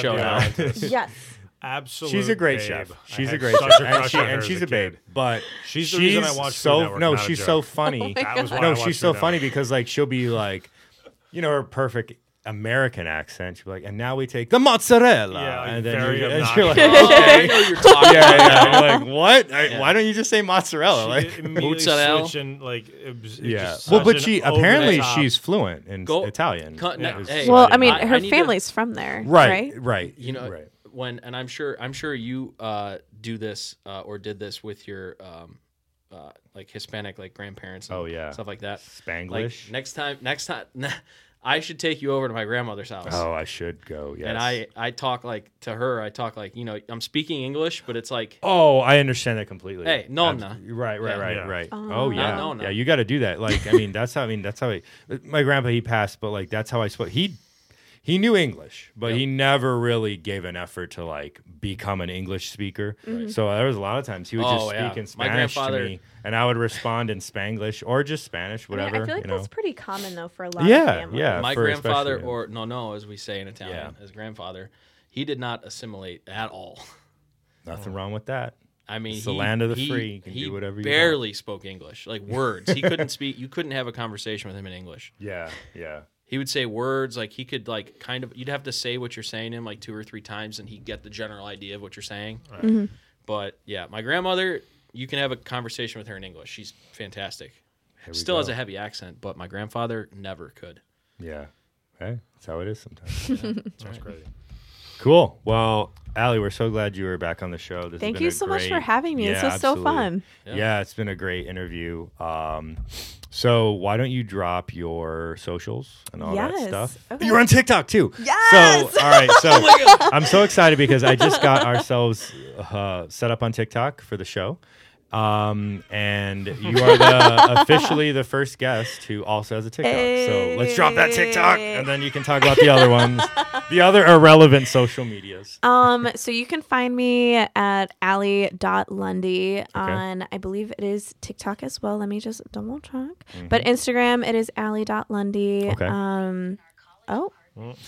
B: the show now.
F: yes.
D: Absolute
E: She's a great
D: babe.
E: chef.
D: I
E: She's a
D: had
E: great
D: such
E: chef,
D: A
E: and,
D: crush
E: she,
D: on her
E: and
D: as
E: she's
D: a
E: a babe.
D: kid.
E: But
D: She's the reason I watch Food
E: so
D: Network,
E: no,
D: not a
E: she's so
D: joke. Oh
E: funny.
D: That was why I
E: no,
D: watch
E: she's
D: Food
E: so
D: Network.
E: funny because like she'll be like, you know, her perfect American accent. She'll be like, and now we take the mozzarella.
D: Yeah, like,
E: and then
D: very
E: you're, and
D: obnoxious.
E: you're like,
B: Oh, I
E: okay.
B: know you're talking
E: yeah,
B: about.
E: yeah. I'm like, what? I,
B: Yeah.
E: Why don't you just say mozzarella?
D: She
E: like,
D: immediately
B: Mozzarella.
D: switching, like it was, it
E: yeah.
D: just
E: Well,
D: such
E: but
D: an
E: she
D: over the
E: apparently
D: top-
E: she's fluent in
B: Go-
E: Italian.
B: Cut- no,
E: It was-
B: hey,
F: Well, I mean,
B: I- I
F: her
B: need to-
F: family's from there,
E: right,
F: right?
E: right,
B: You know,
E: right.
B: when and I'm sure I'm sure you uh, do this uh, or did this with your um, uh, like Hispanic like grandparents. And
E: Oh, yeah.
B: stuff like that. Like
E: Spanglish.
B: next time, next time, I should take you over to my grandmother's house.
E: Oh, I should go. Yes.
B: And I, I talk like to her, I talk like, you know, I'm speaking English, but it's like,
E: Oh, I understand that completely.
B: Hey, nonna.
E: Abs- Right, right,
B: Yeah.
E: right,
D: Yeah.
E: right.
F: Oh.
E: Oh, yeah,
B: nonna.
E: yeah. You got to do that. Like, I mean, that's how. I mean, that's how. I, my grandpa he passed, but like that's how I spoke. He he knew English, but he never really gave an effort to like become an English speaker.
F: Mm-hmm.
E: So there was a lot of times he would just
B: Oh,
E: speak
B: yeah.
E: in
B: My
E: Spanish to
B: grandfather-
E: me, and I would respond in Spanglish or just Spanish,
F: I mean,
E: whatever.
F: I feel like
E: you know.
F: that's pretty common though for a lot
E: Yeah,
F: of families.
E: Oh, yeah.
B: my
E: for
B: grandfather,
E: especially-
B: or no, no, as we say in Italian,
E: Yeah.
B: his grandfather, he did not assimilate at all.
E: Nothing wrong with that.
B: I mean,
E: It's the
B: he-
E: land of the
B: he-
E: free. You can
B: he
E: do whatever you want.
B: barely spoke English, like words. He couldn't speak. You couldn't have a conversation with him in English.
E: Yeah, yeah.
B: He would say words like he could like kind of. You'd have to say what you're saying to him like two or three times, and he'd get the general idea of what you're saying.
F: Mm-hmm.
B: But yeah, my grandmother, you can have a conversation with her in English. She's fantastic. Still has a heavy accent, but my grandfather never could.
E: Yeah. Hey, that's how it is sometimes.
D: That's crazy.
E: cool. Well, Allie, we're so glad you were back on the show. This has
F: Thank
E: been
F: you
E: a
F: so much for
E: great-
F: having me. This
E: Yeah,
F: was so
E: absolutely.
F: fun.
E: Yeah. it's been a great interview. Um, so why don't you drop your socials and all that
F: Yes.
E: stuff?
F: Okay.
E: You're on TikTok too.
F: Yes. Oh
E: So all right. So I'm so excited because I just got ourselves uh, set up on TikTok for the show. Um, and you are the officially the first guest who also has a TikTok. So let's drop that TikTok
F: Hey.
E: and then you can talk about the other ones, the other irrelevant social medias.
F: Um, so you can find me at ally.lundy on I believe it is TikTok as well. Let me just double check. But Instagram it is ally.lundy.
E: Mm-hmm. Okay.
F: Um oh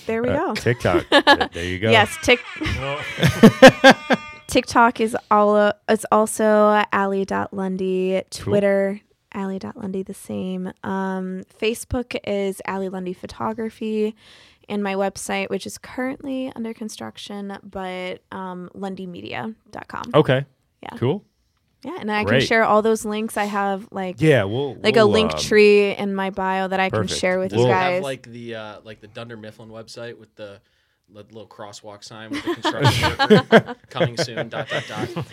F: there we go.
E: Uh, TikTok. Th- there you go.
F: Yes, tick TikTok is all o- it's also ally.lundy, Twitter ally.lundy the same. Um Facebook is ally lundy photography and my website which is currently under construction but um lundymedia.com.
E: Okay.
F: Yeah.
E: Cool.
F: Yeah, and I
E: Oh, Great.
F: can share all those links I have like
E: Yeah, we'll
F: like a
E: we'll,
F: link
E: um,
F: tree in my bio that I can
E: perfect.
F: share with
E: Does
B: Does
F: you
B: it
F: guys.
B: have like the uh, like the Dunder Mifflin website with the li- little crosswalk sign with the construction worker coming soon? Dot dot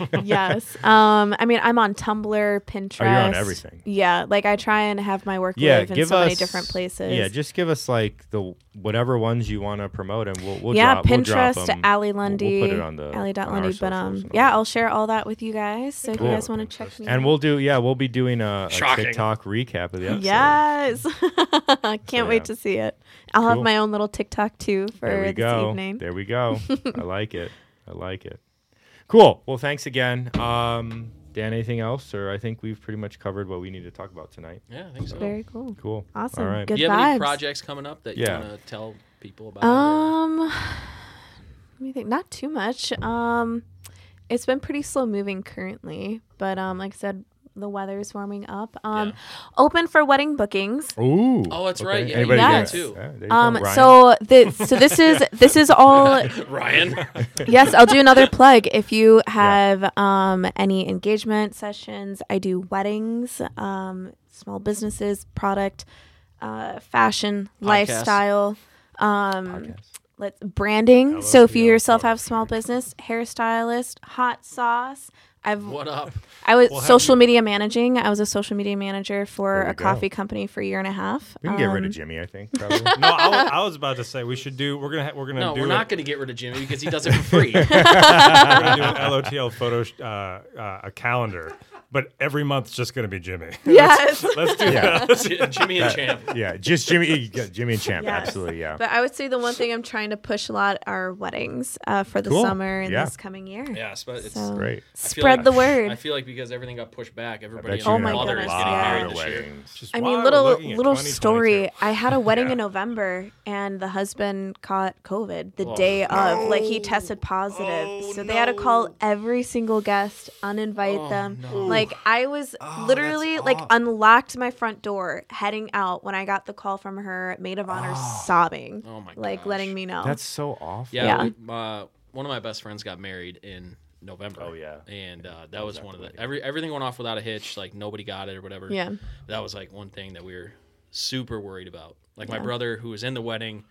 B: dot.
F: yes. Um I mean I'm on Tumblr, Pinterest.
E: Oh, everything.
F: Yeah, like I try and have my work
E: Yeah,
F: live in
E: give
F: so
E: us
F: many different places.
E: Yeah, just give us like the whatever ones you want to promote, and we'll we'll
F: yeah,
E: drop, we'll drop
F: Pinterest,
E: 'em.
F: Allie
E: We'll-
F: Lundy,
E: We'll, put it on the
F: Allie dot
E: on our
F: Lundy,
E: socials
F: but um,
E: and all
F: yeah,
E: that.
F: I'll share all that with you guys. So if
E: Cool.
F: you guys want to check me,
E: and
F: out.
E: we'll do yeah, we'll be doing a, a
B: Shocking.
E: TikTok recap of the episode.
F: yes, can't
E: yeah.
F: wait to see it. I'll have
E: Cool.
F: my own little TikTok too for
E: there we
F: this
E: go.
F: evening.
E: There we go. I like it. I like it. Cool. Well, thanks again, um, Dan. Anything else, or I think we've pretty much covered what we need to talk about tonight.
B: Yeah, I think so.
F: Very cool.
E: Cool.
F: Awesome.
E: All right.
F: Good
B: Do you have any
F: vibes.
B: projects coming up that
E: Yeah.
B: you want to tell people about? or-
F: Um, let me think. Not too much. Um, it's been pretty slow moving currently, but um, like I said, the weather is warming up. Um,
B: Yeah.
F: open for wedding bookings.
E: Ooh.
B: Oh, that's right. Yeah, you
E: Anybody
F: did
E: got-
F: that
B: too.
E: Yeah, there you go,
F: Um,
E: Ryan.
F: so the so this is this is all.
B: Ryan,
F: yes, I'll do another plug. If you have um any engagement sessions, I do weddings, um, small businesses, product, uh, fashion, lifestyle. Um, let's branding. so if you
D: LOTL
F: yourself have small business, hairstylist, hot sauce. I've
B: what up?
F: I was
D: Well, have
F: social media managing. I was a social media manager for
E: There you
F: a
E: go.
F: coffee company for a year and a half.
E: we can get rid
F: Um,
E: of Jimmy. I think. Probably.
D: No, I was, I was about to say we should do. We're gonna ha- we're gonna
B: No,
D: do
B: we're
D: it.
B: not going to get rid of Jimmy because he does it for free.
D: we're gonna do an LOTL photo sh- uh, uh, a calendar, but every month's just gonna be Jimmy.
F: Yes.
D: Let's do
E: Yeah.
D: that.
B: J- Jimmy and Champ.
E: yeah, just Jimmy, yeah, Jimmy and Champ,
F: Yes.
E: absolutely, yeah.
F: But I would say the one thing I'm trying to push a lot are weddings uh, for the
E: Cool.
F: summer and
E: Yeah.
F: this coming year.
B: Yeah, it's- it's,
F: So
E: Great.
F: spread
B: like-
F: the
B: I
F: word.
B: feel like because everything got pushed back, everybody and
E: bet you
F: Oh
B: their
E: have
F: my
E: a
B: mother is
F: goodness,
B: getting
F: yeah.
B: married
E: lot of
B: this year.
E: weddings.
D: Just
F: I
D: while
F: mean,
D: we're
F: little
D: looking at
F: little
D: 2022.
F: story. I had a wedding
E: Yeah.
F: in November, and the husband caught COVID the
B: Oh,
F: day of. Like he tested positive, so they had to call every single guest, uninvite
B: Oh,
F: them. Like I was literally like unlocked my front door, heading out when I got the call from her maid of honor, sobbing,
B: Oh my
F: like letting
B: gosh.
F: me know.
E: That's so awful.
B: Yeah,
F: Yeah.
B: we- uh, one of my best friends got married in November.
E: Oh, yeah.
B: and uh, that was one of the every everything went off without a hitch. Like nobody got it or whatever.
F: Yeah.
B: that was like one thing that we were super worried about. Like my brother who was in the wedding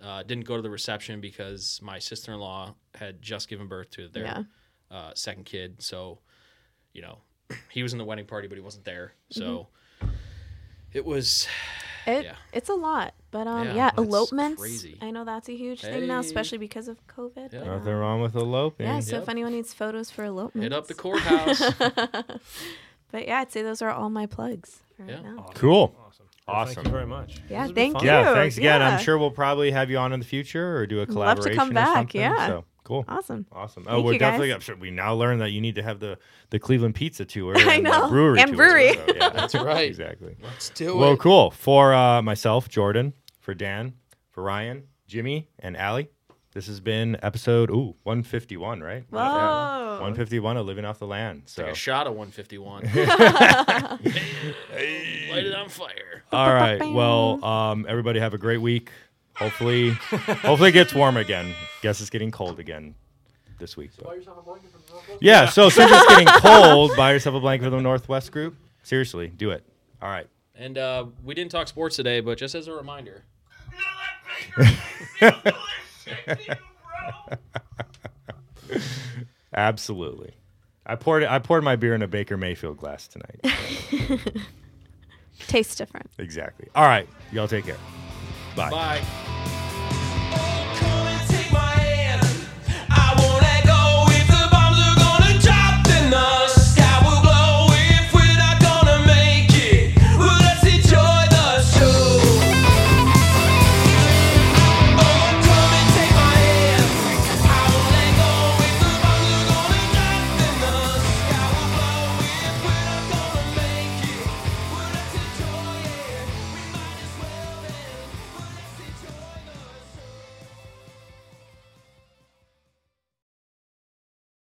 B: uh, didn't go to the reception because my sister in law had just given birth to their
F: Yeah.
B: uh, second kid. So, you know, he was in the wedding party, but he wasn't there. So it was
F: It,
B: Yeah.
F: It's a lot. But um,
B: Yeah,
F: yeah,
B: that's
F: elopements.
B: crazy.
F: I know that's a huge thing now,
B: Hey.
F: especially because of COVID.
B: Yeah.
F: but, um,
E: Nothing wrong with eloping.
F: Yeah, so
B: Yep.
F: if anyone needs photos for elopements.
B: Hit up the courthouse.
F: But yeah, I'd say those are all my plugs for
B: Yeah.
F: right now.
E: Cool.
D: Awesome.
E: Awesome.
D: Thank you very much.
F: Yeah,
D: This has been
F: thank
D: fun.
F: you.
E: Yeah, thanks again.
F: Yeah.
E: I'm sure we'll probably have you on in the future or do a
F: love to
E: collaboration.
F: come
E: or
F: back,
E: something,
F: yeah.
E: So cool.
F: Awesome.
E: Awesome. oh,
F: Thank
E: we're
F: you,
E: definitely.
F: guys.
E: I'm sure we now learned that you need to have the the Cleveland pizza tour.
F: I
E: and the
F: know.
E: brewery
F: And
E: tour,
F: brewery.
E: so, yeah, that's
B: right.
E: Exactly.
B: Let's do
E: Well,
B: it.
E: cool. For uh, myself, Jordan, for Dan, for Ryan, Jimmy, and Allie, this has been episode ooh 151, right?
F: Whoa.
E: 151 of Living Off the Land. So
B: Take a shot of 151. Light it on fire.
E: All right. Well, um, everybody have a great week. Hopefully, hopefully it gets warm again. Guess it's getting cold again this week. but-
G: Buy yourself a blanket from the Northwest.
E: Yeah. So since it's getting cold, buy yourself a blanket for the Northwest group. Seriously, do it. All right.
B: And uh, we didn't talk sports today, but just as a reminder,
E: Absolutely. I poured I poured my beer in a Baker Mayfield glass tonight.
F: Tastes different.
E: exactly. All right. Y'all take care. Bye.
B: bye.
C: Oh,